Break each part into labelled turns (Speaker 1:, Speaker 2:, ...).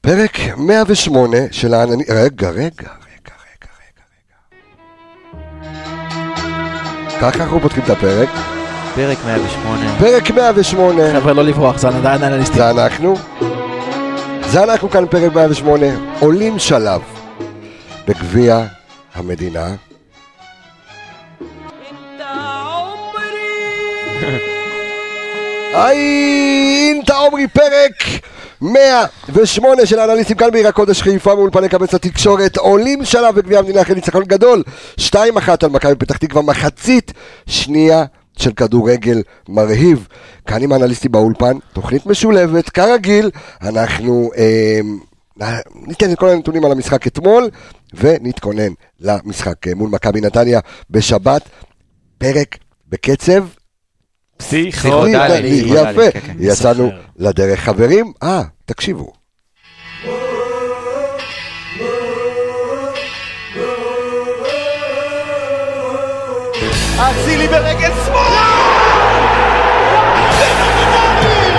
Speaker 1: פרק 108 של העננים... רגע, רגע, רגע, רגע, רגע. ככה אנחנו פותחים את הפרק.
Speaker 2: פרק 108.
Speaker 1: פרק 108,
Speaker 2: חבר'ה, לא לברוח, זה עדיין אנליסטים.
Speaker 1: זה אנחנו. זה אנחנו כאן פרק 108, עולים שלב בגביע
Speaker 3: انت
Speaker 1: המדינה.
Speaker 3: عمري
Speaker 1: היי, אינטה עומרי פרק 108 של האנליסטים כאן בעיר הקודש חיפה מאולפני קבץ התקשורת עולים שלב בגביע המדינה אחרי ניצחון גדול 2-1 על מכבי פתח תקווה מחצית שנייה של כדורגל מרהיב כאן עם האנליסטים באולפן תוכנית משולבת כרגיל אנחנו אה, ניתן את כל הנתונים על המשחק אתמול ונתכונן למשחק אה, מול מכבי נתניה בשבת פרק בקצב
Speaker 2: פסיכודלי.
Speaker 1: יפה,
Speaker 2: כן, כן.
Speaker 1: יצאנו לדרך. חברים, אה, תקשיבו.
Speaker 4: אצילי ברגל שמאל! זה נומינלי!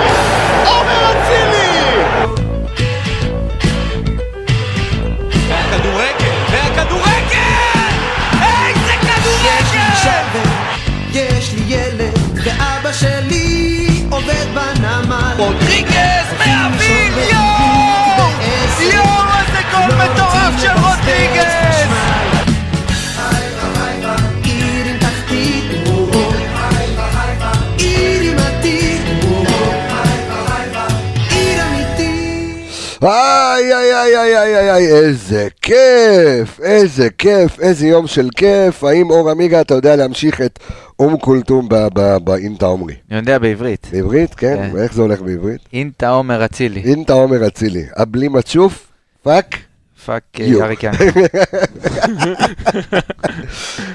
Speaker 4: עומר אצילי! והכדורגל! והכדורגל! איזה כדורגל!
Speaker 5: יש לי ילד, ואבא שלי עובד בנמל.
Speaker 4: רודריגז מהאוויר! יואו! יואו! איזה גול מטורף של רודריגז!
Speaker 5: עיר עם תחתית, עיר עם עתיד, עיר אמיתית.
Speaker 1: איי, איי, איי, איי, איי, איי, איי, איזה כיף, איזה כיף, איזה יום של כיף. האם אור עמיגה, אתה יודע להמשיך את אום כולתום ב- ב- באינטה עומרי?
Speaker 2: אני יודע בעברית.
Speaker 1: בעברית, כן?
Speaker 2: כן.
Speaker 1: ואיך זה הולך בעברית?
Speaker 2: אינטה עומר אצילי.
Speaker 1: אינטה עומר אצילי. הבלי מצ'וף, פאק,
Speaker 2: פאק
Speaker 1: יו.
Speaker 2: אה, אריקיאן.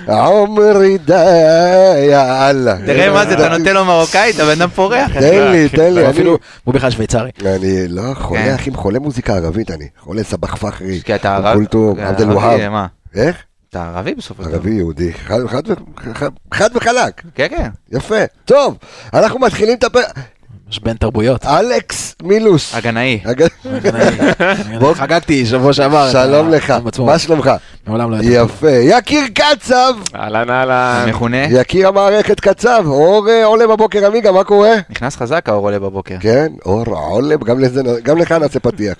Speaker 1: עומרי די, יאללה.
Speaker 2: תראה מה זה, אתה נותן לו מרוקאית, הבן אדם פורח.
Speaker 1: תן לי, תן לי.
Speaker 2: אפילו-
Speaker 1: אני-
Speaker 2: הוא בכלל שוויצרי.
Speaker 1: אני לא חולה,
Speaker 2: כן.
Speaker 1: אחי, חולה מוזיקה ערבית אני. חולה סבח פחרי.
Speaker 2: כי אתה
Speaker 1: אום
Speaker 2: ערב-
Speaker 1: כולתום,
Speaker 2: אה,
Speaker 1: עבד אל
Speaker 2: ערבי,
Speaker 1: והאב.
Speaker 2: מה?
Speaker 1: איך?
Speaker 2: אתה ערבי בסופו של דבר.
Speaker 1: ערבי יהודי. חד- חד ו- ח- חד וחלק.
Speaker 2: כן, כן.
Speaker 1: יפה. טוב, אנחנו מתחילים את הפרק.
Speaker 6: יש בין תרבויות.
Speaker 1: אלכס מילוס.
Speaker 2: הגנאי.
Speaker 1: הג- בוא-
Speaker 6: חגגתי שבוע שעבר.
Speaker 1: שלום לך, מה שלומך?
Speaker 6: מעולם לא הייתי.
Speaker 1: יפה. יקיר קצב!
Speaker 7: אהלן אהלן.
Speaker 2: מכונה.
Speaker 1: יקיר המערכת קצב, אור אה, עולה בבוקר עמיגה, מה קורה?
Speaker 2: נכנס חזק האור עולה בבוקר.
Speaker 1: כן, אור עולה, גם לזה נ- גם לך נעשה פתיח.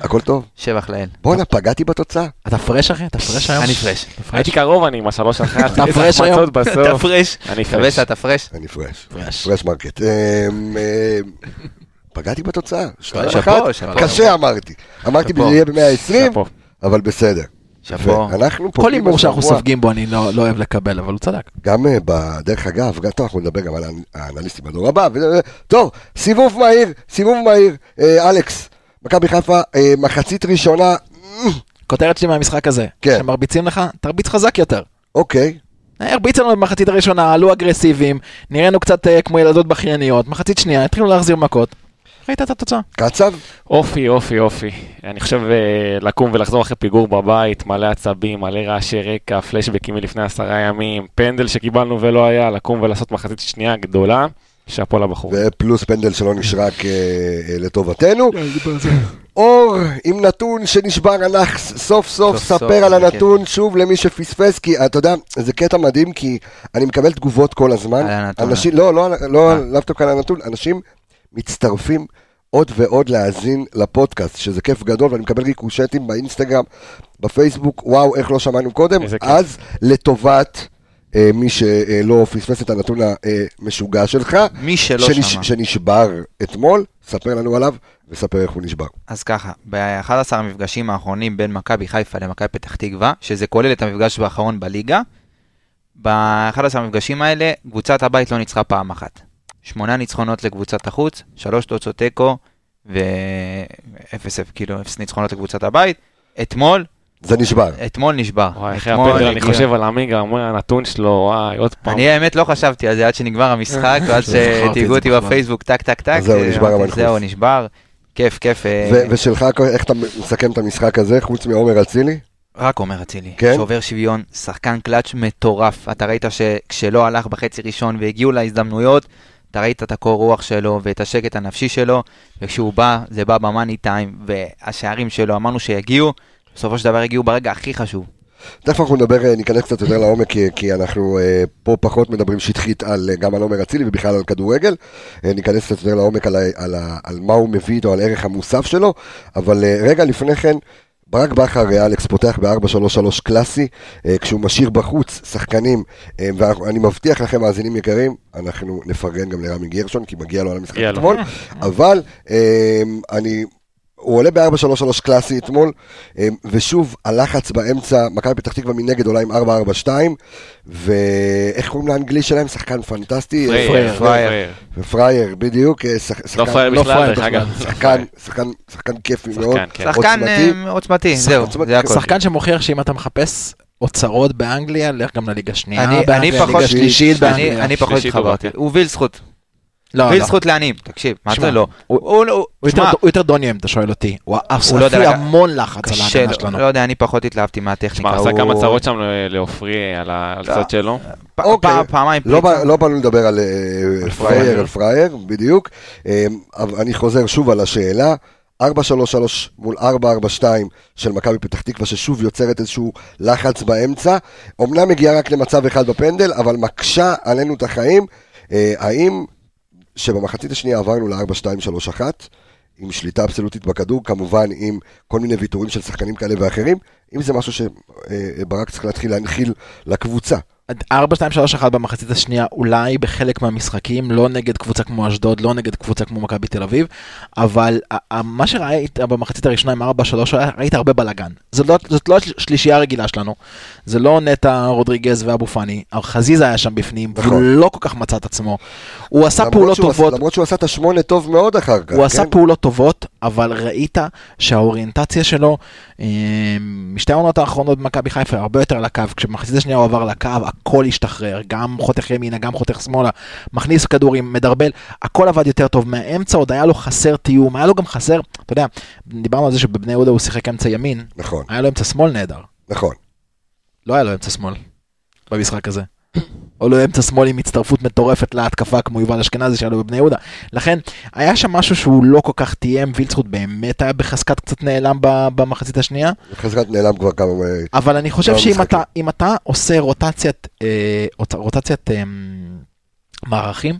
Speaker 1: הכל טוב?
Speaker 2: שבח לאל.
Speaker 1: בואנה, פגעתי בתוצאה.
Speaker 6: אתה פרש אחי? אתה פרש היום?
Speaker 2: אני פרש.
Speaker 6: אתה פרש?
Speaker 7: הייתי קרוב אני עם השלוש אחת.
Speaker 6: אתה פרש היום?
Speaker 7: החמצות בסוף.
Speaker 2: פרש.
Speaker 7: אני
Speaker 2: מקווה
Speaker 7: פרש.
Speaker 2: שאתה פרש.
Speaker 1: אני פרש.
Speaker 6: פרש.
Speaker 1: פרש מרקט. אמ, אמ, פגעתי בתוצאה, שתיים
Speaker 2: שאפו,
Speaker 1: אחת,
Speaker 2: שאפו.
Speaker 1: קשה אמרתי, אמרתי
Speaker 2: שאפו.
Speaker 1: שזה יהיה ב-120,
Speaker 7: שאפו.
Speaker 1: אבל בסדר.
Speaker 2: שאפו.
Speaker 1: ואנחנו
Speaker 6: כל
Speaker 1: פוגעים
Speaker 6: הימור שאנחנו
Speaker 1: השבוע,
Speaker 6: סופגים בו אני לא לא אוהב לקבל, אבל הוא צדק.
Speaker 1: גם אה, ב- דרך אגב, גם- טוב, אנחנו נדבר גם על האנ- האנליסטים בדור הבא, ו- אה, טוב, סיבוב מהיר, סיבוב מהיר, אה, אלכס, מכבי חיפה, אה, מחצית ראשונה, אה,
Speaker 6: כותרת שלי מהמשחק הזה,
Speaker 1: כן.
Speaker 6: כשמרביצים לך, תרביץ חזק יותר.
Speaker 1: אוקיי,
Speaker 6: הרביצו לנו במחצית הראשונה, עלו אגרסיביים, נראינו קצת אה, כמו ילדות בכייניות, מחצית שנייה, התחילו להחזיר מכות. ראית את התוצאה?
Speaker 1: קצב,
Speaker 7: אופי אופי אופי. אני חושב אה, לקום ולחזור אחרי פיגור בבית, מלא עצבים, מלא רעשי רקע, פלשבקים מלפני עשרה ימים, פנדל שקיבלנו ולא היה, לקום ולעשות מחצית שנייה גדולה. שאפו לבחור.
Speaker 1: ופלוס פנדל שלא נשרק אה, אה, לטובתנו. אור עם נתון שנשבר הנאחס, סוף סוף
Speaker 2: סוף סוף, כן.
Speaker 1: ספר על
Speaker 2: זה
Speaker 1: הנתון שוב למי שפספס, כי אה, אתה יודע, זה קטע מדהים, כי אני מקבל תגובות כל הזמן.
Speaker 2: על הנתון.
Speaker 1: אנשים, לא, לא, לא,
Speaker 2: אה.
Speaker 1: לאו דווקא על הנתון, אנשים מצטרפים עוד ועוד להאזין לפודקאסט, שזה כיף גדול, ואני מקבל ריקושטים באינסטגרם, בפייסבוק, וואו, איך לא שמענו קודם,
Speaker 7: איזה כיף.
Speaker 1: אז לטובת... אה, מי שלא פספס את הנתון אה, המשוגע שלך,
Speaker 2: מי שלא
Speaker 1: שנש-
Speaker 2: שמע.
Speaker 1: שנשבר אתמול, ספר לנו עליו וספר איך הוא נשבר.
Speaker 2: אז ככה, ב-11 המפגשים האחרונים בין מכבי חיפה למכבי פתח תקווה, שזה כולל את המפגש האחרון בליגה, ב-11 המפגשים האלה, קבוצת הבית לא ניצחה פעם אחת. שמונה ניצחונות לקבוצת החוץ, שלוש תוצאות תיקו ואפס, כאילו, אפס ניצחונות לקבוצת הבית. אתמול,
Speaker 1: זה נשבר.
Speaker 2: אתמול נשבר.
Speaker 7: וואי, אחרי
Speaker 2: אתמול
Speaker 7: הפנדל אני
Speaker 2: הגיע-
Speaker 7: חושב על עמיגה, אומר הנתון שלו, וואי, עוד פעם.
Speaker 2: אני האמת לא חשבתי על זה עד שנגמר המשחק, ואז
Speaker 6: לא זכרתי את
Speaker 2: שתהיגו
Speaker 6: זה
Speaker 2: אותי
Speaker 6: בכלל.
Speaker 2: בפייסבוק, טק טק טק,
Speaker 1: אז זהו, נשבר
Speaker 2: אמרתי,
Speaker 1: המנחוס.
Speaker 2: זהו, נשבר, כיף, כיף. אה,
Speaker 1: ו- ושלך, איך אתה מסכם את המשחק הזה, חוץ מעומר אצילי?
Speaker 2: רק עומר אצילי,
Speaker 1: כן?
Speaker 2: כן? שובר שוויון, שחקן קלאץ' מטורף. אתה ראית שכשלא הלך בחצי ראשון והגיעו להזדמנויות, אתה ראית את הקור רוח שלו ואת השקט הנפשי שלו, וכשהוא בא, זה בא במאני טיים, והשערים שלו, אמרנו שיגיעו, בסופו של דבר הגיעו ברגע הכי חשוב.
Speaker 1: תכף אנחנו נדבר, אה, ניכנס קצת יותר לעומק, כי, כי אנחנו אה, פה פחות מדברים שטחית על, אה, גם על עומר אצילי ובכלל על כדורגל. אה, ניכנס קצת יותר לעומק על, ה- על, ה- על מה הוא מביא איתו, על הערך המוסף שלו. אבל אה, רגע לפני כן, ברק בכר, אה, אלכס, פותח ב-4-3-3 קלאסי, אה, כשהוא משאיר בחוץ שחקנים, אה, ואני מבטיח לכם, מאזינים יקרים, אנחנו נפרגן גם לרמי גרשון, כי מגיע לו על המשחק
Speaker 7: מגיע לו.
Speaker 1: אתמול. אבל אה, אני הוא עולה ב-4-3-3 קלאסי אתמול, אמ, ושוב הלחץ באמצע, מכבי פתח תקווה מנגד עולה עם 4-4-2, ואיך קוראים לאנגלי שלהם? שחקן פנטסטי.
Speaker 7: פרייר,
Speaker 1: פרייר,
Speaker 7: פרייר.
Speaker 1: פרייר, בדיוק. אה, שח-
Speaker 7: לא פרייר בכלל, דרך אגב.
Speaker 1: שחקן, שחקן, שחקן כיפי
Speaker 7: שחקן,
Speaker 1: מאוד.
Speaker 7: כן.
Speaker 2: שחקן אה, עוצמתי, זהו,
Speaker 1: עוצמתי,
Speaker 2: זה הכול.
Speaker 6: שחקן שמוכיח שאם אתה מחפש אוצרות באנגליה, לך גם לליגה שנייה,
Speaker 2: אני- אני
Speaker 6: באנגליה,
Speaker 2: פחות-
Speaker 6: ליגה שלישית
Speaker 2: אני-
Speaker 6: באנגליה.
Speaker 2: אני פחות
Speaker 7: שלישי
Speaker 2: התחברתי, הוא ויל זכות,
Speaker 6: אוקיי. לא, לא.
Speaker 2: ויל זכות לעניים, תקשיב, מה
Speaker 6: שמע,
Speaker 2: זה לא?
Speaker 6: הוא-
Speaker 2: הוא הוא-
Speaker 6: הוא יותר-
Speaker 2: שמע,
Speaker 6: הוא יותר דוניו אם אתה שואל אותי. הוא
Speaker 2: לא
Speaker 6: עשוי
Speaker 2: יודע,
Speaker 6: המון לחץ על
Speaker 2: קשה
Speaker 6: ההגנה
Speaker 2: לו,
Speaker 6: שלנו.
Speaker 2: לא יודע, אני פחות התלהבתי מהטכניקה.
Speaker 7: שמע, עשה
Speaker 2: הוא-
Speaker 7: כמה צרות שם ל- לעופרי אה, על ה- על הצד שלו.
Speaker 2: פ-
Speaker 1: אוקיי.
Speaker 2: פעם- פעמיים
Speaker 1: לא
Speaker 2: פריצה.
Speaker 1: בא- לא באנו לדבר על אה,
Speaker 7: על
Speaker 1: פרייר,
Speaker 7: פרייר.
Speaker 1: על פרייר, בדיוק. אמ, אבל אני חוזר שוב על השאלה. 4-3-3 מול 4-4-2 של מכבי פתח תקווה, ששוב יוצרת איזשהו לחץ באמצע. אמנם הגיעה רק למצב אחד בפנדל, אבל מקשה עלינו את החיים. אה, האם שבמחצית השנייה עברנו ל-4-2-3-1, עם שליטה אבסולוטית בכדור, כמובן עם כל מיני ויתורים של שחקנים כאלה ואחרים, אם זה משהו שברק צריך להתחיל להנחיל לקבוצה.
Speaker 6: עד 4, 2, 3, 1 במחצית השנייה, אולי בחלק מהמשחקים, לא נגד קבוצה כמו אשדוד, לא נגד קבוצה כמו מכבי תל אביב, אבל ה- ה- מה שראית במחצית הראשונה עם 4, 3, ראית הרבה בלאגן. זאת לא, זאת לא השלישייה הרגילה שלנו, זה לא נטע רודריגז ואבו פאני, חזיזה היה שם בפנים,
Speaker 1: נכון.
Speaker 6: והוא לא כל כך מצא את עצמו. הוא עשה
Speaker 1: למרות
Speaker 6: פעולות
Speaker 1: שהוא
Speaker 6: טובות,
Speaker 1: עשה- למרות שהוא עשה את השמונה טוב מאוד אחר כך.
Speaker 6: הוא עשה
Speaker 1: כן?
Speaker 6: פעולות טובות, אבל ראית שהאוריינטציה שלו אה, משתי העונות האחרונות במכבי חיפה הרבה יותר לקו, כשבמחצית השנייה הוא עבר לקו, הכל השתחרר, גם חותך ימינה, גם חותך שמאלה, מכניס כדורים, מדרבל, הכל עבד יותר טוב מהאמצע, עוד היה לו חסר תיאום, היה לו גם חסר, אתה יודע, דיברנו על זה שבבני יהודה הוא שיחק אמצע ימין,
Speaker 1: נכון,
Speaker 6: היה לו אמצע שמאל נהדר,
Speaker 1: נכון.
Speaker 6: לא היה לו אמצע שמאל במשחק הזה. או לא אמצע שמאל עם הצטרפות מטורפת להתקפה כמו יובל אשכנזי שהיה לו בבני יהודה. לכן, היה שם משהו שהוא לא כל כך תיאם, וילצחוט באמת היה בחזקת קצת נעלם ב- במחצית השנייה,
Speaker 1: חזקת נעלם כבר כמה...
Speaker 6: אבל אני חושב
Speaker 1: לא,
Speaker 6: שאם
Speaker 1: משחק
Speaker 6: אתה,
Speaker 1: לא.
Speaker 6: אם אתה עושה רוטציית, אה, אות- רוטציית אה, מערכים,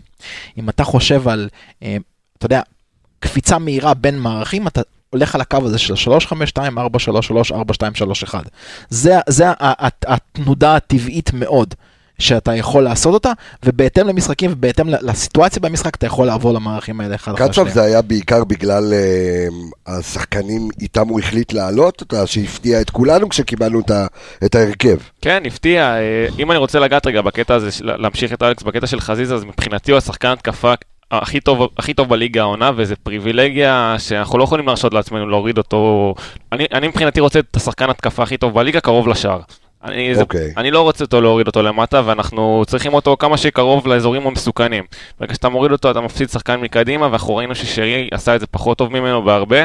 Speaker 6: אם אתה חושב על, אה, אתה יודע, קפיצה מהירה בין מערכים, אתה הולך על הקו הזה של 352, 433, 4231. זה, זה ה- ה- התנודה הטבעית מאוד. שאתה יכול לעשות אותה, ובהתאם למשחקים ובהתאם ל- לסיטואציה במשחק, אתה יכול לעבור למערכים האלה אחד אחרי השני.
Speaker 1: קצב זה היה בעיקר בגלל אה, השחקנים איתם הוא החליט לעלות, אתה שהפתיע את כולנו כשקיבלנו את ה- את ההרכב.
Speaker 7: כן, הפתיע. אה, אם אני רוצה לגעת רגע בקטע הזה, של- להמשיך את אלכס בקטע של חזיזה, אז מבחינתי הוא השחקן התקפה הכי טוב, הכי טוב בליגה העונה, וזו פריבילגיה שאנחנו לא יכולים להרשות לעצמנו להוריד אותו. אני, אני מבחינתי רוצה את השחקן התקפה הכי טוב בליגה קרוב לשער. אני, זה,
Speaker 1: אוקיי.
Speaker 7: אני לא רוצה אותו להוריד אותו למטה, ואנחנו צריכים אותו כמה שקרוב לאזורים המסוכנים. ברגע שאתה מוריד אותו, אתה מפסיד שחקן מקדימה, ואנחנו ראינו ששרי עשה את זה פחות טוב ממנו בהרבה.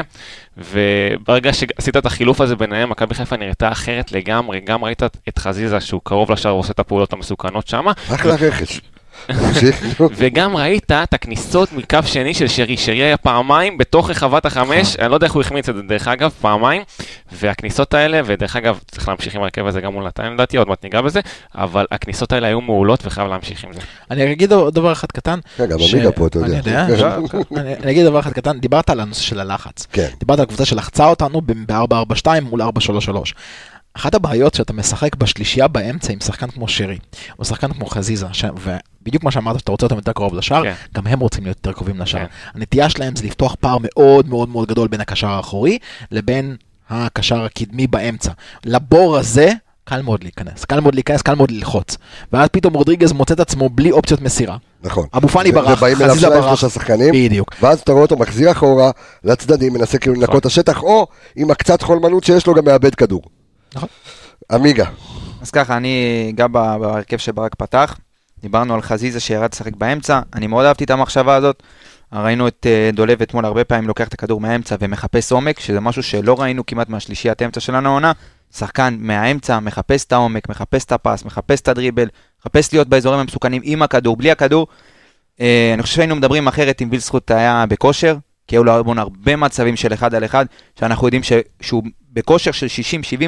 Speaker 7: וברגע שעשית את החילוף הזה ביניהם, מכבי חיפה נראתה אחרת לגמרי. גם ראית את חזיזה, שהוא קרוב לשער ועושה את הפעולות המסוכנות שם,
Speaker 1: אחלה רכש. תמשיך, נו.
Speaker 7: וגם ראית את הכניסות מקו שני של שרי. שרי היה פעמיים בתוך רחבת החמש, אני לא יודע איך הוא החמיץ את זה, דרך אגב, פעמיים. והכניסות האלה, ודרך אגב, צריך להמשיך עם הרכב הזה גם מול נתן, לדעתי, עוד מעט ניגע בזה, אבל הכניסות האלה היו מעולות וחייב להמשיך עם זה.
Speaker 6: אני אגיד עוד דבר אחד קטן,
Speaker 1: כן, גם
Speaker 6: ש-
Speaker 1: עמיגה פה, אתה
Speaker 6: אני
Speaker 1: יודע.
Speaker 6: יודע.
Speaker 7: אה?
Speaker 6: אני אני אגיד דבר אחד קטן, דיברת על הנושא של הלחץ.
Speaker 1: כן.
Speaker 6: דיברת על קבוצה שלחצה אותנו ב-442 מול 433. אחת הבעיות שאתה משחק בשלישייה באמצע עם שחקן כמו שרי, או שחקן כמו חזיזה, ש... ובדיוק מה שאמרת, שאתה רוצה אותם יותר קרוב לשער,
Speaker 7: כן.
Speaker 6: גם הם רוצים להיות יותר קרובים לשער.
Speaker 7: כן.
Speaker 6: הנטייה שלהם זה לפתוח פער מאוד מאוד מאוד גדול בין הקשר האחורי לבין הקשר הקדמי באמצע. לבור הזה... קל מאוד להיכנס, קל מאוד להיכנס, קל מאוד ללחוץ. ואז פתאום רודריגז מוצא את עצמו בלי אופציות מסירה.
Speaker 1: נכון.
Speaker 6: אבו פאני
Speaker 1: ו-
Speaker 6: ברח,
Speaker 1: ובאים אליו
Speaker 6: חזיזה
Speaker 1: שניים
Speaker 6: ברח. אה.
Speaker 1: שלושה שחקנים,
Speaker 6: בדיוק.
Speaker 1: ואז אתה רואה אותו מחזיר אחורה לצדדים, מנסה כאילו לנקות את השטח, או עם הקצת חולמנות שיש לו גם מאבד כדור.
Speaker 6: נכון.
Speaker 1: עמיגה.
Speaker 2: אז ככה, אני גם ב- בהרכב שברק פתח, דיברנו על חזיזה שירד לשחק באמצע, אני מאוד אהבתי את המחשבה הזאת. ראינו את אה, דולב אתמול הרבה פעמים לוקח את הכדור מהאמצע ומחפש עומק, שזה משהו שלא ראינו כמעט מהשלישיית אמצע שלנו העונה. שחקן מהאמצע מחפש את העומק, מחפש את הפס, מחפש את הדריבל, מחפש להיות באזורים המסוכנים עם הכדור, בלי הכדור. אה, אני חושב שהיינו מדברים אחרת אם וילסקוט היה בכושר, כי היו לו המון הרבה מצבים של אחד על אחד, שאנחנו יודעים ש... שהוא בכושר של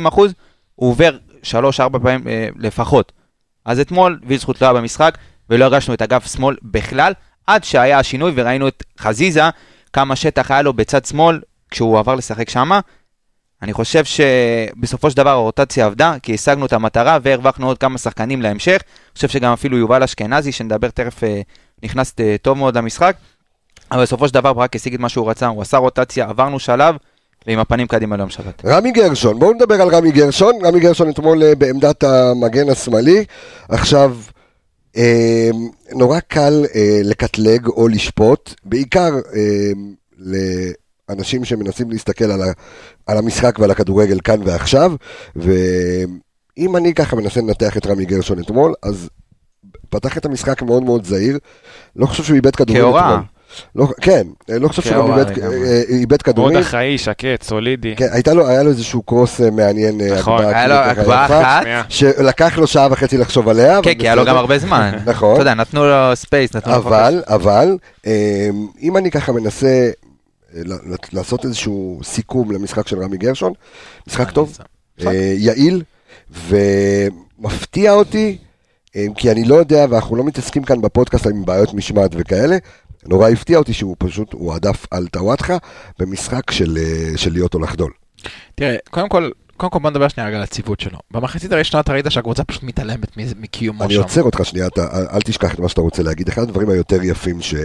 Speaker 2: 60-70 אחוז, הוא עובר 3-4 פעמים אה, לפחות. אז אתמול וילסקוט לא היה במשחק, ולא הרגשנו את אגף שמאל בכלל, עד שהיה השינוי וראינו את חזיזה, כמה שטח היה לו בצד שמאל, כשהוא עבר לשחק שמה. אני חושב שבסופו של דבר הרוטציה עבדה, כי השגנו את המטרה והרווחנו עוד כמה שחקנים להמשך. אני חושב שגם אפילו יובל אשכנזי, שנדבר תכף, אה, נכנס אה, טוב מאוד למשחק. אבל בסופו של דבר ברק השיג את מה שהוא רצה, הוא עשה רוטציה, עברנו שלב, ועם הפנים קדימה ליום שבת.
Speaker 1: רמי גרשון, בואו נדבר על רמי גרשון. רמי גרשון אתמול אה, בעמדת המגן השמאלי. עכשיו, אה, נורא קל אה, לקטלג או לשפוט, בעיקר אה, לאנשים שמנסים להסתכל על, ה, על המשחק ועל הכדורגל כאן ועכשיו, ואם אני ככה מנסה לנתח את רמי גרשון אתמול, אז פתח את המשחק מאוד מאוד זהיר. לא חושב שהוא איבד כדורים
Speaker 2: כהוראה.
Speaker 1: אתמול. לא, כן, אה, לא חושב שהוא גם
Speaker 2: כהוראה
Speaker 1: איבד-
Speaker 2: לגמרי.
Speaker 1: אה, איבד
Speaker 7: מאוד
Speaker 1: כדורים.
Speaker 7: אחראי, שקט, סולידי.
Speaker 1: כן, הייתה לו, היה לו איזשהו קרוס אה, מעניין, אה,
Speaker 7: נכון,
Speaker 1: הגבהה
Speaker 2: היה לו
Speaker 1: כאילו ככה
Speaker 2: הקבעה
Speaker 1: יפה,
Speaker 2: אחת,
Speaker 7: שנייה.
Speaker 1: שלקח לו שעה וחצי לחשוב עליה.
Speaker 2: כן,
Speaker 1: אבל
Speaker 2: כי היה לו
Speaker 1: בסדר.
Speaker 2: גם הרבה זמן.
Speaker 1: נכון.
Speaker 2: אתה יודע, לא נתנו לו ספייס, נתנו לו...
Speaker 1: אבל, אבל, אה, אם אני ככה מנסה אה, ל- ל- לעשות איזשהו סיכום למשחק של רמי גרשון, משחק טוב,
Speaker 2: בסדר.
Speaker 1: אה, יעיל, ומפתיע אותי, אה, כי אני לא יודע, ואנחנו לא מתעסקים כאן בפודקאסט עם בעיות משמעת וכאלה, נורא הפתיע אותי שהוא פשוט הועדף על טוואטחה במשחק של אה, של להיות או לחדול.
Speaker 6: תראה, קודם כל, קודם כל בוא נדבר שנייה רגע על הציוות שלו. במחצית הראשונה אתה ראית שהקבוצה פשוט מתעלמת מזה- מקיומו
Speaker 1: אני
Speaker 6: שם.
Speaker 1: עוצר אותך שנייה, אתה, אל- אל תשכח את מה שאתה רוצה להגיד. אחד הדברים היותר יפים ש,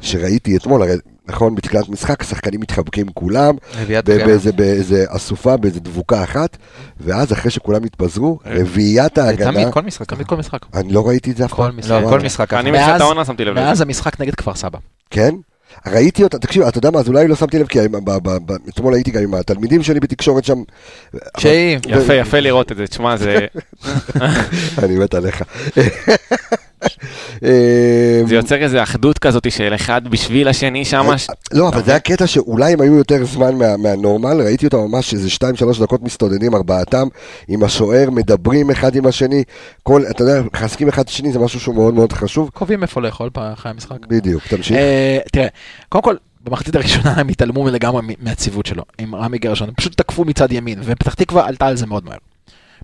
Speaker 1: שראיתי אתמול, הרי נכון, בתחילת משחק, השחקנים מתחבקים כולם,
Speaker 2: רביעיית
Speaker 1: ב-
Speaker 2: גמר.
Speaker 1: באיזה, באיזה אסופה, באיזה דבוקה אחת, ואז אחרי שכולם התפזרו, רביעיית
Speaker 2: אה. זה
Speaker 1: ההגנה,
Speaker 2: תמיד, כל משחק.
Speaker 6: תמיד כל משחק.
Speaker 1: אני לא ראיתי את זה אף
Speaker 6: כל
Speaker 1: פעם.
Speaker 6: משחק.
Speaker 2: לא,
Speaker 1: וואלה.
Speaker 2: כל משחק. ככה.
Speaker 7: אני
Speaker 6: מאז-
Speaker 7: מתחילת העונה שמתי לב לזה.
Speaker 6: מאז המשחק נגד כפר סבא.
Speaker 1: כן? ראיתי אותה, תקשיב, אתה יודע מה, אז אולי לא שמתי לב, כי ב- ב- ב- אתמול הייתי גם עם התלמידים שלי בתקשורת שם,
Speaker 2: שהיא...
Speaker 7: יפה, יפה לראות את זה, תשמע, זה
Speaker 1: אני מת עליך. אה,
Speaker 7: זה יוצר איזו אחדות כזאת של אחד בשביל השני שם. ש-
Speaker 1: לא,
Speaker 2: אוקיי.
Speaker 1: אבל זה הקטע שאולי הם היו יותר זמן מה, מהנורמל, ראיתי אותם ממש איזה 2-3 דקות מסתודדים, ארבעתם, עם השוער, מדברים אחד עם השני, כל, אתה יודע, מחזקים אחד את השני, זה משהו שהוא מאוד מאוד חשוב.
Speaker 6: קובעים איפה לאכול פה אחרי המשחק.
Speaker 1: בדיוק, תמשיך.
Speaker 6: אה, תראה, קודם כל, במחצית הראשונה הם התעלמו לגמרי מ- מהציוות שלו, עם רמי גרשון, הם פשוט תקפו מצד ימין, ופתח תקווה עלתה על זה מאוד מהר.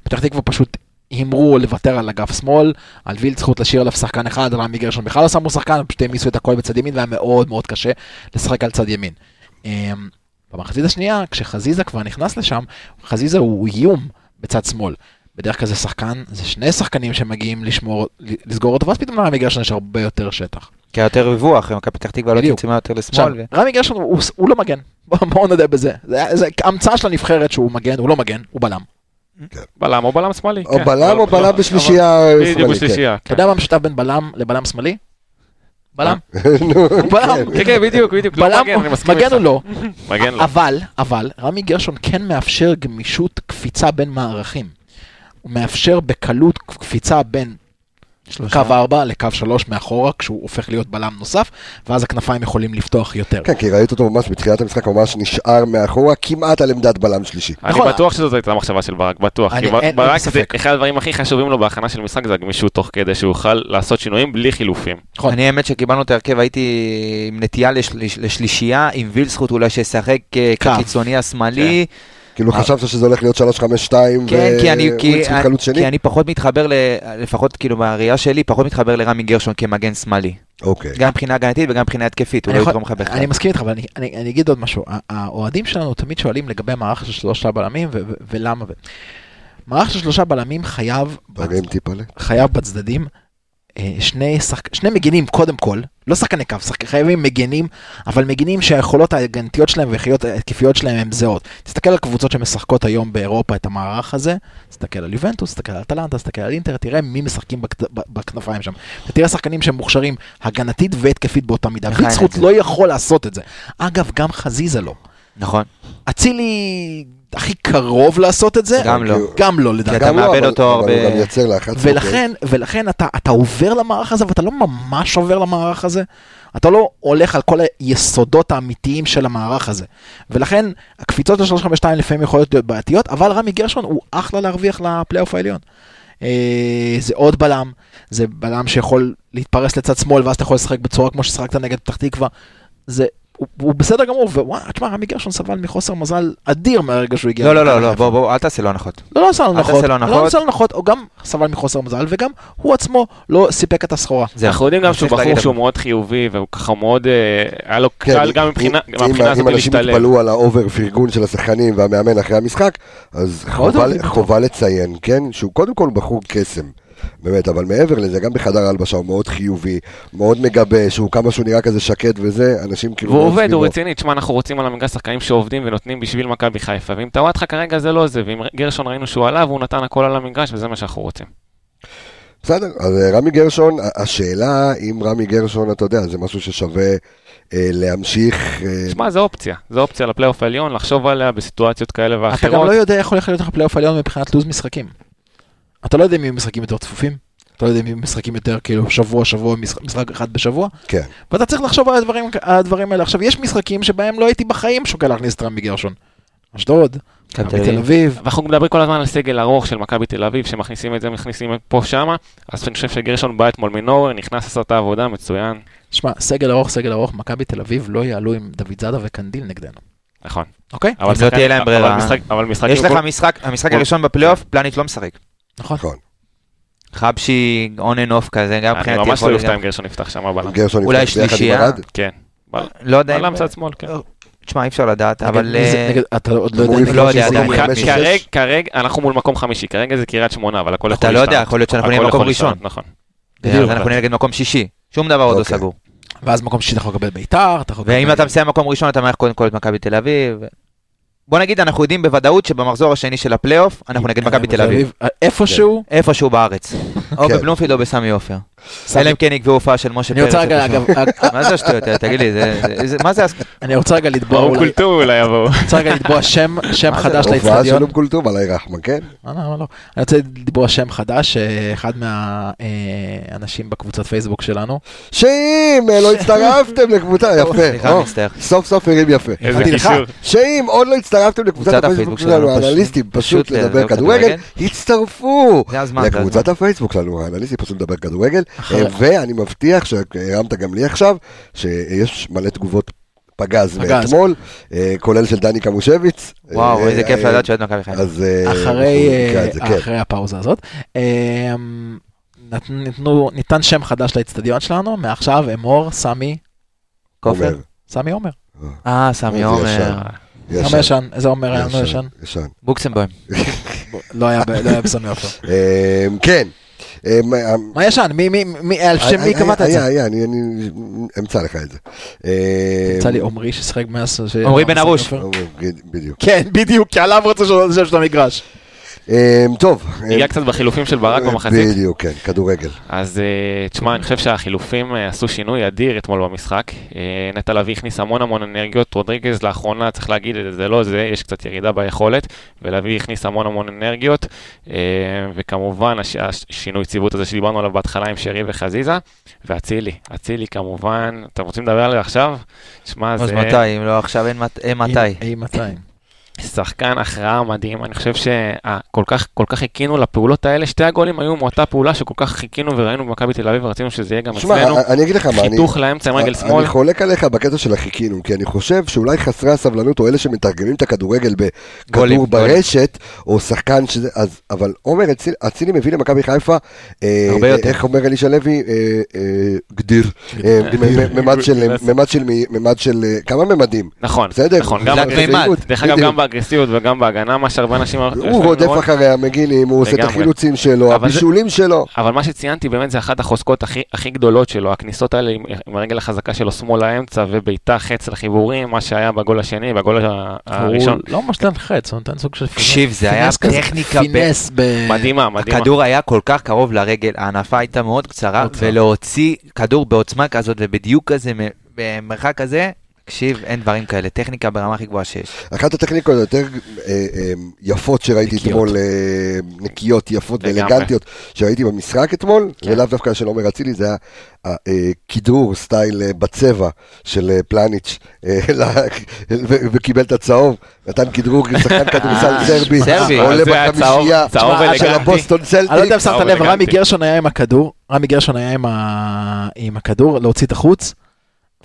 Speaker 6: פתח תקווה פשוט הימרו לוותר על אגף שמאל, על וילד זכות להשאיר עליו שחקן אחד, רמי גרשון בכלל לא שמו שחקן, הם פשוט העמיסו את הכל בצד ימין, והיה מאוד מאוד קשה לשחק על צד ימין. אה, במחצית השנייה, כשחזיזה כבר נכנס לשם, חזיזה הוא איום בצד שמאל. בדרך כלל זה שחקן, זה שני שחקנים שמגיעים לשמור, לסגור אותו, ואז פתאום לרמי גרשון יש הרבה יותר שטח.
Speaker 2: כי היה יותר ריווח, מכבי פתח תקווה לא
Speaker 6: בדיוק.
Speaker 2: צמצמה יותר
Speaker 6: עכשיו,
Speaker 2: לשמאל. ו-
Speaker 6: רמי גרשון הוא, הוא לא מגן, בואו בוא נודה בזה. זה, זה המצאה של הנבחרת שהוא מגן, הוא לא מגן, הוא בלם.
Speaker 7: כן. בלם או בלם שמאלי.
Speaker 1: או
Speaker 7: כן.
Speaker 2: לא,
Speaker 1: בלם או
Speaker 7: אבל-
Speaker 1: בלם
Speaker 7: אבל-
Speaker 1: בשלישייה
Speaker 7: אבל-
Speaker 1: שמאלית,
Speaker 7: בדיוק,
Speaker 1: כן.
Speaker 7: בשלישייה.
Speaker 6: אתה יודע מה משותף בין בלם לבלם שמאלי? בלם.
Speaker 1: נו,
Speaker 6: הוא בלם.
Speaker 7: כן, כן, בדיוק, בדיוק. לא
Speaker 6: אה, בלם,
Speaker 7: מגן, אני מסכים
Speaker 6: מגן
Speaker 7: איתך.
Speaker 6: הוא לא,
Speaker 7: מגן לא.
Speaker 6: אבל, אבל, רמי גרשון כן מאפשר גמישות קפיצה בין מערכים. הוא מאפשר בקלות קפיצה בין קו 4 לקו 3 מאחורה, כשהוא הופך להיות בלם נוסף, ואז הכנפיים יכולים לפתוח יותר.
Speaker 1: כן, כי ראית אותו ממש בתחילת המשחק, ממש נשאר מאחורה, כמעט על עמדת בלם שלישי.
Speaker 7: אני
Speaker 6: נכון.
Speaker 7: בטוח שזאת הייתה המחשבה של ברק, בטוח.
Speaker 6: אני-
Speaker 7: כי
Speaker 6: אין- אין
Speaker 7: ברק זה
Speaker 6: ספק.
Speaker 7: אחד הדברים הכי חשובים לו בהכנה של משחק, זה הגמישות תוך כדי שהוא יוכל לעשות שינויים בלי חילופים.
Speaker 6: נכון.
Speaker 2: אני האמת שקיבלנו את ההרכב, הייתי עם נטייה לשל- לשלישייה, עם וילסקוט אולי שישחק אה,
Speaker 6: קו.
Speaker 2: כקיצוני השמאלי.
Speaker 1: כאילו
Speaker 2: אה.
Speaker 1: חשבת שזה הולך להיות 3-5-2,
Speaker 2: כן, כי אני- כי
Speaker 1: ווילסקוט
Speaker 2: אני-
Speaker 1: חלוץ שני?
Speaker 2: כי אני פחות מתחבר, ל- לפחות כאילו בראייה שלי, פחות מתחבר לרמי גרשון כמגן שמאלי.
Speaker 1: אוקיי.
Speaker 2: גם מבחינה הגנתית וגם מבחינה התקפית, הוא
Speaker 6: אני
Speaker 2: לא
Speaker 6: יכול-
Speaker 2: יתרום לך בכלל.
Speaker 6: אני מסכים איתך, אבל אני, אני, אני אגיד עוד משהו. הא- האוהדים שלנו תמיד שואלים לגבי מערך של שלושה בלמים ו- ו- ולמה. ו... מערך של שלושה בלמים חייב, בצ...
Speaker 1: תרים טיפה ל...
Speaker 6: חייב בצדדים אה, שני, שחק... שני מגינים קודם כל, לא שחקני קו, שחק... חייבים מגינים, אבל מגינים שהיכולות ההגנתיות שלהם והיכולות ההתקפיות שלהם הן זהות. תסתכל על קבוצות שמשחקות היום באירופה את המערך הזה, תסתכל על יובנטוס, תסתכל על טלנטה, תסתכל על אינטר, תראה מי משחקים בכת- ב- בכנפיים שם. ותראה שחקנים שהם מוכשרים הגנתית והתקפית באותה מידה.
Speaker 2: נכון,
Speaker 6: ויצחוט
Speaker 2: זה.
Speaker 6: לא יכול לעשות את זה. אגב, גם חזיזה לא.
Speaker 2: נכון,
Speaker 6: אצילי הכי קרוב לעשות את זה,
Speaker 2: גם לא.
Speaker 6: גם לא לדעתי.
Speaker 2: כי אתה
Speaker 1: גם לא,
Speaker 2: מאבד
Speaker 1: אבל-
Speaker 2: אותו
Speaker 1: אבל הוא
Speaker 2: הרבה-
Speaker 1: גם יוצר לחץ. אוקיי.
Speaker 6: ולכן, ולכן אתה, אתה עובר למערך הזה, ואתה לא ממש עובר למערך הזה. אתה לא הולך על כל היסודות האמיתיים של המערך הזה. ולכן, הקפיצות ל-352 לפעמים יכולות להיות בעייתיות, אבל רמי גרשון הוא אחלה להרוויח לפלייאוף העליון. אה, אה, זה עוד בלם, זה בלם שיכול להתפרס לצד שמאל, ואז אתה יכול לשחק בצורה כמו ששחקת נגד פתח תקווה. זה, הוא, הוא בסדר גמור, ווואי, תשמע, רמי גרשון סבל מחוסר מזל אדיר מהרגע שהוא הגיע.
Speaker 2: לא, לא,
Speaker 6: למכבי
Speaker 2: לא, לא,
Speaker 6: חיפה.
Speaker 2: בוא, בוא, אל תעשה לו הנחות.
Speaker 6: לא, לא עשה לו
Speaker 2: אל
Speaker 6: הנחות.
Speaker 2: תעשה לו הנחות.
Speaker 6: לא עשה לו הנחות, הוא גם סבל מחוסר מזל, וגם הוא עצמו לא סיפק את הסחורה.
Speaker 2: זהו.
Speaker 7: אנחנו יודעים גם
Speaker 2: אז
Speaker 7: שהוא
Speaker 2: צריך להגיד
Speaker 7: בחור
Speaker 2: את
Speaker 7: שהוא מאוד חיובי, והוא ככה מאוד, אה, היה לו
Speaker 1: כן,
Speaker 7: קל גם
Speaker 1: אם-
Speaker 7: מבחינה
Speaker 1: אם-
Speaker 7: מהבחינה הזאת
Speaker 1: אם אנשים
Speaker 7: להשתלב.
Speaker 1: התפלאו על האובר פרגון של השחקנים והמאמן אחרי המשחק, אז חובה,
Speaker 6: אוהבים אותו.
Speaker 1: חובה לציין, כן, שהוא קודם כל בחור קסם. באמת, אבל מעבר לזה, גם בחדר ההלבשה הוא מאוד חיובי, מאוד מגבש, הוא כמה שהוא נראה כזה שקט וזה, אנשים כאילו...
Speaker 7: והוא
Speaker 1: מאוד
Speaker 7: עובד,
Speaker 1: סביבו.
Speaker 7: הוא רציני, תשמע, אנחנו רוצים על המגרש שחקנים שעובדים ונותנים בשביל מכבי חיפה, ואם טוואטחה כרגע זה לא זה, ואם גרשון ראינו שהוא עלה והוא נתן הכל על המגרש, וזה מה שאנחנו רוצים.
Speaker 6: כן.
Speaker 1: בסדר, אז אה, רמי גרשון, ה- השאלה אם רמי גרשון, אתה יודע, זה משהו ששווה אה, להמשיך... אה,
Speaker 7: תשמע, זו אופציה, זו אופציה לפלייאוף העליון, לחשוב עליה בסיטואציות כאלה
Speaker 6: אתה גם
Speaker 7: ואחרות.
Speaker 6: לא יודע איך הולך להיות לך פלייאוף עליון מבחינת לו"ז משחקים. אתה לא יודע אם יהיו משחקים יותר צפופים, אתה לא יודע אם יהיו משחקים יותר כאילו שבוע שבוע משחק, משחק אחד בשבוע,
Speaker 1: כן.
Speaker 6: ואתה צריך לחשוב על הדברים, על הדברים האלה. עכשיו יש משחקים שבהם לא הייתי בחיים שוקל להכניס את רמי גרשון. אשדוד,
Speaker 2: גם
Speaker 6: מכבי
Speaker 2: תל
Speaker 6: תל
Speaker 2: אביב.
Speaker 6: אביב,
Speaker 7: ואנחנו מדברים כל הזמן על סגל ארוך של מכבי תל אביב, שמכניסים את זה, מכניסים את פה שמה, אז אני חושב שגרשון בא אתמול מנורר, נכנס לעשות את העבודה, מצוין.
Speaker 6: שמע, סגל ארוך, סגל ארוך, מכבי תל אביב לא יעלו עם דוד זאדה וקנדיל נגדנו,
Speaker 7: נכון.
Speaker 6: אוקיי?
Speaker 7: אבל
Speaker 2: לא
Speaker 7: שחקן-
Speaker 2: תהיה להם
Speaker 7: אבל
Speaker 2: ברירה.
Speaker 7: משחק- אבל משחק...
Speaker 2: יש לך משחק, המשחק
Speaker 7: כל-
Speaker 2: הראשון בפלייאוף, פלניץ' לא משחק.
Speaker 6: נכון.
Speaker 1: נכון.
Speaker 2: חבשי און אנד אוף כזה, גם
Speaker 7: אני
Speaker 2: מבחינתי
Speaker 7: ממש לא
Speaker 2: יכול...
Speaker 7: אופתע אם גרשון יפתח שם הבלם.
Speaker 1: גרשון
Speaker 2: אולי
Speaker 1: יפתח ביחד עם
Speaker 2: שלישייה?
Speaker 1: ארד,
Speaker 7: כן.
Speaker 2: לא יודע,
Speaker 7: בלם
Speaker 2: אם-
Speaker 7: צד שמאל, כן.
Speaker 2: תשמע, אי אפשר לדעת, אבל...
Speaker 6: נגד מי זה-
Speaker 2: אה,
Speaker 6: נגד- אתה עוד לא
Speaker 1: הוא
Speaker 6: יודע.
Speaker 2: לא
Speaker 1: יפגוש
Speaker 2: יודע
Speaker 1: עם
Speaker 2: עדיין.
Speaker 1: סלומון חמש,
Speaker 7: כרגע,
Speaker 1: שש.
Speaker 7: כרגע, אנחנו מול מקום חמישי, כרגע זה קריית שמונה, אבל הכל יכול
Speaker 2: אתה לא
Speaker 7: להשתנות.
Speaker 2: יודע, יכול להיות שאנחנו נהיה
Speaker 7: הכל
Speaker 2: במקום
Speaker 7: יכול
Speaker 2: ראשון.
Speaker 7: להשתנות, נכון.
Speaker 2: אז
Speaker 6: בדיוק.
Speaker 2: אנחנו נהיה נגד מקום שישי, שום דבר עוד לא
Speaker 1: אוקיי.
Speaker 2: סגור.
Speaker 6: ואז מקום שישי אתה יכול לקבל ביתר, אתה יכול לקבל...
Speaker 2: ואם אתה מסיים מקום ראשון, אתה מערך קודם כל את מכבי תל אביב. בוא נגיד, אנחנו יודעים בוודאות שבמחזור השני של הפלייאוף, אנחנו נגד מכבי תל אביב.
Speaker 6: איפשהו,
Speaker 2: איפשהו בארץ. או
Speaker 1: כן.
Speaker 2: בבלומפילד או בסמי עופר. אלא אם כן יקבעו הופעה של משה
Speaker 6: אני
Speaker 2: פרץ.
Speaker 6: רוצה רגע, אגב,
Speaker 2: מה זה השטויות האלה? תגיד לי, זה- זה- זה- מה זה... הס-
Speaker 6: אני רוצה רגע לתבוע
Speaker 7: ברור
Speaker 6: אולי,
Speaker 7: קולטור אולי יבואו.
Speaker 6: רוצה רגע לתבוע שם, שם
Speaker 2: מה זה,
Speaker 6: חדש
Speaker 1: הופעה של
Speaker 6: לאצטדיון.
Speaker 1: אום כולתום, עלי רחמה, כן?
Speaker 6: אה, לא, לא, לא. אני רוצה לתבוע שם חדש, אה, אחד מהאנשים בקבוצת פייסבוק שלנו.
Speaker 1: שאם אה, לא הצטרפתם לקבוצה, יפה,
Speaker 2: סליחה,
Speaker 1: או,
Speaker 2: מצטער.
Speaker 1: סוף סוף הרים יפה.
Speaker 7: איזה
Speaker 1: אמרתי לך,
Speaker 7: קישור.
Speaker 1: שאם עוד לא הצטרפתם לקבוצת
Speaker 2: כן. קבוצת
Speaker 1: הפייסבוק שלנו, האנליסטים, פשוט לדבר
Speaker 2: לדבר
Speaker 1: כדורגל,
Speaker 2: כדורגל.
Speaker 1: הצטרפו
Speaker 2: אוקיי, זה הזמן. זה
Speaker 1: לקבוצת
Speaker 2: הזמן.
Speaker 1: הפייסבוק שלנו, האנליסטים, פשוט לדבר כדורגל,
Speaker 6: אחרי-
Speaker 1: אה, ואני מבטיח שהרמת גם לי עכשיו, שיש מלא תגובות. פגז
Speaker 6: פגז.
Speaker 1: מאתמול, אה, כולל של דני קמושביץ.
Speaker 2: וואו,
Speaker 1: אה,
Speaker 2: איזה כיף
Speaker 1: אה,
Speaker 2: לדעת שאוהד מכבי חיפה.
Speaker 1: אז אה,
Speaker 6: אחרי
Speaker 1: אנחנו נקרא
Speaker 6: אה,
Speaker 1: את זה, כן.
Speaker 6: אחרי הפאוזה הזאת. אה, נת- ניתנו- ניתן שם חדש לאצטדיון שלנו, מעכשיו אמור סמי,
Speaker 2: כופר?
Speaker 1: עומר,
Speaker 6: סמי עומר.
Speaker 2: אה, סמי
Speaker 1: זה ישר.
Speaker 2: עומר.
Speaker 6: כמה ישן? איזה עומר היה לנו
Speaker 1: ישן,
Speaker 6: ישן?
Speaker 1: ישן.
Speaker 2: בוקסמבוים.
Speaker 6: לא היה ב- לא היה בסמי עופר.
Speaker 1: אה, כן. אה, מה-
Speaker 6: מה ישן? מי, מי, מי, על שם מי
Speaker 1: היה-
Speaker 6: קבעת את
Speaker 1: היה,
Speaker 6: זה?
Speaker 1: היה, אה, אני אני אמצא לך את זה. אה,
Speaker 6: יצא לי עומרי ששיחק מאז... ש-
Speaker 2: עומרי בן ארוש.
Speaker 1: עומרי, בדיוק.
Speaker 6: כן, בדיוק, כי עליו רצו שזה השם של המגרש.
Speaker 1: אה, טוב.
Speaker 7: ניגע קצת בחילופים של ברק
Speaker 1: אה,
Speaker 7: במחצית.
Speaker 1: בדיוק, כן, כדורגל.
Speaker 7: אז אה, תשמע, אני חושב שהחילופים אה, עשו שינוי אדיר אתמול במשחק. אה, נטע לביא הכניס המון המון אנרגיות, רודריגז לאחרונה, צריך להגיד את זה, זה לא זה, יש קצת ירידה ביכולת, ולביא הכניס המון המון אנרגיות, אה, וכמובן הש- השינוי ציוות הזה שדיברנו עליו בהתחלה עם שרי וחזיזה, ואצילי, אצילי כמובן, אתם רוצים לדבר עליו עכשיו? שמע,
Speaker 2: אז
Speaker 7: זה
Speaker 2: מתי? אם לא עכשיו, אין מת- אין מתי.
Speaker 6: אי מתי.
Speaker 7: שחקן הכרעה מדהים, אני חושב שכל כך, כל כך חיכינו לפעולות האלה, שתי הגולים היו מאותה פעולה שכל כך חיכינו וראינו במכבי תל אביב, ורצינו שזה יהיה גם
Speaker 1: שמע, אה,
Speaker 7: אצלנו.
Speaker 1: אני אגיד לך מה, אני... אה,
Speaker 7: חיתוך לאמצע עם רגל שמאל.
Speaker 1: אני חולק עליך בקטע של החיכינו, כי אני חושב שאולי חסרי הסבלנות, או אלה שמתרגמים את הכדורגל
Speaker 2: גולים,
Speaker 1: בכדור ברשת, או שחקן שזה, אז, אבל עומר אציל- אצילי מביא למכבי חיפה, אה,
Speaker 2: הרבה
Speaker 1: אה,
Speaker 2: יותר.
Speaker 1: איך אומר אלישע לוי, אה, אה, גדיר, אה, מ- מ- ממד של, ממד של, מי- ממד של, אה, כמה ממדים,
Speaker 7: נכון,
Speaker 1: בסדר?
Speaker 7: נכון, גם
Speaker 2: רק
Speaker 7: באגרסיביות.
Speaker 2: מימד.
Speaker 7: דרך אגב,
Speaker 1: בדיוק.
Speaker 7: גם באגרסיביות וגם בהגנה, מה שהרבה אנשים... נכון?
Speaker 1: הוא רודף אחרי המגינים, הוא עושה את
Speaker 7: לגמרי.
Speaker 1: החילוצים שלו,
Speaker 7: אבל זה-
Speaker 1: הבישולים שלו.
Speaker 7: אבל מה שציינתי באמת זה אחת החוזקות הכי, הכי גדולות שלו, הכניסות האלה עם, עם הרגל החזקה שלו שמאל לאמצע ובעיטה חץ לחיבורים, מה שהיה בגול השני, בגול ה-
Speaker 6: הוא
Speaker 7: הראשון.
Speaker 6: לא ממש נותן חץ, הוא נותן סוג של פינס.
Speaker 2: אה, תקשיב, זה היה
Speaker 6: פינס כזה,
Speaker 2: טכניקה ב-
Speaker 6: פינס ב...
Speaker 7: מדהימה, מדהימה.
Speaker 2: הכדור היה כל כך קרוב לרגל, ההנפה הייתה מאוד קצרה,
Speaker 6: מאוד קצרה.
Speaker 2: ולהוציא כדור בעוצמה כזאת ובדיוק כזה, מ- במרחק כזה, תקשיב, אין דברים כאלה, טכניקה ברמה הכי גבוהה שיש.
Speaker 1: אחת הטכניקות היותר אה, אה, יפות שראיתי
Speaker 6: נקיות.
Speaker 1: אתמול, אה, נקיות, יפות
Speaker 7: לגמרי.
Speaker 1: ואלגנטיות, שראיתי במשחק אתמול,
Speaker 7: כן.
Speaker 1: ולאו דווקא של עומר אצילי, זה היה הכידור סטייל אה, בצבע של אה, פלניץ', אה, ל- ו- וקיבל את הצהוב, נתן כדרור לשחקן כדורסל
Speaker 2: אה,
Speaker 1: סרבי,
Speaker 2: סרבי.
Speaker 1: עולה
Speaker 7: זה היה
Speaker 1: בחמישייה
Speaker 7: צהוב- צהוב
Speaker 1: של
Speaker 7: אלגנטי.
Speaker 1: הבוסטון
Speaker 6: אני לא יודע אם
Speaker 1: סלטיקס.
Speaker 6: שמת
Speaker 7: אה,
Speaker 6: לב, רמי
Speaker 7: אלגנטי.
Speaker 6: גרשון היה עם הכדור, רמי גרשון היה עם ה- עם הכדור, להוציא את החוץ,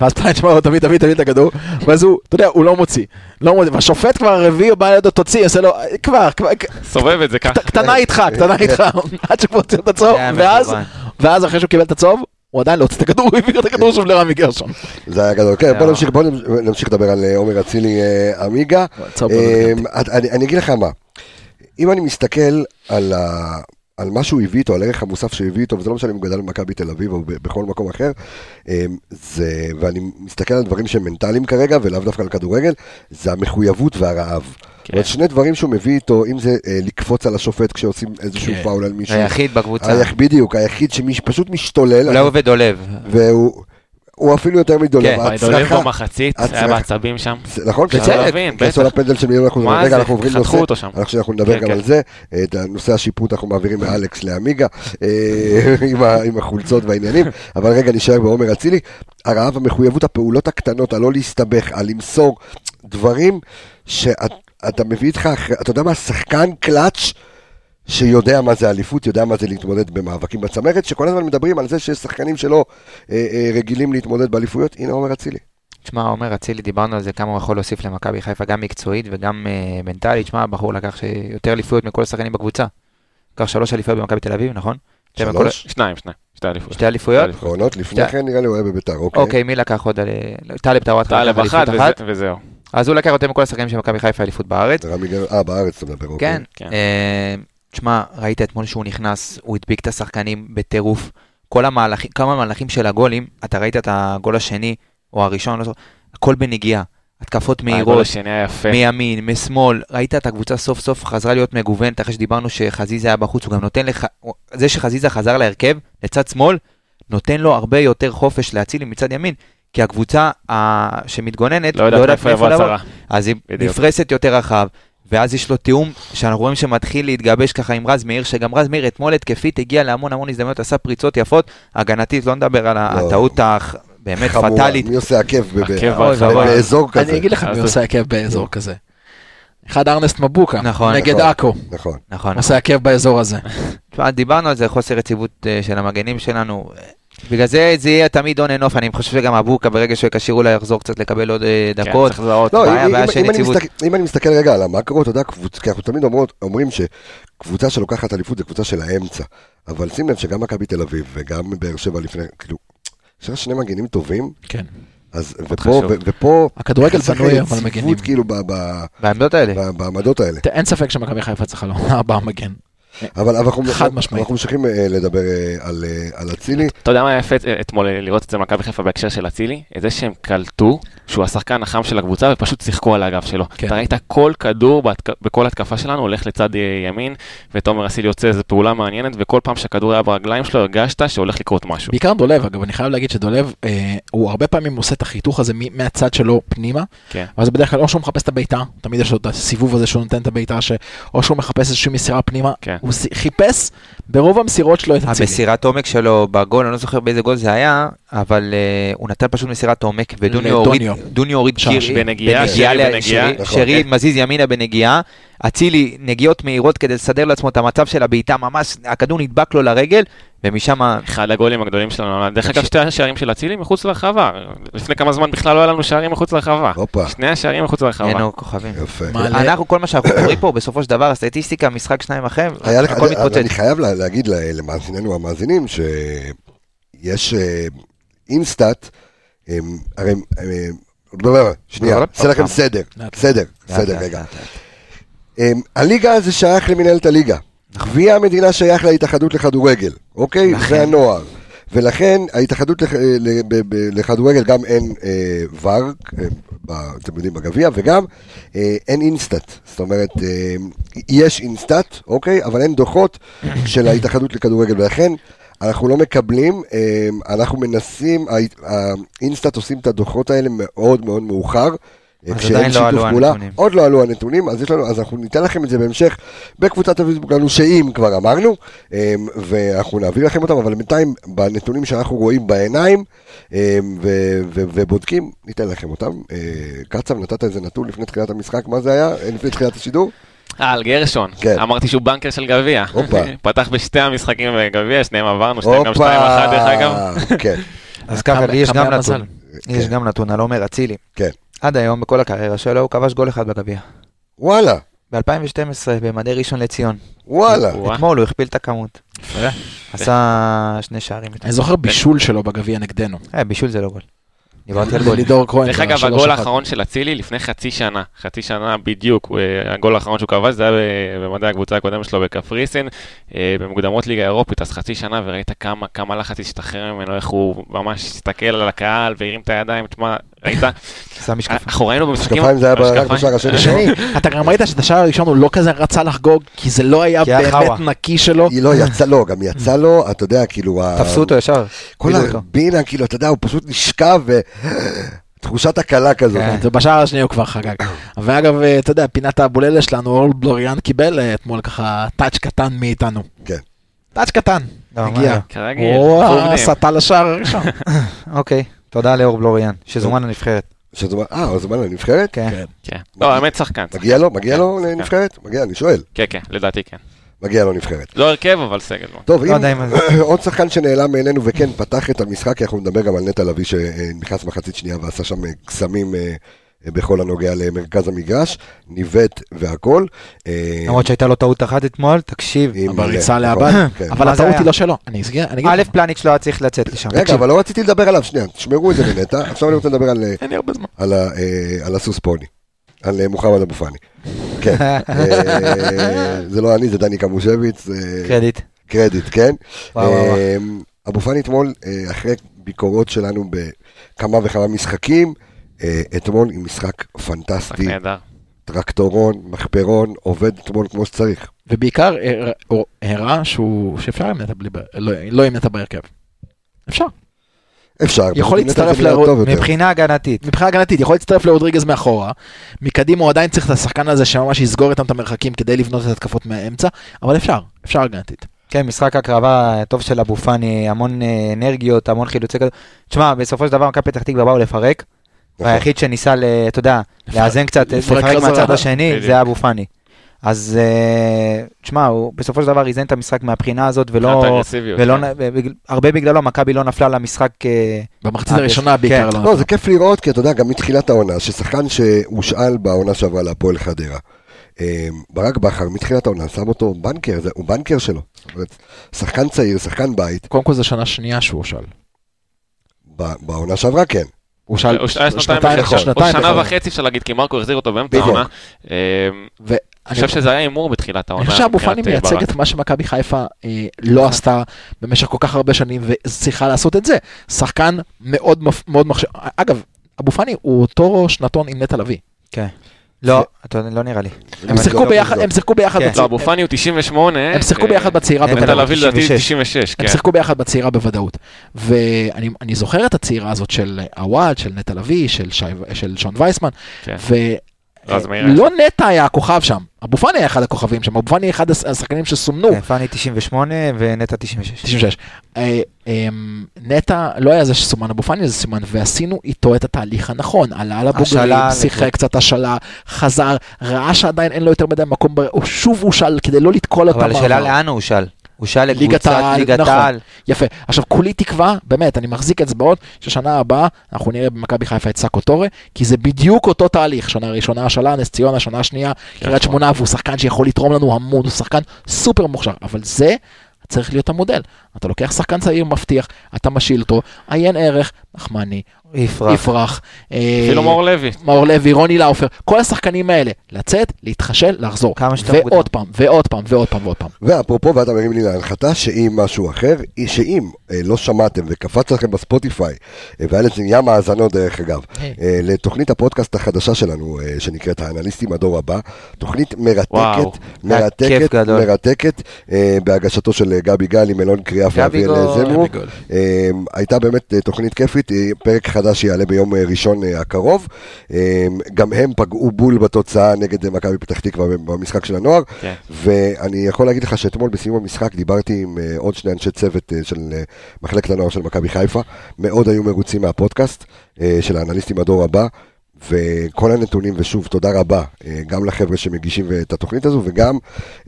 Speaker 6: ואז פלנץ' אמר לו תביא, תביא, תביא את הכדור, ואז הוא, אתה יודע, הוא לא מוציא, לא מוציא, והשופט כבר הרביעי בא לידו, תוציא, עושה לו, כבר, כבר, ק-
Speaker 7: סובב את זה ככה.
Speaker 6: קטנה איתך, קטנה איתך, עד שהוא הוציא את
Speaker 1: לא,
Speaker 6: הצהוב,
Speaker 2: כן. זה היה
Speaker 6: ואז,
Speaker 2: מכוון.
Speaker 6: ואז אחרי שהוא קיבל את הצהוב, הוא עדיין לא הוציא את הכדור, הוא העביר את הכדור שוב לרמי גרשון.
Speaker 1: זה היה גדול. כן, בוא
Speaker 2: אה.
Speaker 1: נמשיך- בוא נמשיך לדבר על אה, עומר אצילי אה, עמיגה.
Speaker 6: הצהוב לא
Speaker 1: אמ,
Speaker 6: נתקלתי.
Speaker 1: את- אני אני אגיד לך מה, אם אני מסתכל על ה- על מה שהוא הביא איתו, על הערך המוסף שהוא הביא איתו, וזה לא משנה אם הוא גדל במכבי תל אביב או ב- בכל מקום אחר, אמ, זה, ואני מסתכל על דברים שהם מנטליים כרגע, ולאו דווקא על כדורגל, זה המחויבות והרעב. זאת אומרת, שני דברים שהוא מביא איתו, אם זה אה, לקפוץ על השופט כשעושים איזשהו
Speaker 6: כן.
Speaker 1: פאול על מישהו.
Speaker 2: היחיד בקבוצה.
Speaker 1: היח- בדיוק, היחיד שפשוט משתולל,
Speaker 2: אולי עובד עולב.
Speaker 1: והוא הוא אפילו יותר מדולב.
Speaker 2: כן,
Speaker 7: וואי, דולב
Speaker 1: ההצלחה-
Speaker 7: במחצית,
Speaker 1: הצלחה.
Speaker 7: היה בעצבים שם.
Speaker 1: זה- נכון?
Speaker 7: אפשר
Speaker 1: כן.
Speaker 7: להבין,
Speaker 1: כן, עשו
Speaker 7: בטח.
Speaker 1: לה פנדל של מיליון אחוז.
Speaker 7: מה
Speaker 1: אבל רגע,
Speaker 7: זה?
Speaker 1: אנחנו עוברים
Speaker 7: חתכו
Speaker 1: לנושא- אה.
Speaker 7: אותו שם.
Speaker 1: אנחנו שאנחנו נדבר
Speaker 7: כן,
Speaker 1: גם
Speaker 7: כן.
Speaker 1: על זה. אה, את נושא השיפוט אנחנו מעבירים מאלכס לעמיגה, אה, עם ה- עם החולצות והעניינים. אבל רגע, נשאר בעומר אצילי. הרעב, המחויבות, הפעולות הקטנות, הלא להסתבך, הלמסור, דברים שאתה מביא איתך, אחרי- אתה יודע מה, שחקן קלאץ'. שיודע מה זה אליפות, יודע מה זה להתמודד במאבקים בצמרת, שכל הזמן מדברים על זה שיש שחקנים שלא אה, אה, רגילים להתמודד באליפויות, הנה עומר אצילי.
Speaker 2: תשמע, עומר אצילי, דיברנו על זה כמה הוא יכול להוסיף למכבי חיפה, גם מקצועית וגם אה, מנטלית. תשמע, הבחור לקח ש- יותר אליפויות מכל השחקנים בקבוצה. לקח שלוש אליפויות במכבי תל אביב, נכון? שתי מכל-
Speaker 1: שלוש
Speaker 7: שניים, שניים. שתי אליפויות.
Speaker 2: שתי אליפויות?
Speaker 1: אחרונות, לפני
Speaker 2: שתי-
Speaker 1: כן נראה לי הוא היה בביתר, אוקיי.
Speaker 2: אוקיי, מי לקח עוד? אה, טלב טוואט לקח
Speaker 7: טלב אחת
Speaker 2: אליפות אחת.
Speaker 7: וזה- וזהו.
Speaker 2: אז הוא לקח יותר מכל השחקנים של מכבי חיפה אליפות בארץ.
Speaker 1: רמי גר... אה, בארץ אתה מדבר, אוקיי.
Speaker 2: כן.
Speaker 7: כן.
Speaker 2: אה, תשמע, ראית אתמול שהוא נכנס, הוא הדביק את השחקנים בטירוף. כל המהלכים, כמה מהלכים של הגולים, אתה ראית את הגול השני או הראשון, לא זוכר, הכל בנגיעה. התקפות
Speaker 7: הגול
Speaker 2: מהירות,
Speaker 7: השני היה יפה.
Speaker 2: מימין, משמאל, ראית את הקבוצה סוף סוף חזרה להיות מגוונת אחרי שדיברנו שחזיזה היה בחוץ, הוא גם נותן לך, הוא- זה שחזיזה חזר להרכב, לצד שמאל, נותן לו הרבה יותר חופש להציל עם מצד ימין, כי הקבוצה ה... שמתגוננת,
Speaker 7: לא יודעת מאיפה יבוא
Speaker 2: לבוא.
Speaker 7: הצהרה.
Speaker 2: אז היא
Speaker 7: בדיוק.
Speaker 2: נפרסת יותר רחב, ואז יש לו תיאום שאנחנו רואים שמתחיל להתגבש ככה עם רז מאיר, שגם רז מאיר אתמול התקפית הגיע להמון המון הזדמנויות, עשה פריצות יפות, הגנתית, לא נדבר על
Speaker 1: לא.
Speaker 2: הטעות הבאמת
Speaker 1: חמורה,
Speaker 2: פטאלית.
Speaker 1: מי עושה עקב ב- ב-
Speaker 7: עקב
Speaker 2: אוי
Speaker 7: בהרחבה.
Speaker 2: ואבוי.
Speaker 1: באזור כזה?
Speaker 6: אני אגיד לך
Speaker 7: אז
Speaker 6: מי
Speaker 7: זה-
Speaker 6: עושה עקב באזור כזה. אחד ארנסט מבוקה,
Speaker 2: נכון.
Speaker 6: נגד
Speaker 1: נכון.
Speaker 6: עכו,
Speaker 1: נכון.
Speaker 2: נכון.
Speaker 6: עושה עקב באזור הזה.
Speaker 2: תשמע, דיברנו על זה, חוסר יציבות אה, של המגנים שלנו. אה, בגלל זה זה יהיה תמיד און אנ אוף, אני חושב שגם אבוקה ברגע שהוא יהיה כשיר אולי יחזור קצת לקבל עוד אה,
Speaker 7: כן,
Speaker 2: דקות.
Speaker 7: צריך לזהות.
Speaker 2: לא,
Speaker 1: לא, אם-
Speaker 2: בעיה,
Speaker 1: אם-
Speaker 2: בעיה של
Speaker 1: אם אני
Speaker 2: יציבות.
Speaker 1: מסתכל- אם אני מסתכל רגע על המקרו, אתה יודע, קבוצ- כי אנחנו תמיד אומרות- אומרים שקבוצה שלוקחת אליפות זה קבוצה של האמצע. אבל שים לב שגם מכבי תל אביב וגם באר שבע לפני, כאילו, יש לך שני מגינים טובים,
Speaker 6: כן.
Speaker 1: אז ופה,
Speaker 7: חשוב.
Speaker 1: ו- ופה,
Speaker 6: הכדורגל
Speaker 1: חסר לך
Speaker 6: בנוי אבל
Speaker 1: יציבות,
Speaker 6: מגנים.
Speaker 1: כאילו ב- ב-
Speaker 2: בעמדות האלה.
Speaker 7: לא,
Speaker 1: ב- בעמדות האלה.
Speaker 6: אין ספק שמכבי חיפה צריכה לעונה הבאה מגן.
Speaker 1: אבל אבל אנחנו
Speaker 6: חד משמעית.
Speaker 1: אנחנו ממשיכים אה, לדבר אה, על, אה, על אצילי.
Speaker 7: אתה יודע מה היה יפה אה, אתמול אה, לראות את זה במכבי חיפה בהקשר של אצילי? את זה שהם קלטו שהוא השחקן החם של הקבוצה ופשוט שיחקו על הגב שלו.
Speaker 6: כן.
Speaker 7: אתה ראית כל כדור בהתק... בכל התקפה שלנו הולך לצד אה, ימין, ותומר אסילי יוצא איזו פעולה מעניינת, וכל פעם שהכדור היה ברגליים שלו הרגשת שהולך לקרות משהו.
Speaker 6: בעיקר דולב, אגב, אני חייב להגיד שדולב, אה, הוא הרבה פעמים עושה את החיתוך הזה מ- מהצד שלו פנימה,
Speaker 7: כן.
Speaker 6: ואז בדרך כלל או שהוא מחפש את הבעיטה, תמיד יש לו את הסיבוב הזה שהוא נותן את הבעיטה, ש- או שהוא מחפש איזושהי מסירה פנימה,
Speaker 7: כן.
Speaker 6: הוא ס- חיפש ברוב המסירות שלו את הצילי.
Speaker 2: המסירת עומק שלו בגול, אני לא זוכר באיזה גול זה היה, אבל אה, הוא נתן פשוט מסירת עומק, ודוניו הוריד-
Speaker 6: לדוניו.
Speaker 2: דוניו הוריד
Speaker 6: שם,
Speaker 2: קיר,
Speaker 7: בנגיעה, שרי
Speaker 2: ל-
Speaker 7: בנגיעה.
Speaker 2: שרי-
Speaker 1: נכון.
Speaker 2: שרי מזיז ימינה בנגיעה, אצילי נגיעות מהירות כדי לסדר לעצמו את המצב של הבעיטה, ממש הכדור נדבק לו לרגל, ומשם
Speaker 7: אחד הגולים הגדולים שלנו, דרך אגב שתי השערים של אצילי מחוץ לרחבה, לפני כמה זמן בכלל לא היה לנו שערים מחוץ לרחבה,
Speaker 1: הופה,
Speaker 7: שני השערים מחוץ לרחבה.
Speaker 2: אין לו כוכבים.
Speaker 1: יפה.
Speaker 6: מעלה-
Speaker 2: אנחנו, כל מה שאנחנו קוראים פה, בסופו של דבר, הסטטיסטיקה, משחק שניים אחר,
Speaker 1: היה לך,
Speaker 2: הכל
Speaker 1: אני, אבל
Speaker 2: מתפוצץ.
Speaker 1: אני חייב לה, להגיד לה- למאזיננו המאזינים שיש אה, אינסטאט, אה, הרי, אה, לא, לא, לא, שנייה,
Speaker 2: לא, לא,
Speaker 1: עושה לכם
Speaker 2: פעם.
Speaker 1: סדר,
Speaker 6: לאט.
Speaker 1: סדר,
Speaker 2: לאט,
Speaker 1: סדר,
Speaker 2: לאט,
Speaker 1: רגע.
Speaker 2: לאט, לאט.
Speaker 1: אה, הליגה זה שייך למנהלת הליגה.
Speaker 2: נכון.
Speaker 1: גביע המדינה שייך להתאחדות לכדורגל, אוקיי?
Speaker 2: לכן.
Speaker 1: זה הנוער. ולכן ההתאחדות לכ- אה, ל- ב- ב- לכדורגל גם אין אה, ור, אה, ב- אתם יודעים, בגביע, וגם אה, אין אינסטאט. זאת אומרת, אה, יש אינסטאט, אוקיי? אבל אין דוחות של ההתאחדות לכדורגל, ולכן אנחנו לא מקבלים, אה, אנחנו מנסים, הא- האינסטאט עושים את הדוחות האלה מאוד מאוד מאוחר. אה, כשאין
Speaker 2: עדיין לא
Speaker 1: שיתוף
Speaker 2: עלו
Speaker 1: פעולה.
Speaker 2: הנתונים.
Speaker 1: עוד לא עלו הנתונים, אז, יש לנו, אז אנחנו ניתן לכם את זה בהמשך בקבוצת הפייסבוק שלנו, שאם כבר אמרנו, אה, ואנחנו נעביר לכם אותם, אבל בינתיים, בנתונים שאנחנו רואים בעיניים אה, ו- ו- ובודקים, ניתן לכם אותם. אה, קצב, נתת איזה נתון לפני תחילת המשחק, מה זה היה? אה, לפני תחילת השידור?
Speaker 7: אה, על גרשון.
Speaker 1: כן.
Speaker 7: אמרתי שהוא בנקר של גביע.
Speaker 1: הופה.
Speaker 7: פתח בשתי המשחקים בגביע, שניהם עברנו, שניהם גם 2-1 דרך אגב.
Speaker 1: כן,
Speaker 2: אז ככה, לי יש
Speaker 6: כמה
Speaker 2: גם
Speaker 6: המזל?
Speaker 2: נתון. לי יש
Speaker 1: כן.
Speaker 2: גם נתון על עומר אצילי.
Speaker 1: כן.
Speaker 2: עד היום, בכל הקריירה שלו, הוא כבש גול אחד בגביע.
Speaker 1: וואלה,
Speaker 2: ב-2012, במדי ראשון לציון.
Speaker 1: וואלה.
Speaker 7: וואו. וואה.
Speaker 2: אתמול הוא הכפיל את הכמות. עשה שני שערים.
Speaker 6: אני זוכר בישול שלו בגביע נגדנו.
Speaker 2: אה, בישול זה לא גול. דיברתי על
Speaker 1: לא-
Speaker 2: גולים.
Speaker 6: לידור
Speaker 1: כן,
Speaker 6: כהן.
Speaker 7: דרך
Speaker 6: של
Speaker 7: אגב,
Speaker 6: השלוש
Speaker 7: הגול
Speaker 6: אחד.
Speaker 7: האחרון של אצילי לפני חצי שנה, חצי שנה בדיוק, הוא, אה, הגול האחרון שהוא כבש זה היה ב- במדעי הקבוצה הקודמת שלו בקפריסין, אה, במוקדמות ליגה אירופית, אז חצי שנה, וראית כמה כמה לחץ השתחרר ממנו, איך הוא ממש הסתכל על הקהל והרים את הידיים, תשמע, ראית?
Speaker 2: עשה
Speaker 1: אה,
Speaker 2: משקפיים.
Speaker 7: אנחנו ראינו במשחקים...
Speaker 1: משקפיים זה היה
Speaker 7: משקפיים.
Speaker 1: רק בשער השני.
Speaker 6: השני, אתה גם ראית שאת השער הראשון הוא לא כזה רצה לחגוג, כי זה לא היה
Speaker 2: כי היה
Speaker 6: באמת
Speaker 2: חאווה.
Speaker 6: נקי שלו.
Speaker 1: היא לא, יצא לו, גם יצא לו, אתה יודע, כאילו... ה-
Speaker 2: תפסו אותו ישר.
Speaker 1: כל
Speaker 2: הפילו אותו.
Speaker 1: הרבינה, כאילו, אתה יודע, הוא פשוט נשכב, ותחושת הקלה כזאת.
Speaker 2: כן.
Speaker 6: ובשער השני הוא כבר חגג. ואגב, אה, אתה יודע, פינת הבוללה שלנו, אורל בלוריאן קיבל אה, אתמול ככה טאץ' קטן מאיתנו.
Speaker 1: כן.
Speaker 6: טאץ' קטן,
Speaker 2: לא,
Speaker 6: הגיע.
Speaker 2: מה?
Speaker 7: כרגיל,
Speaker 6: הוא
Speaker 7: אנחנו עובדים.
Speaker 6: הסטה לשער הראשון.
Speaker 2: אוקיי, תודה לאור בלוריאן,
Speaker 1: כן.
Speaker 2: שזומן לנבחרת.
Speaker 1: שזה אומר, אה, אז מה, לנבחרת?
Speaker 2: כן.
Speaker 7: כן. לא, האמת שחקן.
Speaker 1: מגיע לו? מגיע
Speaker 7: כן,
Speaker 1: לו
Speaker 7: שחקן.
Speaker 1: לנבחרת? מגיע, אני שואל.
Speaker 7: כן, כן, לדעתי כן.
Speaker 1: מגיע לו נבחרת.
Speaker 7: לא הרכב, אבל סגל. מאוד.
Speaker 1: טוב,
Speaker 2: לא
Speaker 1: אם
Speaker 2: יודע אם-
Speaker 1: עוד שחקן שנעלם מעינינו וכן פתח את המשחק, כי אנחנו נדבר גם על נטע לביא שנכנס מחצית שנייה ועשה שם אה, קסמים אה, אה, בכל הנוגע למרכז המגרש, ניווט והכל. אה,
Speaker 2: למרות שהייתה לו טעות אחת אתמול, תקשיב.
Speaker 1: עם-
Speaker 6: בריצה
Speaker 1: אה,
Speaker 6: לאבד.
Speaker 1: כן.
Speaker 2: מה
Speaker 6: אבל
Speaker 2: זה
Speaker 6: הטעות
Speaker 2: היה?
Speaker 6: היא לא שלו. אני אסגר, אני אגיד
Speaker 2: א',
Speaker 6: לך.
Speaker 2: פלניץ' לא היה צריך לצאת לשם.
Speaker 1: רגע,
Speaker 2: תקשיב.
Speaker 1: אבל לא רציתי לדבר עליו, שנייה, תשמרו את זה לנטע, עכשיו אני רוצה לדבר על, אה,
Speaker 6: אין לי הרבה זמן.
Speaker 1: על, ה- אה, על הסוס פוני, על אה, מוחמד אבו פאני. כן, אה, זה לא אני, זה דני קמושביץ, אה,
Speaker 2: קרדיט.
Speaker 1: קרדיט, כן?
Speaker 2: וואו, וואו, וואו.
Speaker 1: אמ, אבו פאני אתמול, אה, אחרי ביקורות שלנו בכמה וכמה משחקים, אה, אתמול עם משחק
Speaker 7: שחק
Speaker 1: פנטסטי,
Speaker 7: נהדר.
Speaker 1: טרקטורון, מחפרון, עובד אתמול כמו שצריך.
Speaker 6: ובעיקר הראה- הוא הראה שהוא- שאפשר עם נטע בלי... ב- לא- לא עם נטע בהרכב. אפשר.
Speaker 1: אפשר.
Speaker 6: יכול
Speaker 1: באמת,
Speaker 6: להצטרף
Speaker 1: זה נראה
Speaker 6: לרוד-
Speaker 1: טוב יותר.
Speaker 2: מבחינה הגנתית.
Speaker 6: מבחינה הגנתית, יכול להצטרף לרודריגז מאחורה, מקדימה הוא עדיין צריך את השחקן הזה שממש יסגור איתם את המרחקים כדי לבנות את ההתקפות מהאמצע, אבל אפשר, אפשר הגנתית.
Speaker 2: כן, משחק הקרבה טוב של אבו פאני, המון אה, אנרגיות, המון חילוצי כדור. תשמע, בסופו של דבר מכבי פתח תקווה באו לפרק,
Speaker 1: נכון.
Speaker 2: והיחיד שניסה, ל- אתה יודע, לאזן קצת,
Speaker 6: לפרק
Speaker 2: לפרק
Speaker 6: חזרה.
Speaker 2: מהצד השני,
Speaker 7: בדיוק.
Speaker 2: זה היה אבו פאני. אז אה, תשמע, הוא בסופו של דבר איזן את המשחק מהבחינה הזאת,
Speaker 7: מבחינת
Speaker 2: ולא...
Speaker 7: האגרסיביות,
Speaker 2: ולא
Speaker 7: כן.
Speaker 2: נ- בגלל- הרבה בגללו מכבי לא נפלה למשחק, אה,
Speaker 6: במחצית
Speaker 2: אה,
Speaker 6: הראשונה
Speaker 2: כן.
Speaker 6: בעיקר לא.
Speaker 1: לא, זה כיף לראות, כי אתה יודע, גם מתחילת העונה, ששחקן שהושאל בעונה שעברה להפועל חדרה, אמ, ברק בכר, מתחילת העונה, שם אותו בנקר, זה- הוא בנקר שלו. זאת אומרת, שחקן צעיר, שחקן בית,
Speaker 6: קודם כל זו שנה שנייה שהוא הושאל.
Speaker 1: ב- בעונה שעברה כן.
Speaker 6: הוא
Speaker 7: הוא שהיה אה, שנתיים,
Speaker 6: נכון,
Speaker 7: בחוץ, או
Speaker 6: שנתיים
Speaker 7: שנה
Speaker 6: בחוץ.
Speaker 7: וחצי אפשר להגיד, כי מרקו החזיר אותו באמצע
Speaker 1: בדיוק.
Speaker 7: העונה. אמ, אני
Speaker 6: ואני
Speaker 7: חושב שזה היה הימור בתחילת העונה.
Speaker 6: אני חושב שאבו פאני
Speaker 7: מבחינת, אה,
Speaker 6: מייצג
Speaker 7: ברק. נכון.
Speaker 6: את מה שמכבי חיפה אה, לא עשתה במשך כל כך הרבה שנים וצריכה לעשות את זה. שחקן מאוד מפ- מאוד מחשב. אגב, אבו פאני הוא אותו שנתון עם נטע לביא.
Speaker 2: לא, אתה יודע, לא נראה לי.
Speaker 6: הם שיחקו ביחד, הם שיחקו ביחד.
Speaker 2: כן.
Speaker 6: בצי-
Speaker 7: לא, אבו פאני הוא 98.
Speaker 6: הם שיחקו
Speaker 7: אה,
Speaker 6: ביחד בצעירה
Speaker 2: נטע
Speaker 7: נטע
Speaker 6: בוודאות.
Speaker 7: לביא לדעתי
Speaker 2: 96.
Speaker 7: 96, כן.
Speaker 6: הם שיחקו ביחד בצעירה בוודאות. ואני אני זוכר את הצעירה הזאת של עוואד, של נטע לביא, של שי- של שון וייסמן,
Speaker 7: כן. רז מאיר היה
Speaker 6: ולא נטע היה הכוכב שם, אבו פאני היה אחד הכוכבים שם, אבו פאני היה אחד הש- השחקנים שסומנו.
Speaker 2: כן, פאני 98 ונטע 96.
Speaker 6: 96. אה, אמ, נטע לא היה זה שסומן אבו פאני, זה סימן, ועשינו איתו את התהליך הנכון. עלה על הבוגרים,
Speaker 2: השאלה,
Speaker 6: שיחק קצת השאלה, חזר, ראה שעדיין אין לו יותר מדי מקום, ב- הוא שוב הושאל כדי לא לתקול אותם.
Speaker 2: אבל השאלה לאן הוא הושאל? הוא הושאל
Speaker 6: ליגת
Speaker 2: לקבוצת
Speaker 6: העל,
Speaker 2: ליגת
Speaker 6: נכון.
Speaker 2: העל.
Speaker 6: יפה. עכשיו, כולי תקווה, באמת, אני מחזיק אצבעות, ששנה הבאה אנחנו נראה במכבי חיפה את סאקו טורה, כי זה בדיוק אותו תהליך. שנה ראשונה השאלה, נס ציונה, שנה שנייה, קריית שמונה, והוא שחקן שיכול לתרום לנו המון, הוא שחקן סופר מוכשר, אבל זה צריך להיות המודל. אתה לוקח שחקן צעיר מבטיח, אתה משיל אותו, עיין ערך, נחמני,
Speaker 2: יפרח.
Speaker 6: יפרח, אה,
Speaker 7: אפילו מאור לוי.
Speaker 6: מאור לוי, רוני לאופר, כל השחקנים האלה, לצאת, להתחשל, לחזור.
Speaker 2: כמה שאתה מוקדם.
Speaker 6: ועוד פעם, ועוד פעם, ועוד פעם, ועוד פעם.
Speaker 1: ואפרופו, ואתה מרים לי להנחתה, שאם משהו אחר, היא שאם אה, לא שמעתם וקפץ לכם בספוטיפיי, אה, והיה לזה ים האזנות דרך אגב,
Speaker 6: היי.
Speaker 2: כן.
Speaker 1: אה, לתוכנית הפודקאסט החדשה שלנו, אה, שנקראת האנליסטים הדור הבא, תוכנית
Speaker 7: וואו,
Speaker 1: מרתקת,
Speaker 2: היה כיף
Speaker 1: מרתקת,
Speaker 2: גדול.
Speaker 1: מרתקת, אה, בהגשתו של אה, גבי גל עם אלון קריאף
Speaker 2: גבי
Speaker 1: ואביאל
Speaker 2: גול.
Speaker 1: זמרו.
Speaker 2: גבי גול.
Speaker 1: אה, הייתה באמת אה, תוכנית כיפית, אה, פרק חדש שיעלה ביום אה, ראשון אה, הקרוב. אה, גם הם פגעו בול בתוצאה נגד אה, מכבי פתח תקווה במשחק של הנוער.
Speaker 7: כן.
Speaker 1: ואני יכול להגיד לך שאתמול בסיום המשחק דיברתי עם אה, עוד שני אנשי צוות אה, של אה, מחלקת הנוער של מכבי חיפה, מאוד היו מרוצים מהפודקאסט אה, של האנליסטים הדור הבא. וכל הנתונים, ושוב, תודה רבה אה, גם לחבר'ה שמגישים אה, את התוכנית הזו, וגם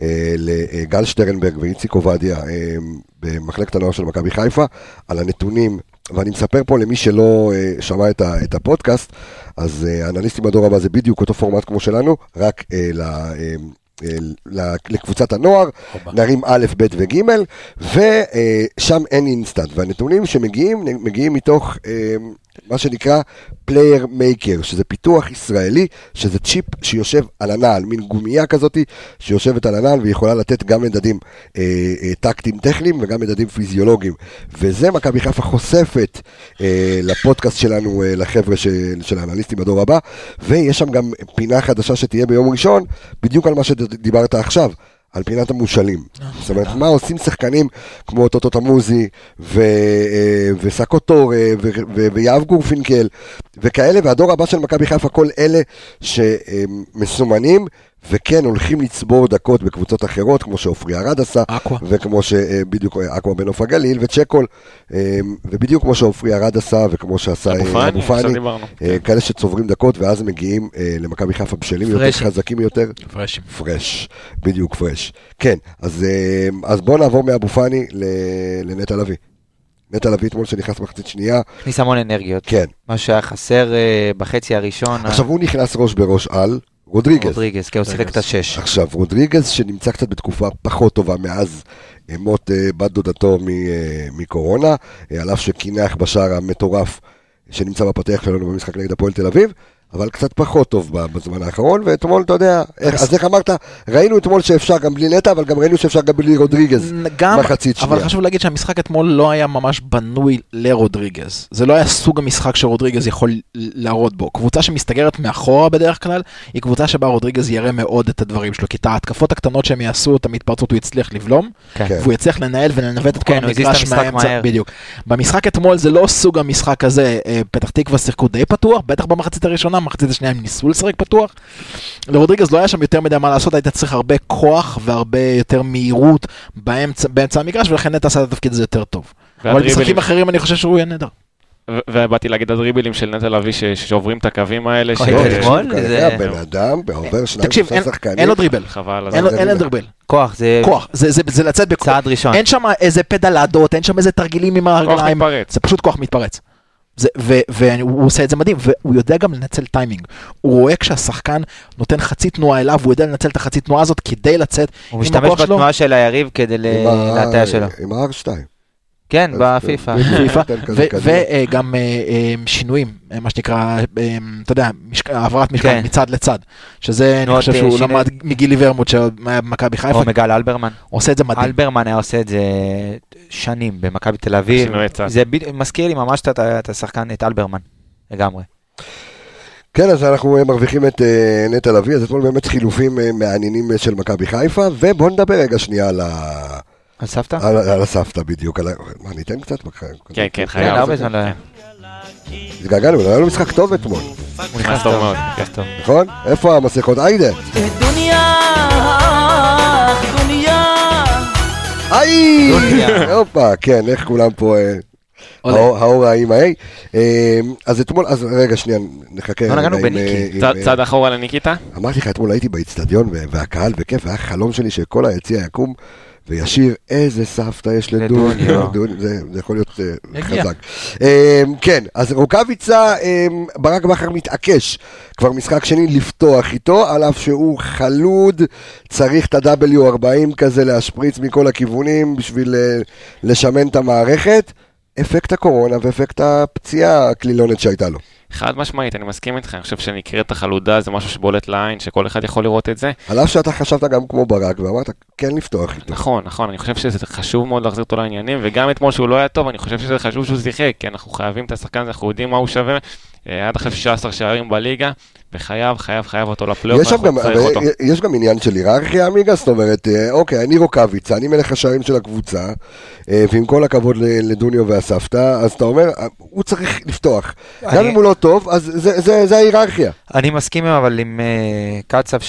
Speaker 1: אה, לגל שטרנברג ואיציק עובדיה אה, במחלקת הנוער של מכבי חיפה, על הנתונים, ואני מספר פה למי שלא אה, שמע את, ה, את הפודקאסט, אז אה, האנליסטים בדור הבא זה בדיוק אותו פורמט כמו שלנו, רק אה, ל, אה, אה, ל- לקבוצת הנוער,
Speaker 2: אוקיי.
Speaker 1: נרים א', ב' וג', ושם אין אינסטנט, והנתונים שמגיעים, מגיעים מתוך אה, מה שנקרא פלייר מייקר, שזה פיתוח ישראלי, שזה צ'יפ שיושב על הנעל, מין גומייה כזאת שיושבת על הנעל ויכולה לתת גם מדדים אה, אה, טקטיים טכניים וגם מדדים פיזיולוגיים. וזה מכבי חיפה חושפת אה, לפודקאסט שלנו, אה, לחבר'ה של, של האנליסטים בדור הבא, ויש שם גם פינה חדשה שתהיה ביום ראשון, בדיוק על מה שדיברת עכשיו. על פינת המושאלים. זאת אומרת, מה עושים שחקנים כמו טוטו תמוזי, ו- אה, וסאקו טורה, ו- ו- ויהב גורפינקל, וכאלה, והדור הבא של מכבי חיפה, כל אלה שמסומנים, וכן הולכים לצבור דקות בקבוצות אחרות, כמו שעופרי ארד עשה,
Speaker 6: אקווה.
Speaker 1: וכמו שבדיוק אה, אקווה בנוף הגליל וצ'קול, אה, ובדיוק כמו שעופרי ארד עשה, וכמו שעשה אה,
Speaker 7: אבו פאני, עכשיו דיברנו.
Speaker 1: אה, כאלה שצוברים דקות, ואז הם מגיעים אה, למכבי חיפה בשלים יותר,
Speaker 2: פרשים.
Speaker 1: חזקים יותר.
Speaker 6: הפרשים.
Speaker 1: פרש, בדיוק פרש. כן, אז, אה, אז בואו נעבור מאבו פאני ל- לנטע לביא. נטע לביא אתמול שנכנס מחצית שנייה,
Speaker 2: הכניס המון אנרגיות.
Speaker 1: כן.
Speaker 2: מה שהיה חסר אה, בחצי הראשון, אה,
Speaker 1: עכשיו הוא נכנס ראש בראש על רודריגז.
Speaker 2: רודריגז, כן, הוא שיחק את השש.
Speaker 1: עכשיו, רודריגז שנמצא קצת בתקופה פחות טובה מאז אה, מות אה, בת דודתו מ- אה, מקורונה, אה, על אף שקינח בשער המטורף שנמצא בפתח שלנו במשחק נגד הפועל תל אביב, אבל קצת פחות טוב ב- בזמן האחרון, ואתמול, אתה יודע, איך- אז איך אמרת, ראינו אתמול שאפשר גם בלי נטע, אבל גם ראינו שאפשר גם בלי רודריגז.
Speaker 6: גם,
Speaker 1: מחצית
Speaker 6: אבל
Speaker 1: שנייה.
Speaker 6: חשוב להגיד שהמשחק אתמול לא היה ממש בנוי לרודריגז. זה לא היה סוג המשחק שרודריגז יכול להראות בו. קבוצה שמסתגרת מאחורה בדרך כלל, היא קבוצה שבה רודריגז יראה מאוד את הדברים שלו. כי את ההתקפות הקטנות שהם יעשו, את המתפרצות הוא יצליח לבלום,
Speaker 1: כן.
Speaker 6: והוא יצליח לנהל ולנווט את כל
Speaker 2: כן, הוא הזיז את
Speaker 6: המגרש
Speaker 2: המשחק מהר.
Speaker 6: מהאמצע. בדיוק. במשחק אתמול זה לא סוג המשחק הזה, אה, פתח תקווה שיחקו די פתוח, בטח במחצית הראשונה, במחצית השנייה הם ניסו לשחק פתוח. לרודריגז לא היה שם יותר מדי מה לעשות, היית צריך הרבה כוח והרבה יותר מהירות באמצע, באמצע המגרש, ולכן נטע עשה את התפקיד הזה יותר טוב. אבל
Speaker 7: והדריבלים.
Speaker 6: במשחקים אחרים אני חושב שהוא יהיה נהדר.
Speaker 1: לא,
Speaker 7: ו- ובאתי להגיד הדריבלים של נטע לביא ש- ששוברים את הקווים האלה. ש-
Speaker 2: אוי,
Speaker 1: לא,
Speaker 2: אוקיי, אתמול
Speaker 1: יש לנו
Speaker 2: זה-
Speaker 1: כרגע בן אדם, בעובר שניים
Speaker 6: תקשיב,
Speaker 1: שלושה
Speaker 6: אין
Speaker 1: שחקנים,
Speaker 6: לו דריבל,
Speaker 7: חבל. על
Speaker 6: אין לו-
Speaker 7: הזמן.
Speaker 6: אין לו דריבל,
Speaker 2: כוח, זה
Speaker 6: כוח, זה- זה זה לצאת בכוח.
Speaker 2: צעד נכון. ראשון.
Speaker 6: אין שם איזה פדלדות, אין שם איזה תרגילים עם
Speaker 7: כוח
Speaker 6: הרגליים,
Speaker 7: מתפרץ.
Speaker 6: זה פשוט כוח מתפרץ. זה, ו, והוא עושה את זה מדהים, והוא יודע גם לנצל טיימינג. הוא רואה כשהשחקן נותן חצי תנועה אליו, הוא יודע לנצל את החצי תנועה הזאת כדי לצאת.
Speaker 2: הוא
Speaker 6: עם
Speaker 2: משתמש
Speaker 6: הכוח שלו.
Speaker 2: בתנועה של היריב כדי ל-
Speaker 1: עם ה- אה,
Speaker 2: להטיה אה, שלו.
Speaker 1: עם ה-R2.
Speaker 2: כן,
Speaker 1: אז- אה,
Speaker 2: בפיפ"א.
Speaker 1: בפיפ"א. כזה קדימה.
Speaker 6: וגם שינויים, אה, מה שנקרא, אה, אתה יודע, משק- העברת משקל
Speaker 2: כן.
Speaker 6: מצד לצד. שזה, אני
Speaker 2: תנועות,
Speaker 6: חושב
Speaker 2: אה,
Speaker 6: שהוא
Speaker 2: שינוי.
Speaker 6: למד מגילי ורמוט שהיה במכבי חיפה,
Speaker 2: או מגל אלברמן.
Speaker 6: הוא עושה את זה אה, מדהים.
Speaker 2: אלברמן היה עושה את זה שנים במכבי תל אביב.
Speaker 7: שינוי צד.
Speaker 2: זה בד- מזכיר לי ממש את- את השחקן, את אלברמן, לגמרי.
Speaker 1: כן, אז אנחנו אה, מרוויחים את אה, נטע לביא, אז אתמול באמת חילופים אה, מעניינים אה, של מכבי חיפה, ובואו נדבר רגע שנייה על, ה...
Speaker 2: על סבתא?
Speaker 1: על, על הסבתא בדיוק, על ה... מה, ניתן קצת? בבקשה?
Speaker 7: כן, כן,
Speaker 2: כן,
Speaker 7: חייב.
Speaker 2: הרבה זמן לא היה.
Speaker 1: התגעגענו, לא היה לו משחק טוב אתמול,
Speaker 2: הוא נכנס
Speaker 7: טוב
Speaker 2: טוב.
Speaker 7: מאוד,
Speaker 2: נכנס טוב.
Speaker 1: נכון? איפה המסכות? היידה!
Speaker 4: דוניה, דוניה
Speaker 1: היי!
Speaker 2: דוניה.
Speaker 1: הופה, כן, איך כולם פה... אה,
Speaker 6: עולה.
Speaker 1: האור- האור האימא היי. אה, אז אתמול, אז רגע, שנייה, נחכה.
Speaker 2: לא נגענו
Speaker 1: רגע עם,
Speaker 2: בניקי.
Speaker 1: אה, עם,
Speaker 7: צד-
Speaker 1: אה,
Speaker 7: צד אחורה לניקיטה.
Speaker 1: אמרתי לך, אתמול הייתי באיצטדיון, ו- והקהל בכיף, והיה חלום שלי שכל היציע יקום וישיר, איזה סבתא יש לדוניו.
Speaker 2: לדוניו.
Speaker 1: דוניו, זה זה יכול להיות אה,
Speaker 6: יגיע.
Speaker 1: חזק. אמ, כן, אז רוקאביצה, אמ, ברק בכר מתעקש, כבר משחק שני, לפתוח איתו, על אף שהוא חלוד, צריך את ה-W40 כזה להשפריץ מכל הכיוונים בשביל אה, לשמן את המערכת. אפקט הקורונה ואפקט הפציעה הקלילונת שהייתה לו.
Speaker 7: חד משמעית, אני מסכים איתך, אני חושב שנקראת החלודה זה משהו שבולט לעין, שכל אחד יכול לראות את זה.
Speaker 1: על אף שאתה חשבת גם כמו ברק, ואמרת, כן לפתוח איתו.
Speaker 7: נכון, נכון, אני חושב שזה חשוב מאוד להחזיר אותו לעניינים, וגם אתמול שהוא לא היה טוב, אני חושב שזה חשוב שהוא שיחק, כי אנחנו חייבים את השחקן הזה, אנחנו יודעים מה הוא שווה. אה, עד עכשיו 16 שערים בליגה, וחייב, חייב, חייב אותו לפלייאוף,
Speaker 1: יש שם גם,
Speaker 7: אנחנו צריך אותו.
Speaker 6: אה,
Speaker 1: אבל יש גם עניין של היררכיה, עמיגה, זאת אומרת, אה, אוקיי, אני רוקאביצה, אני מלך השערים של הקבוצה, אה, ועם כל הכבוד ל- לדוניו והסבתא, אז אתה אומר, אה, הוא צריך לפתוח. גם
Speaker 2: אני-
Speaker 1: אם הוא לא טוב, אז זה- זה- זה ההיררכיה.
Speaker 2: אני מסכים אבל עם אה, קצב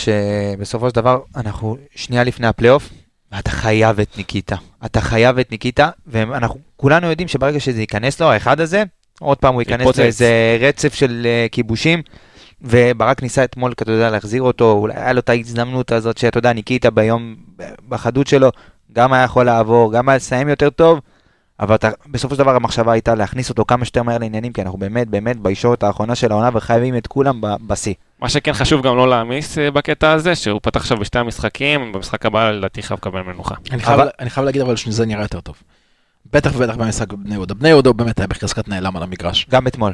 Speaker 2: שבסופו של דבר אנחנו שנייה לפני הפלייאוף ואתה חייב את ניקיטה. אתה חייב את ניקיטה ואנחנו כולנו יודעים שברגע שזה ייכנס לו האחד הזה עוד פעם הוא ייכנס
Speaker 7: יתפוצץ.
Speaker 2: לאיזה רצף של אה, כיבושים וברק ניסה אתמול אתה יודע להחזיר אותו אולי היה לו את ההזדמנות הזאת שאתה יודע ניקיטה ביום בחדות שלו גם היה יכול לעבור גם היה לסיים יותר טוב. אבל אתה, בסופו של דבר המחשבה הייתה להכניס אותו כמה שיותר מהר לעניינים, כי אנחנו באמת באמת בישורת האחרונה של העונה וחייבים את כולם ב- בשיא.
Speaker 7: מה שכן חשוב גם לא להעמיס אה, בקטע הזה, שהוא פתח עכשיו בשתי המשחקים, במשחק הבא לדעתי חייב לקבל מנוחה.
Speaker 6: אני חייב,
Speaker 2: אבל-
Speaker 6: אני חייב להגיד אבל שזה נראה יותר טוב. בטח ובטח במשחק בבני יהודה. בני יהודה באמת היה בחזקת נעלם על המגרש.
Speaker 2: גם אתמול.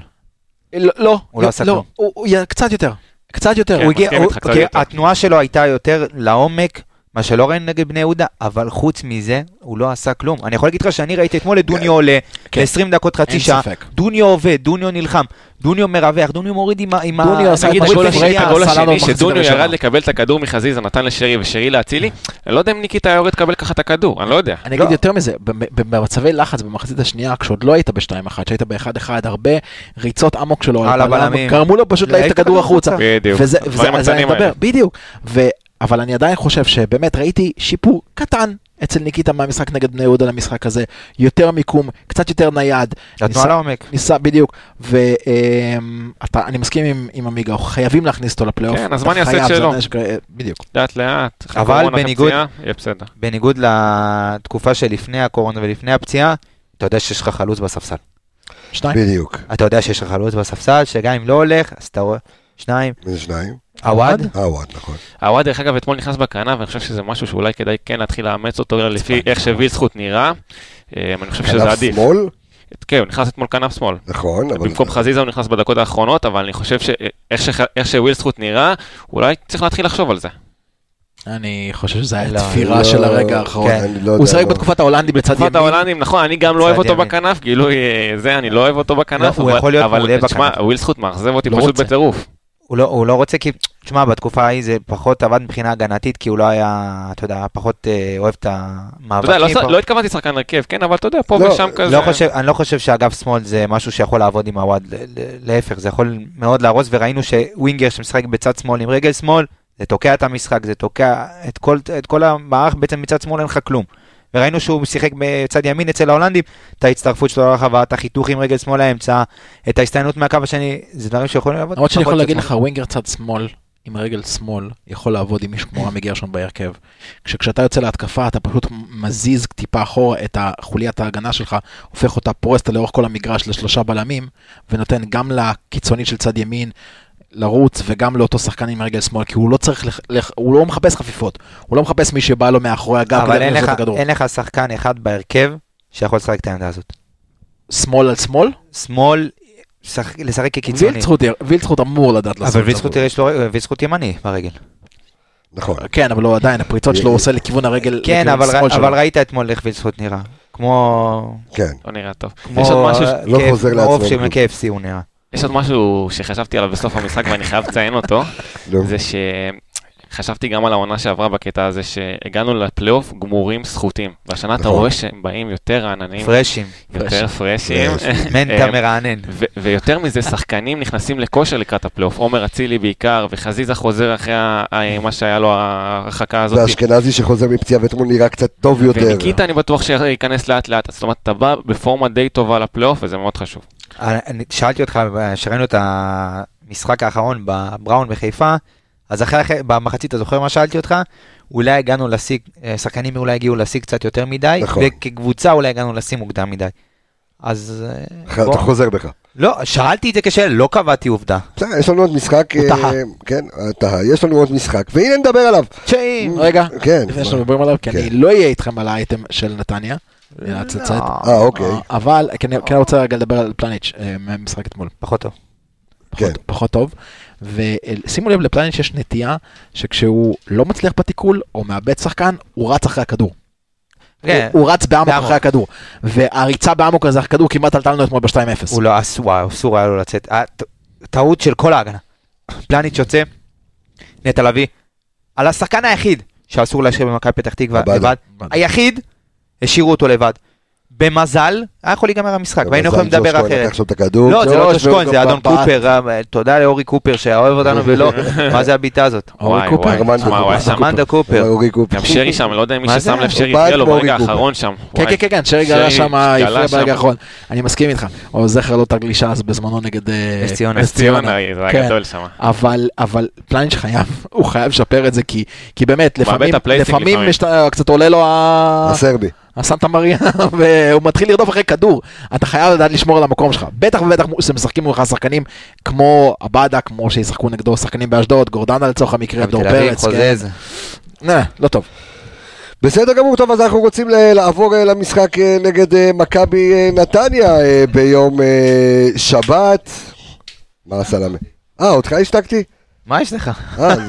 Speaker 6: לא, לא,
Speaker 2: הוא לא עשה
Speaker 6: לא,
Speaker 2: כלום.
Speaker 6: הוא, הוא, יא- קצת יותר, קצת יותר.
Speaker 7: כן,
Speaker 2: הוא הגיע,
Speaker 7: מסכים
Speaker 2: הוא,
Speaker 7: איתך, קצת
Speaker 2: כי
Speaker 7: יותר.
Speaker 2: התנועה שלו הייתה יותר לעומק, מה שלא ראינו נגד בני יהודה, אבל חוץ מזה, הוא לא עשה כלום. אני יכול להגיד לך שאני ראיתי אתמול את דוניו עולה,
Speaker 6: כן.
Speaker 2: ל-20 דקות, חצי
Speaker 6: אין
Speaker 2: שעה,
Speaker 6: ספק.
Speaker 2: דוניו עובד, דוניו נלחם, דוניו מרווח, דוניו מוריד עם ה... עם ה-
Speaker 6: דוניו עשה את
Speaker 2: נגיד,
Speaker 7: נגיד
Speaker 6: מה
Speaker 2: מוריד
Speaker 7: הגול
Speaker 6: שהוא
Speaker 7: השני,
Speaker 2: בשנייה,
Speaker 6: עשה
Speaker 7: הגול
Speaker 6: לנו
Speaker 7: השני
Speaker 6: במחצית
Speaker 7: שדוניו
Speaker 6: הראשונה.
Speaker 7: ירד לקבל את הכדור מחזיזה, נתן לשרי ושרי להצילי, אני לא יודע אם ניקיטה היה יורד לקבל ככה את הכדור, אני לא יודע.
Speaker 6: אני אגיד
Speaker 2: לא.
Speaker 6: יותר מזה, במ- במצבי לחץ במחצית השנייה, כשעוד לא היית ב-2-1, שהיית ב-1-1, הרבה ריצות אמוק שלו
Speaker 2: על
Speaker 6: על הבלם,
Speaker 2: הבלמים. לא,
Speaker 6: גרמו לו פשוט להעיף את הכדור החוצה.
Speaker 7: בדיוק.
Speaker 6: וזה, וזה,
Speaker 7: הדברים
Speaker 6: על זה אני
Speaker 7: הקטנים
Speaker 6: מדבר,
Speaker 7: האלה.
Speaker 6: בדיוק. ו, אבל אני עדיין חושב שבאמת ראיתי שיפור קטן אצל ניקיטה מהמשחק נגד בני יהודה למשחק הזה, יותר מיקום, קצת יותר נייד.
Speaker 2: התנועה
Speaker 6: ניסה-
Speaker 2: לעומק.
Speaker 6: ניסה, בדיוק. ואני מסכים עם, עם עמיגה, חייבים להכניס אותו לפלייאוף.
Speaker 7: כן, אז
Speaker 6: אתה
Speaker 7: מה אני אעשה את
Speaker 6: חייב, זה
Speaker 7: שלו?
Speaker 6: נשק- אה, בדיוק.
Speaker 7: לאט לאט,
Speaker 2: אבל
Speaker 7: קורונה,
Speaker 2: בניגוד-
Speaker 7: פציעה, יהיה בסדר.
Speaker 2: בניגוד לתקופה שלפני הקורונה ולפני הפציעה, אתה יודע שיש לך חלוץ בספסל.
Speaker 6: שניים.
Speaker 1: בדיוק.
Speaker 2: אתה יודע שיש לך חלוץ בספסל, שגם אם לא הולך, אז אתה רואה... שניים,
Speaker 1: מי זה שניים?
Speaker 2: עווד,
Speaker 1: אה, וואט, נכון.
Speaker 7: הוואד דרך אגב אתמול נכנס בקנה ואני חושב שזה משהו שאולי כדאי כן להתחיל לאמץ אותו לפי איך שווילסחוט נראה. אה, אני חושב שזה
Speaker 1: כנף
Speaker 7: עדיף.
Speaker 1: שמאל,
Speaker 7: כן, הוא נכנס אתמול כנף שמאל.
Speaker 1: נכון, אבל...
Speaker 7: במקום חזיזה הוא נכנס בדקות האחרונות, אבל אני חושב שאיך ש- איך שווילסחוט נראה, אולי צריך להתחיל לחשוב על זה.
Speaker 6: אני חושב שזה היה
Speaker 2: לא,
Speaker 6: תפירה
Speaker 1: לא,
Speaker 6: של הרגע האחרון.
Speaker 2: כן.
Speaker 1: אני לא
Speaker 6: הוא
Speaker 1: יודע
Speaker 6: שיחק
Speaker 1: מה.
Speaker 6: בתקופת ההולנדים בצד ימין.
Speaker 7: תקופת ההולנדים, נכון, אני גם לא אוהב
Speaker 2: צד
Speaker 7: אותו
Speaker 2: ימין.
Speaker 7: בכנף, גילוי אה, זה, אני לא אוהב אותו בכנף,
Speaker 2: לא, הוא
Speaker 7: אבל-
Speaker 2: יכול להיות מעולה
Speaker 7: אבל תשמע,
Speaker 2: בכנף.
Speaker 7: ווילסחוט מאכזב אותי
Speaker 6: לא
Speaker 7: פשוט
Speaker 6: רוצה.
Speaker 7: בטירוף.
Speaker 2: הוא לא, הוא לא רוצה כי, תשמע, בתקופה ההיא זה פחות עבד מבחינה הגנתית, כי הוא לא היה, אתה יודע, פחות אה, אוהב את
Speaker 7: אתה
Speaker 2: המאבקים.
Speaker 7: יודע, לא-
Speaker 2: פחות-
Speaker 7: לא התכוונתי שחקן הרכב, כן, אבל אתה יודע, פה
Speaker 1: לא,
Speaker 7: ושם כזה.
Speaker 2: לא חושב, אני לא חושב שאגף שמאל זה משהו שיכול לעבוד עם הוואד, ל- ל- להפך, זה יכול מאוד להרוס, וראינו שווינגר שמשחק בצד שמאל עם רגל שמאל, זה תוקע את המשחק, זה תוקע את כל, את כל המערך, בעצם מצד שמאל אין לך כלום. וראינו שהוא שיחק בצד ימין אצל ההולנדים, את ההצטרפות שלו לרחבה, את החיתוך עם רגל שמאל לאמצע, את ההסתיינות מהקו השני, זה דברים שיכולים לעבוד.
Speaker 6: למרות שאני יכול
Speaker 2: פחות
Speaker 6: להגיד
Speaker 2: בצד
Speaker 6: לך, ווינגר צד שמאל, עם הרגל שמאל, יכול לעבוד עם מישהו כמו רמי גרשון בהרכב. כשכשאתה יוצא להתקפה, אתה פשוט מזיז טיפה אחורה את ה- חוליית ההגנה שלך, הופך אותה, פורס אותה לאורך כל המגרש לשלושה בלמים, ונותן גם לקיצונית של צד ימין. לרוץ וגם לאותו שחקן עם רגל שמאל כי הוא לא צריך, לח... לח... הוא לא מחפש חפיפות, הוא לא מחפש מי שבא לו מאחורי הגב
Speaker 2: אבל אין
Speaker 6: לנסות
Speaker 2: לך,
Speaker 6: את הכדור.
Speaker 2: אין לך שחקן אחד בהרכב שיכול לשחק את העמדה הזאת.
Speaker 6: שמאל על שמאל,
Speaker 2: שמאל, שח... לשחק כקיצוני.
Speaker 6: וילצחוט וילצחוט אמור לדעת לעשות
Speaker 2: אבל
Speaker 6: לא את זה.
Speaker 2: ויסקוט יש לו ויסקוט ימני ברגל.
Speaker 1: נכון.
Speaker 6: כן, אבל הוא עדיין, הפריצות שלו הוא עושה לכיוון הרגל,
Speaker 2: כן,
Speaker 6: לכיוון
Speaker 2: אבל,
Speaker 6: שמאל
Speaker 2: ר...
Speaker 6: שלו.
Speaker 2: אבל ראית אתמול איך ויסקוט נראה. כמו...
Speaker 1: כן.
Speaker 7: לא נראה טוב.
Speaker 2: כמו...
Speaker 7: יש עוד משהו ש-
Speaker 1: לא
Speaker 2: כאב-
Speaker 1: חוזר
Speaker 2: כמו
Speaker 1: לעצמו
Speaker 2: עוף של
Speaker 1: כלום.
Speaker 2: KFC הוא נראה.
Speaker 7: יש עוד משהו שחשבתי עליו בסוף המשחק ואני חייב לציין אותו,
Speaker 1: נו.
Speaker 7: זה שחשבתי גם על העונה שעברה בקטע הזה שהגענו לפלייאוף גמורים סחוטים, והשנה אתה
Speaker 1: נכון.
Speaker 7: רואה שהם באים יותר רעננים,
Speaker 2: פרשים.
Speaker 7: יותר פרשים,
Speaker 2: מנטה מרענן.
Speaker 7: ו- ויותר מזה, שחקנים נכנסים לכושר לקראת הפלייאוף. עומר אצילי בעיקר, וחזיזה חוזר אחרי ה- ה- מה שהיה לו ההרחקה הזאת.
Speaker 1: ואשכנזי שחוזר מפציעה ואתמול נראה קצת טוב יותר.
Speaker 7: וניקיטה אני בטוח שייכנס לאט לאט, אז זאת אומרת אתה בא בפורמה די טובה לפלייאוף וזה מאוד חשוב.
Speaker 2: אני- אה, אני- שאלתי אותך, שראינו את המשחק האחרון בבראון בחיפה, אז אחרי, אחרי במחצית, אתה זוכר מה שאלתי אותך? אולי הגענו לשיא, אה, שחקנים אולי הגיעו לשיא קצת יותר מדי,
Speaker 1: נכון.
Speaker 2: וכקבוצה אולי הגענו לשיא מוקדם מדי. אז... אה, בוא.
Speaker 1: אתה חוזר בך.
Speaker 2: לא, שאלתי את זה כשאלה, לא קבעתי עובדה.
Speaker 1: בסדר, יש לנו עוד משחק.
Speaker 2: הוא
Speaker 1: אה,
Speaker 2: טעה.
Speaker 1: כן, אה, טעה. יש לנו עוד משחק, והנה נדבר עליו.
Speaker 2: שאם...
Speaker 6: רגע,
Speaker 1: כן.
Speaker 6: לפני שאתם מדברים עליו, כי
Speaker 1: כן.
Speaker 6: אני לא אהיה איתכם על האייטם של נתניה, הצצת.
Speaker 1: אה, אוקיי.
Speaker 6: אבל כן כן אני רוצה רגע לדבר על פלניץ' אה, מהמשחק אתמול.
Speaker 2: פחות טוב.
Speaker 1: כן.
Speaker 6: פחות, פחות טוב. ושימו לב, לפלניץ' יש נטייה שכשהוא לא מצליח בתיקול או מאבד שחקן, הוא רץ אחרי הכדור.
Speaker 2: כן,
Speaker 6: הוא, הוא רץ באמוק
Speaker 2: באמוק.
Speaker 6: אחרי הכדור. והריצה באמוק הזה אחרי הכדור כמעט עלתה לנו אתמול ב-2-0.
Speaker 2: הוא לא, אסור, אסור היה לו לצאת. אה, ט- טעות של כל ההגנה. פלניץ' יוצא, נטע לביא, על השחקן היחיד שאסור להשאיר במכבי פתח תקווה
Speaker 1: עבדה.
Speaker 2: לבד.
Speaker 6: עבדה.
Speaker 2: היחיד, השאירו אותו לבד. במזל, היה יכול להיגמר המשחק, והיינו יכולים
Speaker 1: ג'וש
Speaker 2: לדבר
Speaker 1: כהן לקח
Speaker 2: אחרת.
Speaker 1: שם את הכדור.
Speaker 2: לא, זה
Speaker 6: ג'וש,
Speaker 2: לא ג'וש
Speaker 6: והוא
Speaker 2: כהן, זה
Speaker 6: גם
Speaker 2: אדון
Speaker 6: בעט.
Speaker 2: קופר, אה, תודה לאורי קופר שאוהב אותנו ולא, מה זה הבעיטה הזאת?
Speaker 6: אורי
Speaker 7: וואי,
Speaker 6: קופר.
Speaker 7: וואי,
Speaker 1: ארמנדו
Speaker 7: תשמע, הוא היה שם-
Speaker 2: סמנדה קופר.
Speaker 1: אורי קופר.
Speaker 7: גם שרי שם, לא יודע אם מי
Speaker 2: מה זה?
Speaker 7: ששם לב, שרי
Speaker 1: הוא בעט
Speaker 7: הפריע לו
Speaker 1: כמו
Speaker 7: ברגע
Speaker 1: אורי קופר.
Speaker 7: האחרון שם.
Speaker 6: כן,
Speaker 7: וואי.
Speaker 6: כן, כן, כן, שרי גלה
Speaker 7: שרי
Speaker 6: שם,
Speaker 7: גלה
Speaker 6: הפריע ברגע
Speaker 7: שם.
Speaker 6: האחרון. אני מסכים איתך. או זכר לא תגלישה אז בזמנו נגד... אה,
Speaker 2: נס ציונה.
Speaker 7: נס ציונה, אה, זה היה
Speaker 6: כן.
Speaker 7: גדול שם.
Speaker 6: אבל אבל פלניץ' חייב, הוא חייב לשפר את זה, כי כי באמת,
Speaker 7: הוא מאבד
Speaker 6: לפעמים
Speaker 7: את הפלייסינג
Speaker 6: לפעמים
Speaker 7: לפעמים.
Speaker 6: יש- קצת עולה לו ה-
Speaker 1: הסרבי.
Speaker 6: הסנטה מריה, והוא מתחיל לרדוף אחרי כדור. אתה חייב לדעת לשמור על המקום שלך. בטח ובטח כשמשחקים מולך שחקנים כמו עבדה, כמו שישחקו נגדו שחקנים באשדוד, גורדנה לצורך המקרה,
Speaker 2: גם
Speaker 6: דור
Speaker 2: תל אביב,
Speaker 6: פרץ. כן.
Speaker 2: חוזז.
Speaker 6: אה, לא טוב.
Speaker 1: בסדר גמור, טוב, אז אנחנו רוצים ל- לעבור אה, למשחק אה, נגד אה, מכבי אה, נתניה אה, ביום אה, שבת. מה סלאמה? אה, אותך השתקתי?
Speaker 2: מה יש לך?
Speaker 1: אה, זהו.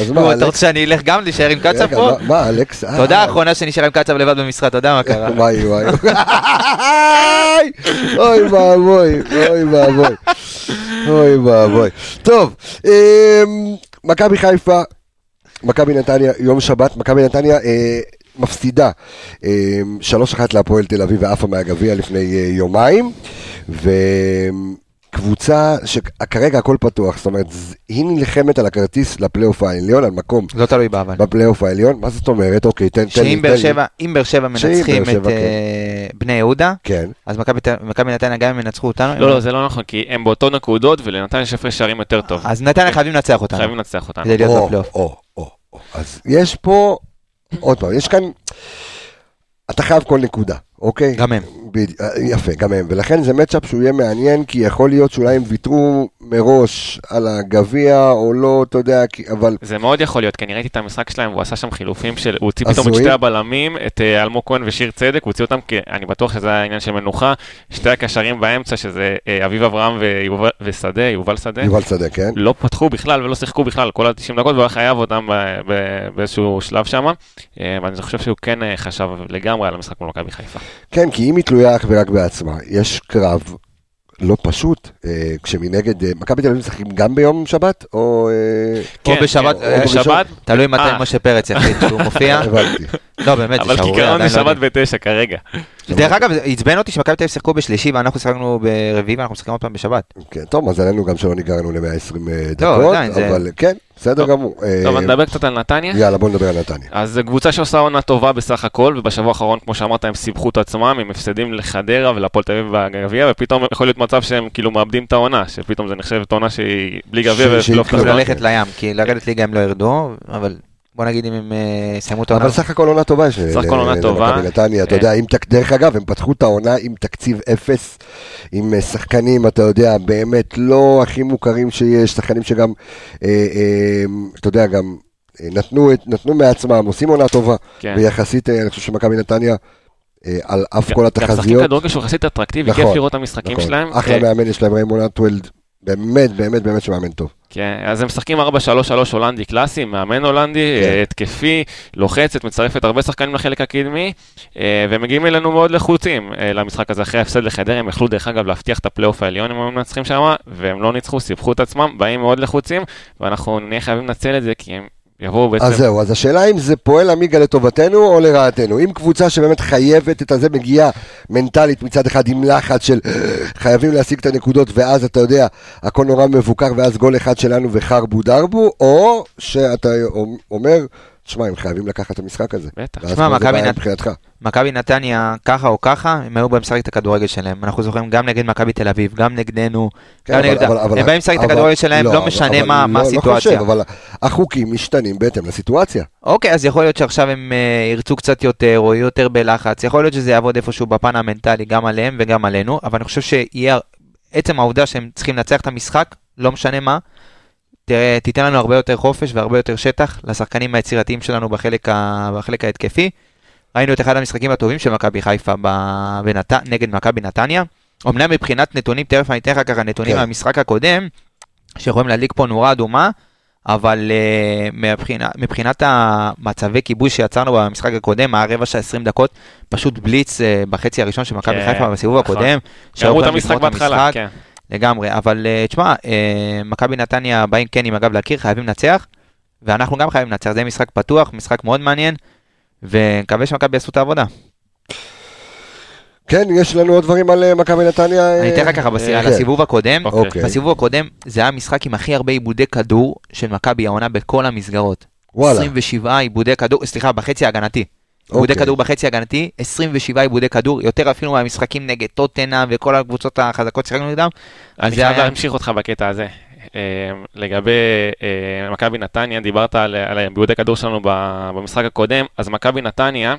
Speaker 1: אז מה,
Speaker 2: אתה
Speaker 1: אלכס?
Speaker 2: רוצה שאני אלך גם להישאר עם קצב
Speaker 1: רגע,
Speaker 2: פה?
Speaker 1: מה- מה, אלכס? אה, לא,
Speaker 2: תודה האחרונה שנשאר עם קצב לבד במשחק, אתה יודע מה קרה.
Speaker 1: וואי וואי. אוי ואבוי, אוי ואבוי. אוי ואבוי. טוב, אמ, מכבי חיפה, מכבי נתניה, יום שבת, מכבי נתניה אה, מפסידה אמ, 3-1 להפועל תל אביב ועפה מהגביע לפני אה, יומיים. וקבוצה שכרגע הכל פתוח, זאת אומרת, ז- היא נלחמת על הכרטיס לפלייאוף העליון, על מקום
Speaker 2: לא תלוי בה אבל.
Speaker 1: בפלייאוף העליון, מה זאת אומרת? אוקיי, תן, תן לי, תן לי.
Speaker 2: שאם באר שבע, אם באר שבע
Speaker 1: שאם באר
Speaker 2: מנצחים את
Speaker 1: שבע,
Speaker 2: אה, בני יהודה,
Speaker 1: כן.
Speaker 2: אז מכבי ת- מכבי נתניה גם אם ינצחו אותנו,
Speaker 7: לא,
Speaker 2: הם-
Speaker 1: אה.
Speaker 7: לא, זה לא נכון, כי הם באותו נקודות, ולנתן יש הפרש שערים יותר טוב.
Speaker 1: אה,
Speaker 2: אז נתניה חייבים לנצח אותנו.
Speaker 7: חייבים לנצח אותנו.
Speaker 2: כדי להיות
Speaker 1: או,
Speaker 2: בפלייאוף.
Speaker 1: או, או, או. אז יש פה, עוד פעם, יש כאן, אתה חייב כל נקודה, אוקיי?
Speaker 2: גם הם.
Speaker 1: בד- יפה, גם הם. ולכן זה מצ'אפ שהוא יהיה מעניין, כי יכול להיות שאולי הם ויתרו מראש על הגביע, או לא, אתה יודע, כי- אבל...
Speaker 7: זה מאוד יכול להיות, כי אני ראיתי את המשחק שלהם, הוא עשה שם חילופים של, הוא הוציא פתאום את
Speaker 1: הזויים.
Speaker 7: שתי הבלמים, את אה, אלמוג כהן ושיר צדק, הוא הוציא אותם, כי אני בטוח שזה היה עניין של מנוחה, שתי הקשרים באמצע, שזה אה, אביב אברהם ויובל- ושדה, יובל שדה,
Speaker 1: יובל צדק, כן?
Speaker 7: לא פתחו בכלל ולא שיחקו בכלל כל ה-90 דקות, והוא היה חייב אותם ב- ב- באיזשהו שלב שם, אה, ואני חושב שהוא כן אה, חשב לגמרי על המשחק מול מכבי חיפה.
Speaker 1: כן, כי אם היא תלויה אך ורק בעצמה, יש קרב לא פשוט, אה, כשמנגד, אה, מכבי תל אביב משחקים גם ביום שבת, או... אה,
Speaker 2: או
Speaker 7: כן,
Speaker 2: בשבת,
Speaker 7: כן,
Speaker 2: אה,
Speaker 7: בשבת,
Speaker 2: תלוי מתי
Speaker 7: אה.
Speaker 2: משה פרץ יחליט שהוא מופיע.
Speaker 1: הבנתי.
Speaker 2: לא, באמת, זה שערורייה.
Speaker 7: אבל כעיקרון
Speaker 2: עדיין
Speaker 7: זה
Speaker 2: לא
Speaker 7: שבת
Speaker 2: יודעים.
Speaker 7: בתשע כרגע.
Speaker 2: דרך אגב, זה עצבן אותי שמכבי תל אביב שיחקו בשלישי ואנחנו שיחקנו ברביעי ואנחנו משחקים עוד פעם בשבת.
Speaker 1: כן, טוב, מזלנו גם שלא נגרנו ל-120 אה,
Speaker 2: לא,
Speaker 1: דקות,
Speaker 2: עדיין, זה-
Speaker 1: אבל כן, בסדר
Speaker 7: טוב.
Speaker 1: גמור.
Speaker 7: טוב,
Speaker 1: אה,
Speaker 7: אני מדבר קצת על נתניה.
Speaker 1: יאללה, בוא נדבר על נתניה.
Speaker 7: אז זו קבוצה שעושה עונה טובה בסך הכל, ובשבוע האחרון, כמו שאמרת, הם סיבכו את עצמם, הם הפסדים לחדרה ולהפועל תל אביב בגביע, ופתאום יכול להיות מצב שהם כאילו מאבדים את העונה, שפתאום זה נחשבת עונה שהיא בלי גביע
Speaker 1: ש- שהיא
Speaker 7: ופלייאוף
Speaker 1: כאילו
Speaker 2: כאילו
Speaker 7: תחתון.
Speaker 2: ללכת לים, כי לרדת ליגה הם לא ירדו, אבל בוא נגיד אם הם אה, יסיימו את העונה.
Speaker 1: אבל סך הכל עונה טובה.
Speaker 7: סך הכל עונה טובה.
Speaker 1: נתניה, אתה
Speaker 7: אה.
Speaker 1: יודע, אם תק- דרך אגב, הם פתחו את העונה עם תקציב אפס, עם אה, שחקנים, אתה יודע, באמת לא הכי מוכרים שיש, שחקנים שגם, אה, אה, אתה יודע, גם אה, נתנו את- נתנו מעצמם, עושים עונה טובה,
Speaker 7: כן.
Speaker 1: ויחסית, אה, אני חושב שמכבי נתניה, אה, על אף כל
Speaker 7: גם שחקים
Speaker 1: התחזיות,
Speaker 7: כדורגל שהוא יחסית אטרקטיבי,
Speaker 1: נכון,
Speaker 7: כיף לראות את המשחקים
Speaker 1: נכון,
Speaker 7: שלהם.
Speaker 1: אחלה
Speaker 7: אה,
Speaker 1: מאמן יש להם, ריימון אטוולד, באמת, באמת, באמת שמאמן טוב.
Speaker 7: כן, אז הם משחקים 4-3-3 הולנדי קלאסי, מאמן הולנדי,
Speaker 1: כן.
Speaker 7: אה, התקפי, לוחצת, מצרפת הרבה שחקנים לחלק הקדמי, אה, והם מגיעים אלינו מאוד לחוצים אה, למשחק הזה. אחרי ההפסד לחדרה, הם יכלו דרך אגב להבטיח את הפלייאוף העליון אם היו מנצחים שם, והם לא ניצחו, סיפחו את עצמם, באים מאוד לחוצים, ואנחנו נהיה חייבים לנצל את זה, כי הם יבואו בעצם...
Speaker 1: אז זהו, אז השאלה אם זה פועל עמיגה לטובתנו או לרעתנו. אם קבוצה שבאמת חייבת את הזה מגיעה מנטלית מצד אחד עם לחץ של "אה, חייבים להשיג את הנקודות ואז אתה יודע, הכל נורא מבוקר ואז גול אחד שלנו וחרבו דרבו, או שאתה אומר, תשמע, הם חייבים לקחת את המשחק הזה.
Speaker 7: בטח.
Speaker 1: ואז
Speaker 2: שמע,
Speaker 1: פה זה
Speaker 2: מכבי
Speaker 1: בעיה
Speaker 2: נת-
Speaker 1: מבחינתך.
Speaker 2: מכבי נתניה, ככה או ככה, הם היו באים לשחק את הכדורגל שלהם. אנחנו זוכרים גם נגד מכבי תל אביב, גם נגדנו.
Speaker 1: כן,
Speaker 2: גם
Speaker 1: אבל-
Speaker 2: נגד-
Speaker 1: אבל- אבל-
Speaker 2: הם באים לשחק את
Speaker 1: אבל-
Speaker 2: הכדורגל שלהם, לא
Speaker 1: אבל-
Speaker 2: משנה
Speaker 1: אבל
Speaker 2: מה
Speaker 1: לא-
Speaker 2: מה
Speaker 1: לא
Speaker 2: הסיטואציה.
Speaker 1: חושב, אבל החוקים משתנים בהתאם לסיטואציה.
Speaker 2: אוקיי, אז יכול להיות שעכשיו הם אה, ירצו קצת יותר, או יהיו יותר בלחץ, יכול להיות שזה יעבוד איפשהו בפן המנטלי, גם עליהם וגם עלינו, אבל אני חושב שיהיה, עצם העובדה שהם צריכים לנצח את המשחק, לא משנה מה, תראה, תיתן לנו הרבה יותר חופש והרבה יותר שטח לשחקנים היצירתיים שלנו בחלק, ה... בחלק ההתקפי, ראינו את אחד המשחקים הטובים של מכבי חיפה ב- בנת... נגד מכבי נתניה. אמנם מבחינת נתונים, תכף אני אתן לך ככה נתונים
Speaker 1: כן.
Speaker 2: מהמשחק הקודם, שיכולים להדליק פה נורה אדומה, אבל uh, מבחינה, מבחינת המצבי כיבוש שיצרנו במשחק הקודם, הרבע של 20 דקות, פשוט בליץ uh, בחצי הראשון של מכבי
Speaker 7: כן,
Speaker 2: חיפה בסיבוב
Speaker 7: נכון.
Speaker 2: הקודם.
Speaker 7: הראו את
Speaker 2: שהיו
Speaker 7: המשחק
Speaker 2: יכולים לסגור את
Speaker 7: בהתחלה,
Speaker 2: המשחק.
Speaker 7: כן.
Speaker 2: לגמרי, אבל אה, תשמע, אה, מכבי נתניה באים כן עם הגב לקיר, חייבים לנצח, ואנחנו גם חייבים לנצח, זה משחק פתוח, משחק מאוד מעניין, ומקווה שמכבי יעשו את העבודה.
Speaker 1: כן, יש לנו עוד דברים על אה, מכבי נתניה.
Speaker 2: אני אתן לך ככה
Speaker 7: אה,
Speaker 2: בסירה, על
Speaker 1: כן.
Speaker 2: הסיבוב הקודם,
Speaker 1: אוקיי.
Speaker 2: בסיבוב הקודם זה היה המשחק עם הכי הרבה עיבודי כדור של מכבי העונה בכל המסגרות.
Speaker 1: וואלה.
Speaker 2: 27 עיבודי כדור, סליחה, בחצי ההגנתי. עיבודי
Speaker 1: אוקיי.
Speaker 2: כדור בחצי ההגנתי, 27 עיבודי כדור, יותר אפילו מהמשחקים נגד טוטנה וכל הקבוצות החזקות ששיחקנו נגדם.
Speaker 7: אני
Speaker 2: זה
Speaker 7: חייב
Speaker 2: היה-
Speaker 7: להמשיך אותך בקטע הזה. אה, לגבי אה, מכבי נתניה, דיברת על- על העיבודי כדור שלנו ב- במשחק הקודם, אז מכבי נתניה,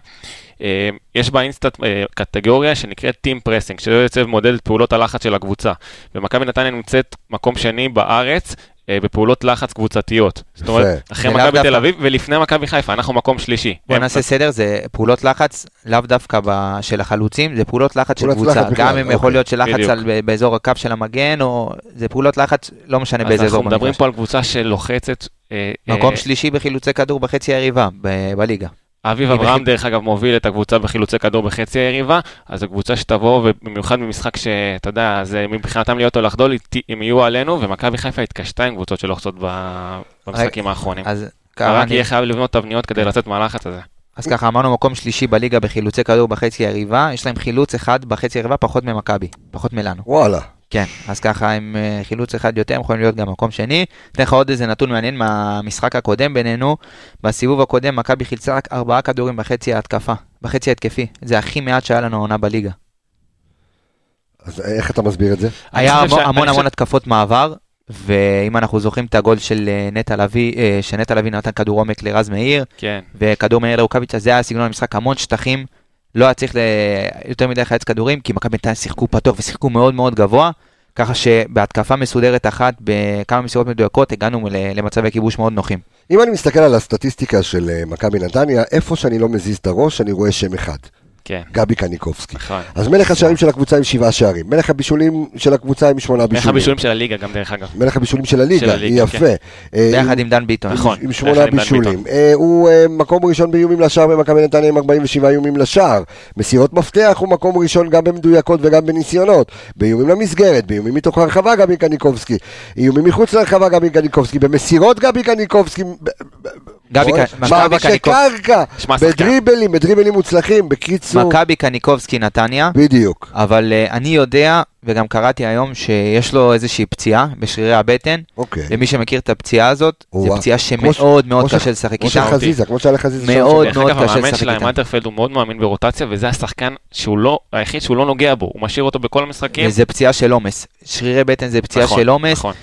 Speaker 7: אה, יש בה אינסטנט אה, קטגוריה שנקראת טים פרסינג, שזה יוצא ומודד את פעולות הלחץ של הקבוצה. ומכבי נתניה נמצאת מקום שני בארץ. אה, בפעולות לחץ קבוצתיות. זאת אומרת,
Speaker 1: יפה.
Speaker 7: אחרי
Speaker 2: ולאו
Speaker 7: מכבי
Speaker 2: דווקא-
Speaker 7: תל אביב ולפני מכבי חיפה, אנחנו מקום שלישי.
Speaker 2: בוא
Speaker 7: הם-
Speaker 2: נעשה סדר, זה פעולות לחץ, לאו דווקא ב- של החלוצים, זה פעולות לחץ של
Speaker 1: פעולות
Speaker 2: קבוצה.
Speaker 1: לחץ בכלל,
Speaker 2: גם אם יכול
Speaker 1: אוקיי.
Speaker 2: להיות של לחץ
Speaker 7: בדיוק.
Speaker 2: על- ב- באזור הקו של המגן, או זה פעולות לחץ, לא משנה
Speaker 7: אז
Speaker 2: באיזה
Speaker 7: אנחנו
Speaker 2: אזור
Speaker 7: מדברים
Speaker 2: במגרש.
Speaker 7: פה על קבוצה שלוחצת. אה, אה,
Speaker 2: מקום שלישי בחילוצי כדור בחצי היריבה ב- בליגה.
Speaker 7: אביב
Speaker 2: היא
Speaker 7: אברהם,
Speaker 2: בחי-
Speaker 7: דרך אגב, מוביל את הקבוצה בחילוצי כדור בחצי היריבה, אז זו קבוצה שתבוא, ובמיוחד במשחק שאתה יודע, זה מבחינתם להיות או לחדול, היא ת- הם יהיו עלינו, ומכבי חיפה התקשתה עם קבוצות שלוחצות ב- במשחקים האחרונים.
Speaker 2: אז ככה,
Speaker 7: כן. רק
Speaker 2: אני-
Speaker 7: יהיה חייב לבנות תבניות כדי לצאת מהלחץ הזה.
Speaker 2: אז ככה אמרנו מקום שלישי בליגה בחילוצי כדור בחצי היריבה, יש להם חילוץ אחד בחצי היריבה פחות ממכבי, פחות מלנו.
Speaker 1: וואלה.
Speaker 2: כן, אז ככה עם אה, חילוץ אחד יותר, הם יכולים להיות גם מקום שני. אתן לך עוד איזה נתון מעניין מהמשחק הקודם בינינו. בסיבוב הקודם מכבי חילצה רק ארבעה כדורים בחצי ההתקפה, בחצי ההתקפי. זה הכי מעט שהיה לנו העונה בליגה.
Speaker 1: אז אה, איך אתה מסביר את זה?
Speaker 2: היה
Speaker 7: חושב
Speaker 2: המון
Speaker 7: שה-
Speaker 2: המון
Speaker 7: אני
Speaker 2: המון
Speaker 7: חושב-
Speaker 2: התקפות מעבר, ואם אנחנו זוכרים את הגול של אה, נטע לביא, אה, שנטע לביא נתן כדור עומק לרז מאיר,
Speaker 7: כן.
Speaker 2: וכדור מהיר לרוקאביצה, זה היה סגנון המשחק, המון שטחים. לא היה צריך ל... יותר מדי לחץ כדורים, כי מכבי נתניה שיחקו פתוח ושיחקו מאוד מאוד גבוה, ככה שבהתקפה מסודרת אחת, בכמה מסירות מדויקות, הגענו ל- למצבי כיבוש מאוד נוחים.
Speaker 1: אם אני מסתכל על הסטטיסטיקה של אה, מכבי נתניה, איפה שאני לא מזיז את הראש, אני רואה שם אחד,
Speaker 7: כן,
Speaker 1: גבי קניקובסקי.
Speaker 7: נכון.
Speaker 1: אז מלך השערים של הקבוצה עם שבעה שערים, מלך הבישולים של הקבוצה עם שמונה
Speaker 7: מלך
Speaker 1: בישולים.
Speaker 7: הבישולים של הליגה גם, דרך אגב.
Speaker 1: מלך הבישולים של הליגה,
Speaker 7: של הליגה, כן.
Speaker 1: יפה. אה,
Speaker 2: ביחד עם דן ביטון.
Speaker 7: נכון.
Speaker 1: עם
Speaker 7: ביחד
Speaker 1: שמונה
Speaker 7: עם דן
Speaker 1: בישולים.
Speaker 7: ביטון.
Speaker 1: אה, הוא אה, מקום ראשון באיומים לשער במכבי נתניה עם 47 איומים לשער. מסירות מפתח הוא מקום ראשון גם במדויקות וגם בניסיונות. באיומים למסגרת, באיומים מתוך הרחבה גבי קניקובסקי. איומים מחוץ לרחבה גבי קניקובסקי. במסירות גבי קניקובסקי. ב-
Speaker 2: גבי
Speaker 1: בכל-
Speaker 2: ק- מכבי
Speaker 1: מאבקי
Speaker 2: קניקוב-
Speaker 1: קרקע.
Speaker 7: שמע, שחקן.
Speaker 1: בדריבלים, בדריבלים מוצלחים. בקיצור,
Speaker 2: מכבי קניקובסקי נתניה,
Speaker 1: בדיוק.
Speaker 2: אבל אה, אני יודע, וגם קראתי היום, שיש לו איזושהי פציעה בשרירי הבטן.
Speaker 1: אוקיי.
Speaker 2: למי שמכיר את הפציעה הזאת, זו
Speaker 1: וואו.
Speaker 2: פציעה
Speaker 1: כמו ש-
Speaker 2: שמאוד
Speaker 1: כמו
Speaker 2: מאוד
Speaker 1: ש-
Speaker 2: קשה לשחק
Speaker 1: כמו
Speaker 2: איתה.
Speaker 1: של חזיזה, כמו שהיה לחזיזה. שם
Speaker 2: מאוד.
Speaker 7: דרך אגב,
Speaker 2: קשה
Speaker 7: המאמן
Speaker 2: לשחק
Speaker 7: שלהם,
Speaker 2: איתם.
Speaker 7: אנטרפלד, הוא מאוד מאמין ברוטציה, וזה השחקן שהוא לא, היחיד שהוא לא נוגע בו, הוא משאיר אותו בכל המשחקים.
Speaker 2: וזה פציעה של עומס. שרירי בטן זה פציעה
Speaker 7: נכון,
Speaker 2: של עומס,
Speaker 7: נכון.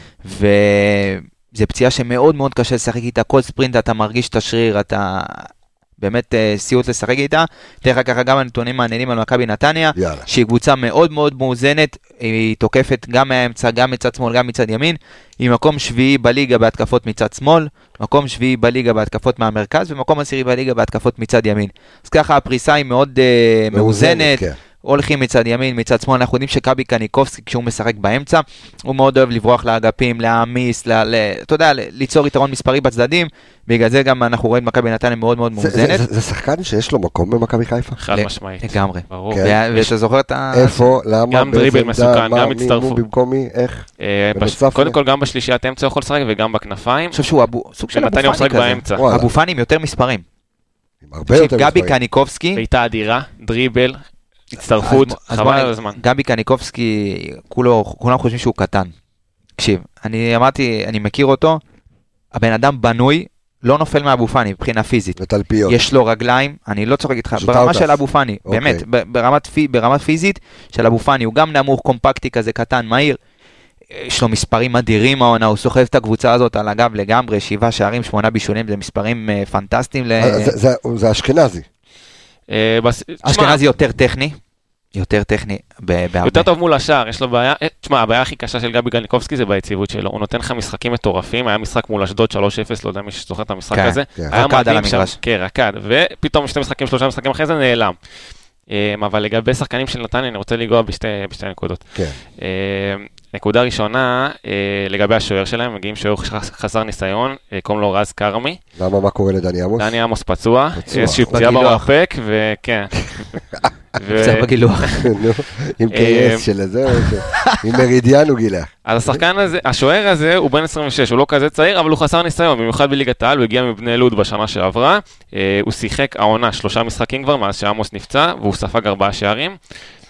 Speaker 2: וזה פציעה שמאוד מאוד קשה לשחק איתה, כל ספרינט אתה מרגיש את השריר, אתה באמת אה, סיוט לשחק איתה. תראה לך ככה גם הנתונים מעניינים על מכבי נתניה,
Speaker 1: יאללה.
Speaker 2: שהיא קבוצה מאוד מאוד מאוזנת, היא תוקפת גם מהאמצע, גם מצד שמאל, גם מצד ימין, היא מקום שביעי בליגה בהתקפות מצד שמאל, מקום שביעי בליגה בהתקפות מהמרכז, ומקום עשירי בליגה בהתקפות מצד ימין. אז ככה הפריסה היא מאוד אה, מאוזנת,
Speaker 1: כן.
Speaker 2: הולכים מצד ימין, מצד שמאל, אנחנו יודעים שקאבי קניקובסקי, כשהוא משחק באמצע, הוא מאוד אוהב לברוח לאגפים, להעמיס, ל... ל... אתה יודע, ל- ליצור יתרון מספרי בצדדים, בגלל זה גם אנחנו רואים את מכבי נתניה מאוד מאוד
Speaker 1: זה- זה-
Speaker 2: מאוזנת.
Speaker 1: זה- זה שחקן שיש לו מקום במכבי חיפה?
Speaker 7: חד
Speaker 2: ל-
Speaker 7: משמעית.
Speaker 2: לגמרי.
Speaker 7: ברור.
Speaker 1: כן.
Speaker 2: ו- ואתה זוכר את ה...
Speaker 1: איפה? למה?
Speaker 7: גם
Speaker 1: באיזה
Speaker 7: דריבל
Speaker 1: עמדה?
Speaker 7: מסוכן,
Speaker 1: מה?
Speaker 7: גם
Speaker 1: מי-
Speaker 7: הצטרפות.
Speaker 1: מו- במקום מי? איך?
Speaker 7: אה, פש-
Speaker 1: בנוסף ל-
Speaker 7: קודם כל גם בשלישיית אמצע הוא יכול לשחק וגם בכנפיים.
Speaker 2: אני חושב שהוא אבו... סוג של אבו
Speaker 7: ונתניה הוא
Speaker 2: פאני
Speaker 7: משחק
Speaker 2: כזה.
Speaker 7: באמצע.
Speaker 1: וואלה.
Speaker 2: אבו פאני עם יותר מספרים.
Speaker 1: עם הרבה יותר
Speaker 2: תקשיב, גבי
Speaker 1: מספרים.
Speaker 2: קניקובסקי...
Speaker 7: בעיטה אדירה, דריבל, הצטרפות,
Speaker 2: אז- אז בוא
Speaker 7: חבל
Speaker 2: אני-
Speaker 7: על הזמן.
Speaker 2: גבי קניקובסקי, כולו, כולם חושבים שהוא קטן. תקשיב, אני אמרתי, אני מכיר אותו, הבן אדם בנוי, לא נופל מאבו פאני מבחינה פיזית.
Speaker 1: ותלפיות.
Speaker 2: יש לו רגליים, אני לא צוחק איתך,
Speaker 1: זוטאוטס.
Speaker 2: ברמה של אבו פאני,
Speaker 1: אוקיי.
Speaker 2: באמת, ב- ברמת, פי- ברמה פיזית של אבו פאני, הוא גם נמוך, קומפקטי כזה, קטן, מהיר. יש לו מספרים אדירים העונה, הוא סוחב את הקבוצה הזאת על הגב לגמרי, שבעה שערים, שמונה בישולים, זה מספרים אה, פנטסטיים. ל-
Speaker 1: אה, זה- זה- זה אשכנזי.
Speaker 7: אה, בס- תשמע,
Speaker 2: אשכנזי יותר טכני, יותר טכני ב- בהרבה.
Speaker 7: יותר טוב מול השער, יש לו בעיה, אה, תשמע, הבעיה הכי קשה של גבי גניקובסקי זה ביציבות שלו, הוא נותן לך משחקים מטורפים, היה משחק מול אשדוד 3-0, לא יודע מי שזוכר את המשחק
Speaker 2: כן,
Speaker 7: הזה,
Speaker 1: כן.
Speaker 7: היה
Speaker 2: רקד על
Speaker 7: מדהים
Speaker 2: המגרש.
Speaker 7: כן, רקד, ופתאום שני משחקים, שלושה משחקים אחרי זה נעלם. אה, אבל לגבי שחקנים של נתניה, אני רוצה לנגוע בשתי, בשתי נקודות.
Speaker 1: כן.
Speaker 7: אה, נקודה ראשונה, אה, לגבי השוער שלהם, מגיעים שוער חס- חסר ניסיון, אה, קוראים לו רז כרמי,
Speaker 1: למה, מה קורה לדני עמוס?
Speaker 7: דני עמוס פצוע,
Speaker 1: פצוע.
Speaker 7: איזושהי פציעה
Speaker 2: בגילוח.
Speaker 7: במרפק, וכן. ו-
Speaker 2: קצת בגילוח.
Speaker 1: נו, עם
Speaker 7: אה,
Speaker 1: קייס של זה, עם מרידיאן הוא גילה.
Speaker 2: אה,
Speaker 7: אז השחקן הזה, השוער הזה הוא בן 26, הוא לא כזה צעיר, אבל הוא חסר ניסיון, במיוחד בליגת העל, הוא הגיע מבני לוד בשנה שעברה. אה, הוא שיחק העונה שלושה משחקים כבר מאז שעמוס נפצע, והוא ספג ארבעה שערים.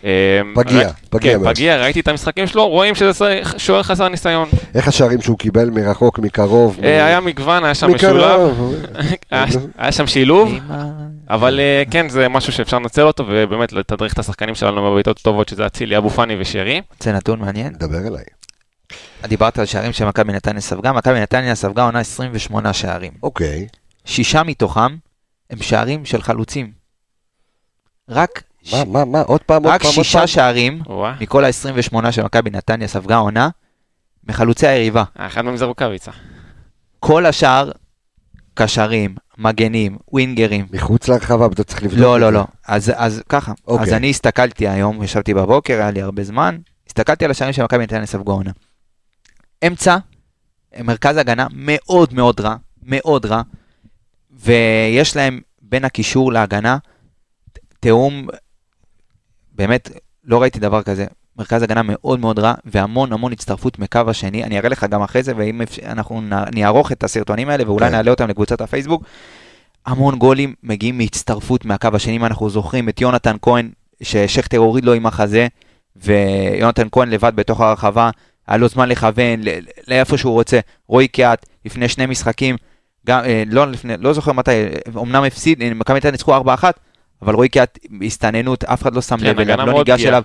Speaker 7: אה,
Speaker 1: פגיע,
Speaker 7: ר-
Speaker 1: פגיע
Speaker 7: כן,
Speaker 1: מאוד.
Speaker 7: פגיע, ראיתי את המשחקים שלו, רואים שזה ש- שוער חסר ניסיון.
Speaker 1: איך השערים שהוא קיבל מרחוק, מקרוב? מ-
Speaker 7: אה, היה מגוון, היה שם משולב,
Speaker 1: מקרוב.
Speaker 7: היה- היה שם שילוב, אבל אה, כן, זה משהו שאפשר לנצל אותו, ובאמת לתדריך את השחקנים שלנו בבעיטות טובות, שזה אצילי, אבו פאני ושרי.
Speaker 2: זה נתון מעניין.
Speaker 1: דבר אליי.
Speaker 2: דיברת על שערים שמכבי נתניה ספגה, מכבי נתניה ספגה עונה 28 שערים.
Speaker 1: אוקיי.
Speaker 2: שישה מתוכם הם שערים של חלוצים. רק, ש...
Speaker 1: מה, מה, מה, עוד פעם, עוד
Speaker 2: רק
Speaker 1: פעם, עוד
Speaker 2: שישה
Speaker 1: פעם.
Speaker 2: שערים
Speaker 7: וואה,
Speaker 2: מכל ה-28 שמכבי נתניה ספגה עונה, מחלוצי היריבה.
Speaker 7: אה, אחד מהם זה רוקאביצה.
Speaker 2: כל השאר, קשרים, מגנים, ווינגרים.
Speaker 1: מחוץ להרחבה, אתה צריך לבדוק.
Speaker 2: לא,
Speaker 1: את
Speaker 2: לא,
Speaker 1: זה.
Speaker 2: לא. אז, אז ככה.
Speaker 1: אוקיי.
Speaker 2: אז אני הסתכלתי היום, ישבתי בבוקר, היה לי הרבה זמן, הסתכלתי על השערים של מכבי נתניה ספגו עונה. אמצע, מרכז הגנה מאוד מאוד רע, מאוד רע, ויש להם בין הקישור להגנה תיאום, באמת, לא ראיתי דבר כזה. מרכז הגנה מאוד מאוד רע, והמון המון הצטרפות מקו השני. אני אראה לך גם אחרי זה, ואם אפשר, אנחנו נע- נערוך את הסרטונים האלה, ואולי
Speaker 1: כן.
Speaker 2: נעלה אותם לקבוצת הפייסבוק. המון גולים מגיעים מהצטרפות מהקו השני, אם אנחנו זוכרים את יונתן כהן, ששכטר הוריד לו עם החזה, ויונתן כהן לבד בתוך הרחבה, היה לו זמן לכוון, ל- ל- לאיפה שהוא רוצה. רועי קיאט, לפני שני משחקים, גם, אה, לא, לפני, לא זוכר מתי, אמנם הפסיד, אה, מכבי נתניה ניצחו 4-1, אבל רועי קיאט, הסתננות, אף אחד לא שם
Speaker 7: כן,
Speaker 2: לב אליו,
Speaker 7: הגנה
Speaker 2: לא
Speaker 7: מאוד
Speaker 2: ניגש
Speaker 7: פגיעה.
Speaker 2: אליו.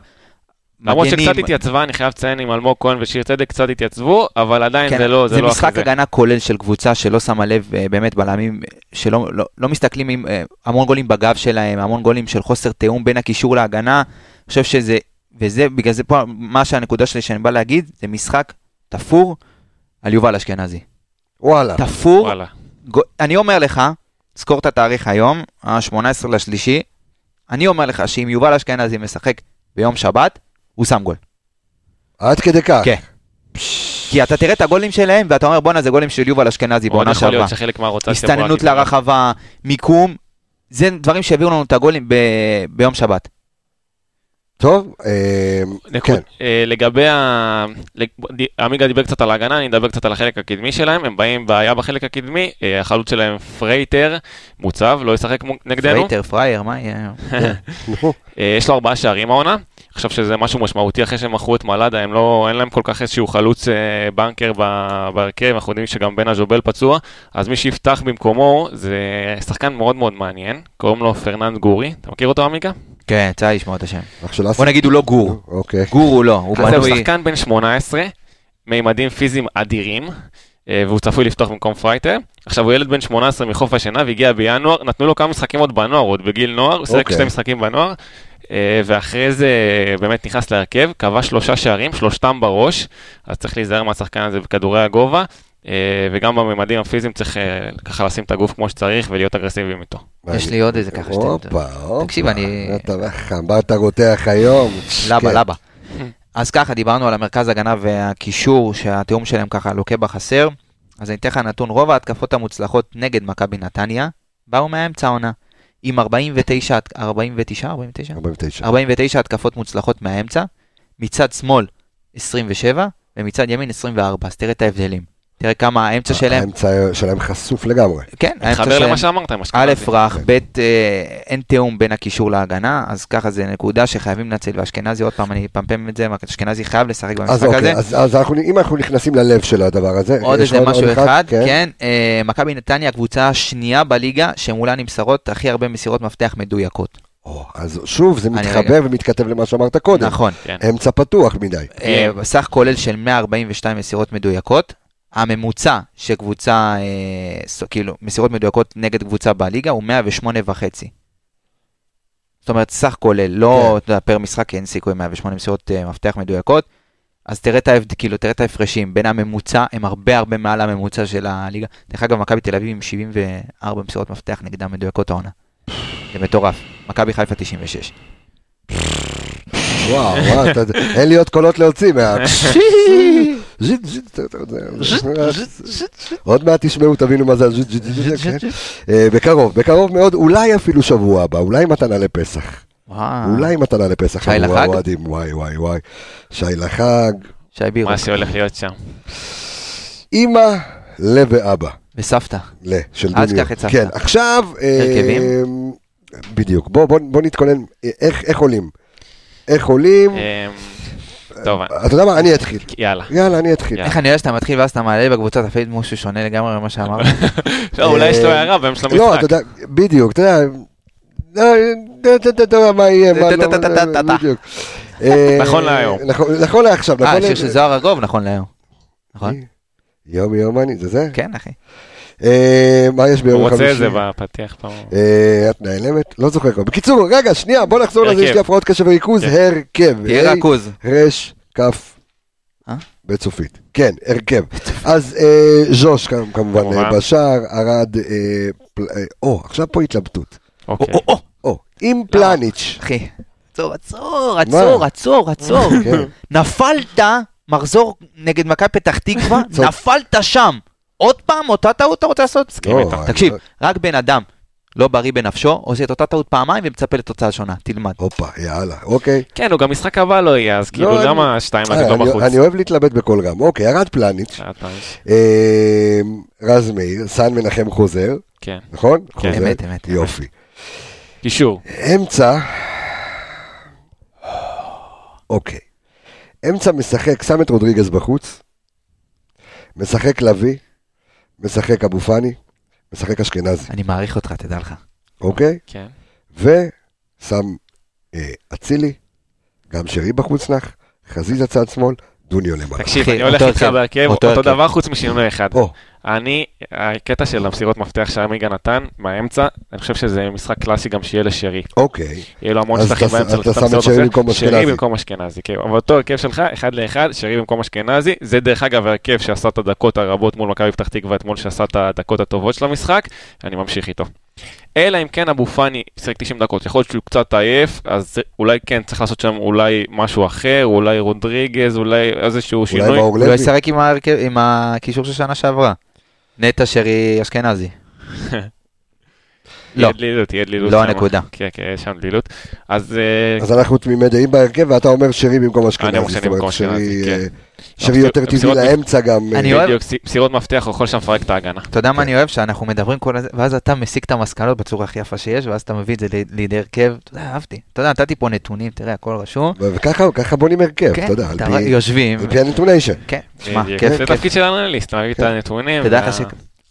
Speaker 7: למרות
Speaker 2: מגנים,
Speaker 7: שקצת התייצבה, אני חייב לציין עם אלמוג כהן ושיר צדק קצת התייצבו, אבל עדיין
Speaker 2: כן,
Speaker 7: זה לא, זה
Speaker 2: זה
Speaker 7: לא
Speaker 2: משחק
Speaker 7: אחרי זה.
Speaker 2: הגנה כולל של קבוצה שלא שמה לב אה, באמת בלמים, אה, שלא לא, לא מסתכלים עם אה, המון גולים בגב שלהם, המון גולים של חוסר תיאום בין הקישור להגנה. אני חושב שזה, וזה, בגלל זה פה מה שהנקודה שלי שאני בא להגיד, זה משחק תפור על יובל אשכנזי.
Speaker 1: וואלה.
Speaker 2: תפור
Speaker 7: וואלה.
Speaker 2: גו- אני אומר לך, זכור את התאריך היום, ה-18 לשלישי, אני אומר לך שאם יובל אשכנזי משחק ביום שבת, הוא שם גול.
Speaker 1: עד כדי כך.
Speaker 2: כן. כי אתה תראה את הגולים שלהם, ואתה אומר, בואנה, זה גולים של יובל אשכנזי
Speaker 7: מאוד
Speaker 2: בעונה
Speaker 7: יכול
Speaker 2: שעברה.
Speaker 7: להיות שחלק מהרוטציה...
Speaker 2: הסתננות
Speaker 7: בועטים.
Speaker 2: לרחבה, מיקום, זה דברים שהביאו לנו את הגולים ב- ביום שבת.
Speaker 1: טוב, אה,
Speaker 7: נקוד-
Speaker 1: כן.
Speaker 7: אה, לגבי ה... לג- ד- עמיגה דיבר קצת על ההגנה, אני אדבר קצת על החלק הקדמי שלהם, הם באים עם בעיה בחלק הקדמי, אה, החלוץ שלהם פרייטר מוצב, לא ישחק מו- נגדנו,
Speaker 2: פרייטר, פרייר, מה יהיה?
Speaker 1: נו,
Speaker 7: אה, יש לו ארבעה שערים העונה, אני חושב שזה משהו משמעותי אחרי שהם מכרו את מלאדה, הם לא, אין להם כל כך איזשהו חלוץ אה, בנקר ב- בהרכב, אנחנו יודעים שגם בן הז'ובל פצוע, אז מי שיפתח במקומו זה שחקן מאוד מאוד מעניין, קוראים לו פרננד גורי, אתה מכיר אותו עמיקה?
Speaker 2: כן, צריך לשמוע את השם.
Speaker 1: אח של אסי.
Speaker 2: בוא נגיד הוא לא גור.
Speaker 1: אוקיי.
Speaker 2: גור הוא לא, הוא
Speaker 7: אז זהו,
Speaker 2: בנוי...
Speaker 7: שחקן בן 18, מימדים פיזיים אדירים, אה, והוא צפוי לפתוח במקום פרייטר. עכשיו הוא ילד בן 18 מחוף השנה והגיע בינואר, נתנו לו כמה משחקים עוד בנוער, עוד בגיל נוער, הוא שיחק
Speaker 1: אוקיי.
Speaker 7: שתי משחקים בנוער, אה, ואחרי זה אה, באמת נכנס להרכב, כבש שלושה שערים, שלושתם בראש, אז צריך להיזהר מהשחקן הזה בכדורי הגובה. אה, וגם בממדים הפיזיים צריך אה, ככה לשים את הגוף כמו שצריך ולהיות אגרסיביים איתו.
Speaker 2: יש לי עוד איזה ככה שאתם...
Speaker 1: הופה, הופה.
Speaker 2: תקשיב, אני-
Speaker 1: אתה חם, באת רותח היום.
Speaker 2: לבה,
Speaker 1: כן.
Speaker 2: לבה. אז ככה, דיברנו על המרכז הגנה והקישור, שהתיאום שלהם ככה לוקה בחסר. אז אני אתן לך נתון, רוב ההתקפות המוצלחות נגד מכבי נתניה, באו מהאמצע העונה. עם 49, 49, 49? אה,
Speaker 1: 49.
Speaker 2: 49 התקפות מוצלחות מהאמצע, מצד שמאל 27 ומצד ימין 24, אז תראה את ההבדלים. תראה כמה האמצע שלהם,
Speaker 1: אה, האמצע שלהם חשוף לגמרי.
Speaker 2: כן, האמצע
Speaker 7: מתחבר
Speaker 2: שלהם,
Speaker 7: למה שאמרת, עם
Speaker 2: א'
Speaker 7: אשכנזי.
Speaker 1: כן.
Speaker 2: רך, ב' אה, אין תיאום בין הקישור להגנה, אז ככה זה נקודה שחייבים לנצל, ואשכנזי, עוד פעם, אני אפמפם את זה, אשכנזי חייב לשחק
Speaker 1: אז
Speaker 2: במשחק הזה.
Speaker 1: אוקיי, אז אז אנחנו- אם אנחנו נכנסים ללב של הדבר הזה.
Speaker 2: עוד
Speaker 1: יש
Speaker 2: איזה משהו
Speaker 1: אחד?
Speaker 2: אחד, כן, אה, מכבי נתניה, הקבוצה השנייה בליגה, שמולה נמסרות הכי הרבה מסירות מפתח מדויקות.
Speaker 1: או, אז שוב, זה
Speaker 2: אני
Speaker 1: מתחבר ומתכתב למה שאמרת קודם.
Speaker 2: נכון.
Speaker 1: אמצע פתוח מדי.
Speaker 2: אה, סך כולל של 142 מסירות מדויקות. הממוצע שקבוצה, אה, ס- כאילו, מסירות מדויקות נגד קבוצה בליגה הוא 108 וחצי. זאת אומרת, סך כולל, לא, אתה יודע, פר משחק אין סיכוי 108 מסירות אה, מפתח מדויקות. אז תראה את ההבד- כאילו, תראה את ההפרשים בין הממוצע, הם הרבה הרבה מעל הממוצע של הליגה. דרך אגב, מכבי תל אביב עם 74 מסירות מפתח נגדם מדויקות העונה. זה מטורף. מכבי חיפה 96.
Speaker 1: וואו, וואו, אתה- אין לי עוד קולות להוציא מה... ז'יט, ז'יט, אתה- אתה יודע, עוד מעט תשמעו, תבינו מה זה הז'יט, ז'יט, ז'יט, כן. אה, בקרוב, בקרוב מאוד, אולי אפילו שבוע הבא, אולי מתנה לפסח.
Speaker 2: וואו.
Speaker 1: אולי מתנה לפסח.
Speaker 2: אה. שי
Speaker 1: עבור
Speaker 2: לחג?
Speaker 1: האוהדים, וואי, וואי, וואי. שי לחג,
Speaker 2: שי בירו.
Speaker 7: מה שהולך להיות שם.
Speaker 1: אימא, לב ואבא.
Speaker 2: וסבתא.
Speaker 1: ל, של
Speaker 2: אז
Speaker 1: דוניו.
Speaker 2: קח את סבתא.
Speaker 1: כן, עכשיו... אה,
Speaker 2: הרכבים?
Speaker 1: בדיוק. בוא, בוא, בוא נתכונן, אה, איך, איך עולים? איך עולים?
Speaker 7: אמ, טוב,
Speaker 1: אתה יודע מה? אני אתחיל.
Speaker 7: יאללה.
Speaker 1: יאללה, אני אתחיל.
Speaker 7: יאללה.
Speaker 2: איך אני יודע שאתה מתחיל ואז אתה מעלה לי בקבוצת הפייד משהו שונה לגמרי ממה שאמרת?
Speaker 7: לא, אולי יש לו הערה באמצע המשחק.
Speaker 1: לא, אתה יודע, בדיוק, אתה יודע... לא, אתה- אתה יודע מה יהיה, מה לא, בדיוק. אה,
Speaker 7: נכון להיום.
Speaker 1: נכון- נכון לעכשיו, נכון...
Speaker 2: אה,
Speaker 1: ל-
Speaker 2: שיר של זוהר ארגוב, נכון להיום. נכון?
Speaker 1: יום יומני, זה זה?
Speaker 2: כן, אחי.
Speaker 1: אה, מה יש ביום
Speaker 7: הוא
Speaker 1: חמישי?
Speaker 7: רוצה את זה בפתיח פה.
Speaker 1: אה, את נעלמת? לא זוכר כבר. בקיצור, רגע, שנייה, בוא נחזור לזה,
Speaker 7: הרכב.
Speaker 1: יש לי הפרעות קשב וריכוז,
Speaker 7: כן.
Speaker 1: הרכב.
Speaker 2: תהיה
Speaker 1: אה,
Speaker 2: רכוז.
Speaker 1: רש, כף,
Speaker 2: אה?
Speaker 1: בצופית. כן, הרכב. אז אה, ז'וש כמ- כמובן
Speaker 7: כמובן.
Speaker 1: אה, בשער, ארד, אה, פל- אה, או, עכשיו פה התלבטות.
Speaker 2: או,
Speaker 7: אוקיי.
Speaker 2: או, או,
Speaker 1: או, עם פלניץ'.
Speaker 2: אחי. עצור, עצור, עצור, עצור, עצור.
Speaker 1: כן.
Speaker 2: נפלת, מחזור נגד מכבי פתח תקווה,
Speaker 1: צודק.
Speaker 2: נפלת שם. עוד פעם, אותה טעות אתה רוצה לעשות?
Speaker 1: לא, איתך.
Speaker 2: תקשיב, רק בן אדם לא בריא בנפשו, עושה את אותה טעות פעמיים ומצפה לתוצאה שונה. תלמד.
Speaker 1: הופה, יאללה, אוקיי.
Speaker 7: כן, הוא גם משחק הבא לא יהיה, אז כאילו
Speaker 1: אני-
Speaker 7: למה שתיים
Speaker 1: אה,
Speaker 7: לתת לו
Speaker 1: אני-
Speaker 7: בחוץ? אה.
Speaker 1: אני אוהב להתלבט בקול רם. אוקיי, ארד פלניץ',
Speaker 7: שעתיים.
Speaker 1: אה, רז מאיר, סאן מנחם חוזר,
Speaker 7: כן.
Speaker 1: נכון? חוזר.
Speaker 2: אמת, אמת.
Speaker 1: יופי.
Speaker 7: קישור.
Speaker 1: אמצע, אוקיי. אמצע משחק, שם את רודריגז בחוץ, משחק לביא, משחק אבו פאני, משחק אשכנזי,
Speaker 2: אני מעריך אותך, תדע לך.
Speaker 1: אוקיי?
Speaker 7: כן.
Speaker 1: ושם אה, אצילי, גם שרי בחוץ נח, חזיזה צד שמאל, דוניו למעלה.
Speaker 7: תקשיב,
Speaker 2: אחי,
Speaker 7: אני הולך
Speaker 2: אותו
Speaker 7: איתך
Speaker 2: הרכב,
Speaker 7: בהרכב,
Speaker 2: אותו
Speaker 7: אותו
Speaker 2: הרכב.
Speaker 7: דבר חוץ משינוי אחד.
Speaker 1: או,
Speaker 7: אני, הקטע של המסירות מפתח שעמיגה נתן, מהאמצע, אני חושב שזה משחק קלאסי גם שיהיה לשרי.
Speaker 1: אוקיי.
Speaker 7: יהיה לו המון
Speaker 1: אז
Speaker 7: שטחים
Speaker 1: אתה-
Speaker 7: באמצע.
Speaker 1: אתה
Speaker 7: לתת
Speaker 1: שם את
Speaker 7: המסירות
Speaker 1: שרי
Speaker 7: מפתח.
Speaker 1: במקום אשכנזי.
Speaker 7: שרי במקום אשכנזי, כן. אבל אותו הרכב שלך, אחד לאחד, שרי במקום אשכנזי. זה דרך אגב ההרכב שעשה את הדקות הרבות מול מכבי פתח תקווה אתמול, שעשה את הדקות הטובות של המשחק. אני ממשיך איתו. אלא אם כן אבו פאני שיחק 90 דקות, יכול להיות שהוא קצת עייף, אז זה- אולי כן צריך לעשות שם אולי משהו אחר, אולי רודריגז, אולי איזשהו
Speaker 1: אולי
Speaker 7: שינוי.
Speaker 1: מאור
Speaker 2: הוא לא
Speaker 1: לוי.
Speaker 2: ישחק עם ההרכב- עם הקישור של שנה שעברה. נטע שרי אשכנזי. לא,
Speaker 7: תהיה דלילות, תהיה דלילות.
Speaker 2: לא
Speaker 7: שם.
Speaker 2: הנקודה.
Speaker 7: כן, כן, יש שם דלילות. אז אה,
Speaker 1: אז אנחנו תמימי דעים בהרכב, ואתה אומר שרי במקום אשכנזי.
Speaker 7: אני אומר שרי
Speaker 1: זאת אומרת,
Speaker 7: במקום אשכנזי,
Speaker 1: שרי,
Speaker 7: כן.
Speaker 1: אה, שרי יותר טבעי
Speaker 7: המסירות
Speaker 1: לאמצע גם.
Speaker 2: אני
Speaker 1: אה,
Speaker 2: אוהב-
Speaker 7: בדיוק, סי- מסירות מפתח הוא יכול שם לפרק את ההגנה.
Speaker 2: אתה
Speaker 1: כן.
Speaker 2: יודע מה אני אוהב? שאנחנו מדברים כל הזמן, ואז אתה מסיק את המסקנות בצורה הכי יפה שיש, ואז אתה מביא את זה ל- לידי הרכב. אתה יודע, אהבתי. אתה יודע, נתתי פה נתונים, תראה, הכל רשום.
Speaker 1: וככה ככה בונים הרכב,
Speaker 2: כן,
Speaker 1: אתה יודע, על
Speaker 2: אתה
Speaker 1: פי-
Speaker 2: רואה, יושבים.
Speaker 1: על פי הנתוניישן.
Speaker 2: כן, שמע,
Speaker 7: בדיוק.
Speaker 2: כיף,
Speaker 7: זה
Speaker 2: כיף.
Speaker 7: תפקיד של אנליסט, להביא את הנתונים.
Speaker 2: תדע
Speaker 7: וה-
Speaker 2: לך ש...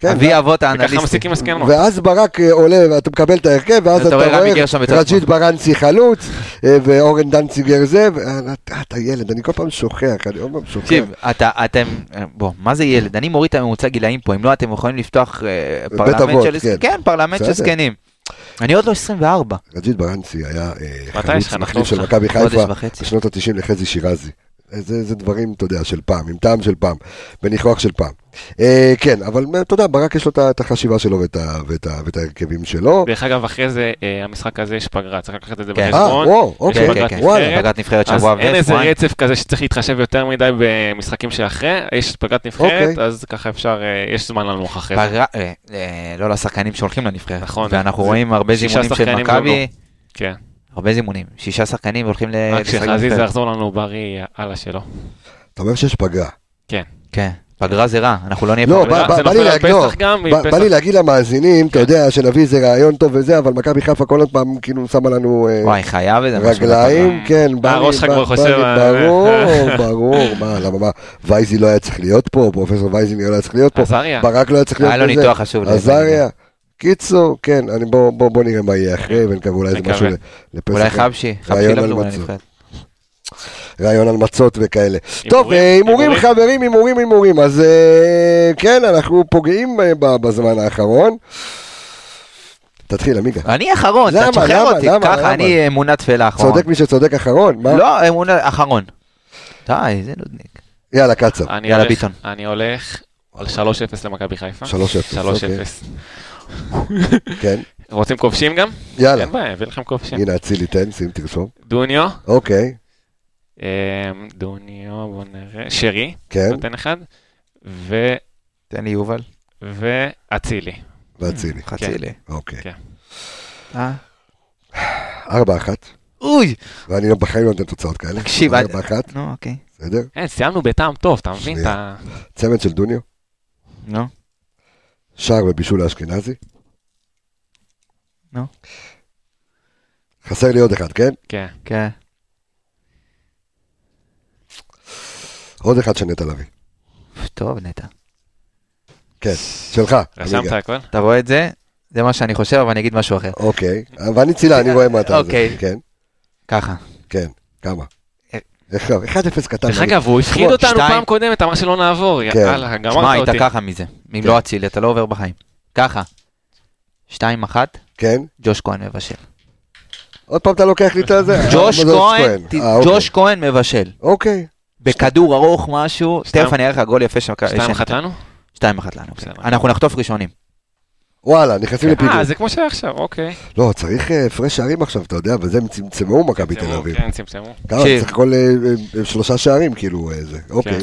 Speaker 1: כן,
Speaker 2: אבי אבות
Speaker 7: וככה לא.
Speaker 2: האנליסטים.
Speaker 7: מסיקים מסקנות.
Speaker 1: ואז ברק אה, עולה ואתה מקבל את ההרכב, ואז
Speaker 2: ואתה
Speaker 1: אתה
Speaker 2: רואה רמי
Speaker 1: רואה
Speaker 2: גרשון בצד
Speaker 1: רג'יט
Speaker 2: שמאל.
Speaker 1: ברנצי חלוץ, אה, ואורן דנציגר זה, ואתה ילד, אני כל פעם שוכח, אני כל פעם שוכח.
Speaker 2: תקשיב, כן, אתה, אתם, אה, בוא, מה זה ילד? אני מוריד את הממוצע גילאים פה, אם לא אתם יכולים לפתוח אה,
Speaker 1: בית
Speaker 2: פרלמנט
Speaker 1: אבות,
Speaker 2: של
Speaker 1: כן.
Speaker 2: זקנים. כן, פרלמנט של
Speaker 1: בסדר.
Speaker 2: זקנים. אני עוד לא 24.
Speaker 1: רג'יט ברנצי היה אה,
Speaker 7: מתי
Speaker 1: חלוץ
Speaker 7: יש לך?
Speaker 1: מחליף
Speaker 7: נחטוף
Speaker 1: של
Speaker 7: לך.
Speaker 1: מכבי
Speaker 2: חודש
Speaker 1: חיפה
Speaker 2: וחצי.
Speaker 1: בשנות ה-90 לחזי שירזי. אה, זה זה דברים, אתה יודע, של פעם, עם טעם של פעם, בניחוח של פעם. אה, כן, אבל אה, אתה יודע, ברק יש לו את ה- את החשיבה שלו ואת ה- ואת ה- ואת ההרכבים שלו.
Speaker 7: דרך אגב, אחרי זה, אה, המשחק הזה יש פגרה, צריך לקחת את זה
Speaker 2: כן.
Speaker 1: אה,
Speaker 7: בחשבון.
Speaker 1: וואו,
Speaker 7: יש
Speaker 1: אוקיי,
Speaker 7: פגרת
Speaker 2: כן, כן.
Speaker 1: וואלה.
Speaker 7: נבחרת.
Speaker 2: פגרת נבחרת
Speaker 7: אז
Speaker 2: שבוע
Speaker 7: אין
Speaker 2: ו...
Speaker 7: איזה
Speaker 2: שבועיים.
Speaker 7: רצף כזה שצריך להתחשב יותר מדי במשחקים שאחרי, יש פגרת נבחרת,
Speaker 1: אוקיי.
Speaker 7: אז ככה אפשר, אה, יש זמן לנוח אחרי זה.
Speaker 2: פגרה, אה, אה, לא לשחקנים שהולכים לנבחרת.
Speaker 7: נכון.
Speaker 2: ואנחנו
Speaker 7: זה-
Speaker 2: רואים הרבה
Speaker 7: שישה
Speaker 2: זימונים של
Speaker 7: שחקנים
Speaker 2: מכבי,
Speaker 7: זומנו. כן.
Speaker 2: הרבה זימונים. שישה שחקנים והולכים ל-
Speaker 7: רק
Speaker 2: לשחק
Speaker 7: שחזיזה
Speaker 2: בנבחרת.
Speaker 7: יחזור לנו בריא, הלאה שלו.
Speaker 2: לא,
Speaker 1: אתה אומר שיש פגרה.
Speaker 2: כן, פגרה זה רע, אנחנו לא נהיה
Speaker 1: לא,
Speaker 2: פגרה.
Speaker 1: בא- בא-
Speaker 7: זה
Speaker 1: בא לי
Speaker 7: נופל על
Speaker 1: להגיד- לא,
Speaker 7: פסח כן. גם,
Speaker 1: בא-
Speaker 7: מפסח.
Speaker 1: בא לי להגיד למאזינים, אתה יודע, שנביא איזה רעיון טוב וזה, אבל מכבי חיפה כל הזמן כאילו שמה לנו אה,
Speaker 2: וואי, חייב איזה משהו.
Speaker 1: רגליים,
Speaker 7: לפגרה.
Speaker 1: כן, בא לי-
Speaker 7: הראש שלך
Speaker 1: בא-
Speaker 7: כבר
Speaker 1: בא
Speaker 7: אה, חושב
Speaker 1: לי-
Speaker 7: על-
Speaker 1: ברור, ברור, מה, למה, מה, וייזי לא היה צריך להיות פה, פרופסור וייזי לא היה צריך להיות פה,
Speaker 7: עזריה.
Speaker 1: ברק לא היה צריך להיות
Speaker 2: היה לו
Speaker 1: בזה.
Speaker 2: ניתוח חשוב. לב.
Speaker 1: עזריה. קיצור, כן, אני- בוא- בוא בוא נראה מה יהיה אחרי, ונקווה אולי איזה
Speaker 7: נקווה.
Speaker 1: משהו לפסח.
Speaker 2: כן, אולי חבשי, חבשי
Speaker 1: רעיון
Speaker 2: לא
Speaker 1: על
Speaker 2: מדובר
Speaker 1: מצות.
Speaker 2: לנבחרת.
Speaker 1: רעיון על מצות וכאלה. טוב,
Speaker 7: הימורים?
Speaker 1: אה, הימורים
Speaker 7: הימורים?
Speaker 1: חברים, הימורים הימורים. אז אה, כן, אנחנו פוגעים אה, ב- בזמן האחרון. תתחיל, עמיגה.
Speaker 2: אני אחרון,
Speaker 1: למה,
Speaker 2: אתה תשחרר
Speaker 1: למה,
Speaker 2: אותי,
Speaker 1: למה, למה?
Speaker 2: ככה, אני אמונה תפלה אחרון.
Speaker 1: צודק מי שצודק אחרון, מה?
Speaker 2: לא, אמונה, אחרון. די, זה נודניק.
Speaker 1: יאללה, קצר.
Speaker 7: אני
Speaker 2: יאללה,
Speaker 7: הולך-
Speaker 2: ביטון.
Speaker 7: אני הולך על 3-0 למכבי חיפה.
Speaker 1: 3-0,
Speaker 7: 3-0.
Speaker 1: כן,
Speaker 2: אוקיי.
Speaker 7: רוצים כובשים גם?
Speaker 1: יאללה.
Speaker 7: אין בעיה, אביא לכם כובשים.
Speaker 1: הנה, אצילי, תן, שים, תרשום.
Speaker 7: דוניו,
Speaker 1: אוקיי,
Speaker 7: אמ, דוניו, בוא נראה, שרי,
Speaker 1: כן,
Speaker 7: נותן אחד, ו-
Speaker 2: תן לי יובל.
Speaker 7: ואצילי.
Speaker 1: ואצילי.
Speaker 2: חצי לי.
Speaker 1: אוקיי.
Speaker 7: כן.
Speaker 2: אה?
Speaker 1: ארבע אחת,
Speaker 2: אוי!
Speaker 1: ואני לא- בחיים לא נותן תוצאות כאלה.
Speaker 2: תקשיב, עד-
Speaker 1: ארבע אחת,
Speaker 2: נו, אוקיי.
Speaker 1: בסדר?
Speaker 7: אין, אה, סיימנו בטעם טוב, אתה מבין? אתה-
Speaker 1: צמד של דוניו,
Speaker 2: נו.
Speaker 1: שער ובישול לאשכנזי.
Speaker 2: נו.
Speaker 1: חסר לי עוד אחד, כן?
Speaker 7: כן.
Speaker 2: כן.
Speaker 1: עוד אחד של נטע לביא.
Speaker 2: טוב, נטע.
Speaker 1: כן, שלך.
Speaker 7: רשמת
Speaker 1: עמיגה.
Speaker 7: הכל?
Speaker 2: אתה רואה את זה? זה מה שאני חושב, אבל אני אגיד משהו אחר.
Speaker 1: אוקיי, ואני צילה, אני רואה מה אתה...
Speaker 2: אוקיי. אה,
Speaker 1: כן,
Speaker 2: ככה.
Speaker 1: כן, כמה? איך- 1-0 קטן.
Speaker 7: דרך
Speaker 1: נגיד.
Speaker 7: אגב, הוא הפחיד
Speaker 2: כמו,
Speaker 7: אותנו
Speaker 2: שתיים.
Speaker 7: פעם קודמת, אמר שלא נעבור.
Speaker 1: כן.
Speaker 7: יאללה,
Speaker 2: שמע,
Speaker 7: גמרת
Speaker 2: היית
Speaker 7: אותי.
Speaker 2: ככה מזה. אם
Speaker 1: כן.
Speaker 2: לא אצילי, אתה לא עובר בחיים. ככה. שתיים אחת,
Speaker 1: כן,
Speaker 2: ג'וש כהן מבשל.
Speaker 1: אה, עוד פעם אתה לוקח לי את הזה?
Speaker 2: ג'וש
Speaker 1: אה,
Speaker 2: כהן, ת-
Speaker 1: אה, אוקיי.
Speaker 2: ג'וש כהן מבשל.
Speaker 1: אוקיי,
Speaker 2: בכדור ארוך משהו,
Speaker 7: שתיים-
Speaker 2: תכף אני אראה לך גול יפה שם.
Speaker 7: שתיים אחת לנו?
Speaker 2: שתיים אחת לנו.
Speaker 7: בסדר.
Speaker 2: אנחנו נחטוף ראשונים.
Speaker 1: וואלה, נכנסים לפיגור.
Speaker 7: אה, זה כמו שהיה עכשיו, אוקיי.
Speaker 1: לא, צריך אה, הפרש שערים עכשיו, אתה יודע, וזה הם צמצמו מכבי תל
Speaker 7: צמצמו,
Speaker 1: אביב.
Speaker 7: כן, צמצמו.
Speaker 1: כמה?
Speaker 2: תקשיב. כן.
Speaker 1: צריך כל אה, אה, אה, שלושה שערים, כאילו, אה, זה. אוקיי.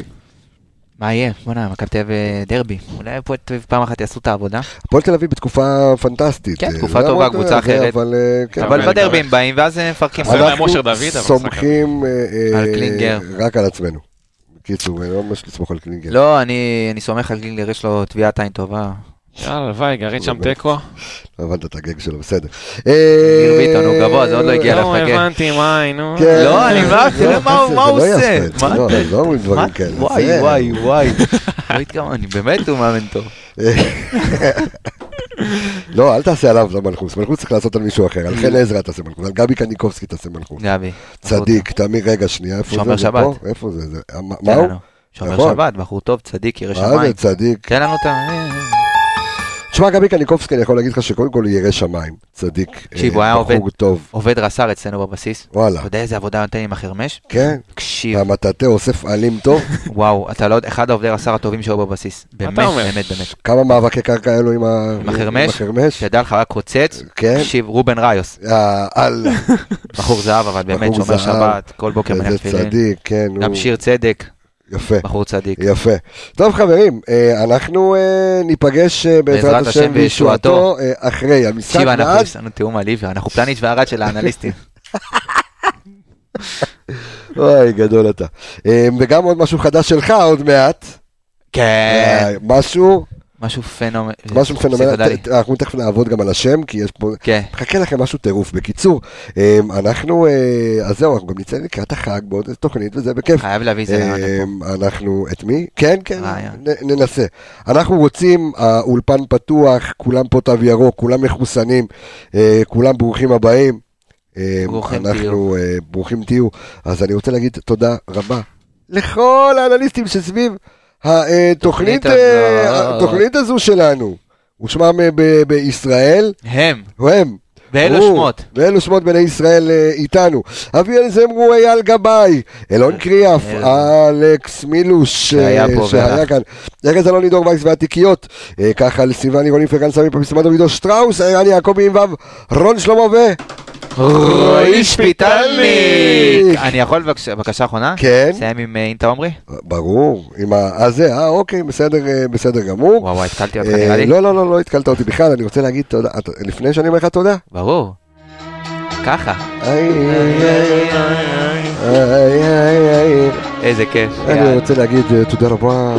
Speaker 2: מה יהיה? בוא'נה, מכבי תל אביב אה, דרבי. אולי פה את- פעם אחת יעשו את העבודה.
Speaker 1: הפועל תל אביב בתקופה פנטסטית.
Speaker 2: כן,
Speaker 1: אה,
Speaker 2: תקופה
Speaker 1: זה היה
Speaker 2: טובה,
Speaker 1: מאוד,
Speaker 2: קבוצה
Speaker 1: זה,
Speaker 2: אחרת.
Speaker 1: אבל אה, כן.
Speaker 7: אבל
Speaker 2: אבל בדרבי
Speaker 7: גם-
Speaker 2: הם באים, ואז הם מפרקים.
Speaker 7: אבל-
Speaker 1: אנחנו
Speaker 7: מושר דוד, אבל
Speaker 1: סומכים אה,
Speaker 2: על
Speaker 1: אה,
Speaker 2: קלינגר.
Speaker 1: רק על עצמנו. בקיצור, אני לא ממש לסמוך על קלינגר.
Speaker 2: לא, אני אני סומך על גילגלר, יש לו תביעת עין טובה.
Speaker 7: יאללה, הלוואי, גרית שם תיקו.
Speaker 1: לא הבנת את הגג שלו, בסדר. ניר
Speaker 2: ביטון, הוא גבוה, זה עוד לא הגיע.
Speaker 7: לא
Speaker 2: לחכה.
Speaker 7: הבנתי, מה, נו.
Speaker 1: כן.
Speaker 2: לא, אני מה, תראה מה הוא-
Speaker 1: זה
Speaker 2: מה הוא
Speaker 1: לא
Speaker 2: עושה.
Speaker 1: יפה,
Speaker 2: מה
Speaker 1: לא,
Speaker 2: אתה-
Speaker 1: לא אומרים דברים
Speaker 2: מה?
Speaker 1: כאלה,
Speaker 2: וואי,
Speaker 1: זה-
Speaker 2: וואי, וואי. לא התכוונתי, באמת הוא מאמן טוב.
Speaker 1: לא, אל תעשה עליו מלכוס, מלכוס צריך לעשות על מישהו אחר, על חן עזרא תעשה מלכוס, על גבי קניקובסקי תעשה מלכוס.
Speaker 2: גבי.
Speaker 1: צדיק, תמיר, רגע, שנייה, איפה זה?
Speaker 2: נכון. שומר
Speaker 1: זה
Speaker 2: שבת.
Speaker 1: פה? איפה זה? זה- מה-
Speaker 2: תן
Speaker 1: מה הוא?
Speaker 2: לנו. כן, שומר
Speaker 1: נכון.
Speaker 2: שבת, בחור טוב, צדיק, ירא
Speaker 1: מה זה
Speaker 2: שמיים.
Speaker 1: צדיק?
Speaker 2: תן לנו את ה...
Speaker 1: תשמע, גבי קניקובסקי, אני יכול להגיד לך שקודם כל הוא ירא שמיים, צדיק,
Speaker 2: תקשיב,
Speaker 1: אה,
Speaker 2: הוא היה
Speaker 1: בחור
Speaker 2: עובד.
Speaker 1: טוב,
Speaker 2: עובד רס"ר אצלנו בבסיס.
Speaker 1: וואלה,
Speaker 2: אתה יודע איזה עבודה נותן לי עם החרמש?
Speaker 1: כן,
Speaker 2: תקשיב,
Speaker 1: והמטאטא אוסף עלים טוב,
Speaker 2: וואו, אתה לא יודע, אחד העובדי רס"ר הטובים שהיו בבסיס. באמת,
Speaker 7: אומר?
Speaker 2: באמת, באמת.
Speaker 1: כמה מאבקי קרקע היה לו עם ה-
Speaker 2: עם החרמש?
Speaker 1: עם החרמש?
Speaker 2: שידע לך, הוא היה קוצץ.
Speaker 1: כן,
Speaker 2: תקשיב, רובן ראיוס.
Speaker 1: אה, אללה,
Speaker 2: בחור זהב, אבל באמת,
Speaker 1: בחור זהב.
Speaker 2: שומר שבת, כל בוקר מניח
Speaker 1: איזה
Speaker 2: תפילין.
Speaker 1: צדיק, אה, כן,
Speaker 2: גם
Speaker 1: הוא-
Speaker 2: שיר צדק,
Speaker 1: יפה.
Speaker 2: בחור צדיק.
Speaker 1: יפה. טוב חברים, אה, אנחנו אה, ניפגש אה, בעזרת
Speaker 2: בעזרת
Speaker 1: השם
Speaker 2: השם
Speaker 1: וישועתו אה, אחרי המשחק,
Speaker 2: תקשיב, אנחנו,
Speaker 1: ואז
Speaker 2: יש לנו תיאום עליבי, אנחנו פלניץ' וערד של האנליסטים.
Speaker 1: אוי, גדול אתה. אה, וגם עוד משהו חדש שלך עוד מעט.
Speaker 2: כן.
Speaker 1: אה, משהו,
Speaker 2: משהו פנומנלי.
Speaker 1: משהו פנומנלי.
Speaker 2: פסיכודלי.
Speaker 1: ת- ת- אנחנו תכף נעבוד גם על השם, כי יש פה...
Speaker 2: כן.
Speaker 1: מחכה לכם משהו טירוף. בקיצור, אה, אנחנו... אה, אז זהו, אנחנו גם נצא לקראת החג בעוד איזה תוכנית וזה בכיף.
Speaker 2: חייב להביא את אה, זה לרעיון לפה.
Speaker 1: אמ, אנחנו, את מי? כן, כן,
Speaker 2: רעיון.
Speaker 1: נ- ננסה. אנחנו רוצים, האולפן פתוח, כולם פה תו ירוק, כולם מחוסנים, אה, כולם ברוכים הבאים. אמ,
Speaker 2: ברוכים
Speaker 1: אנחנו, אה, ברוכים תהיו. אז אני רוצה להגיד תודה רבה לכל האנליסטים שסביב התוכנית אה,
Speaker 2: תוכנית הזאת.
Speaker 1: התוכנית הזו שלנו. הוא שמם אה, ב- בישראל,
Speaker 2: הם,
Speaker 1: הם.
Speaker 2: ואלו
Speaker 1: ברור.
Speaker 2: שמות.
Speaker 1: ואלו שמות בני ישראל אה, איתנו. אביאל זמרו, אייל גבאי, אלון קריאף,
Speaker 2: אה.
Speaker 1: אלכס מילוש, אה,
Speaker 2: שהיה פה
Speaker 1: שהיה
Speaker 2: והלך.
Speaker 1: כאן, ארז אלוני, דור וייס והתיקיות, אה, ככה לסיוון עירוני פרגן סמי פרסמת עידו שטראוס, אה, ערן יעקבי עם וו, רון שלמה ו...
Speaker 2: אה, רועי שפיטלניק! אני יכול בבקשה- בקשה אחרונה?
Speaker 1: כן.
Speaker 2: נסיים עם אה, אינטה עומרי?
Speaker 1: ברור, עם ה... אז זה, אה, אוקיי, בסדר, אה, בסדר גמור.
Speaker 2: וואו וואו, התקלתי אותך נראה
Speaker 1: אה,
Speaker 2: לי?
Speaker 1: לא, לא, לא, לא התקלת אותי בכלל, אני רוצה להגיד תודה, אתה- לפני שאני אומר לך תודה.
Speaker 2: ברור. ככה.
Speaker 1: איי, איי, איי, איי, איי, איי.
Speaker 2: איזה כיף.
Speaker 1: אני רוצה להגיד אה, תודה רבה,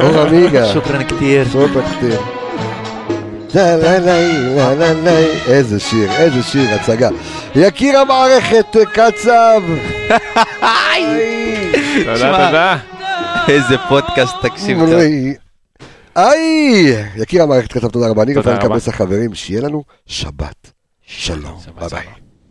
Speaker 1: אור עמיגה.
Speaker 2: שוכרן כתיר.
Speaker 1: זאת הכתיר. לה לה לה לה לה לה איזה שיר, איזה שיר, הצגה. יקיר המערכת, אה, קצב.
Speaker 7: תודה,
Speaker 2: שמע.
Speaker 7: תודה.
Speaker 2: איזה פודקאסט, תקשיב טוב.
Speaker 1: אוי. איי! יקיר המערכת, קצב, תודה רבה. אני
Speaker 7: תודה
Speaker 1: רפאל
Speaker 7: רבה.
Speaker 1: קבס החברים, שיהיה לנו שבת. שלום, ביי ביי.
Speaker 7: שלום.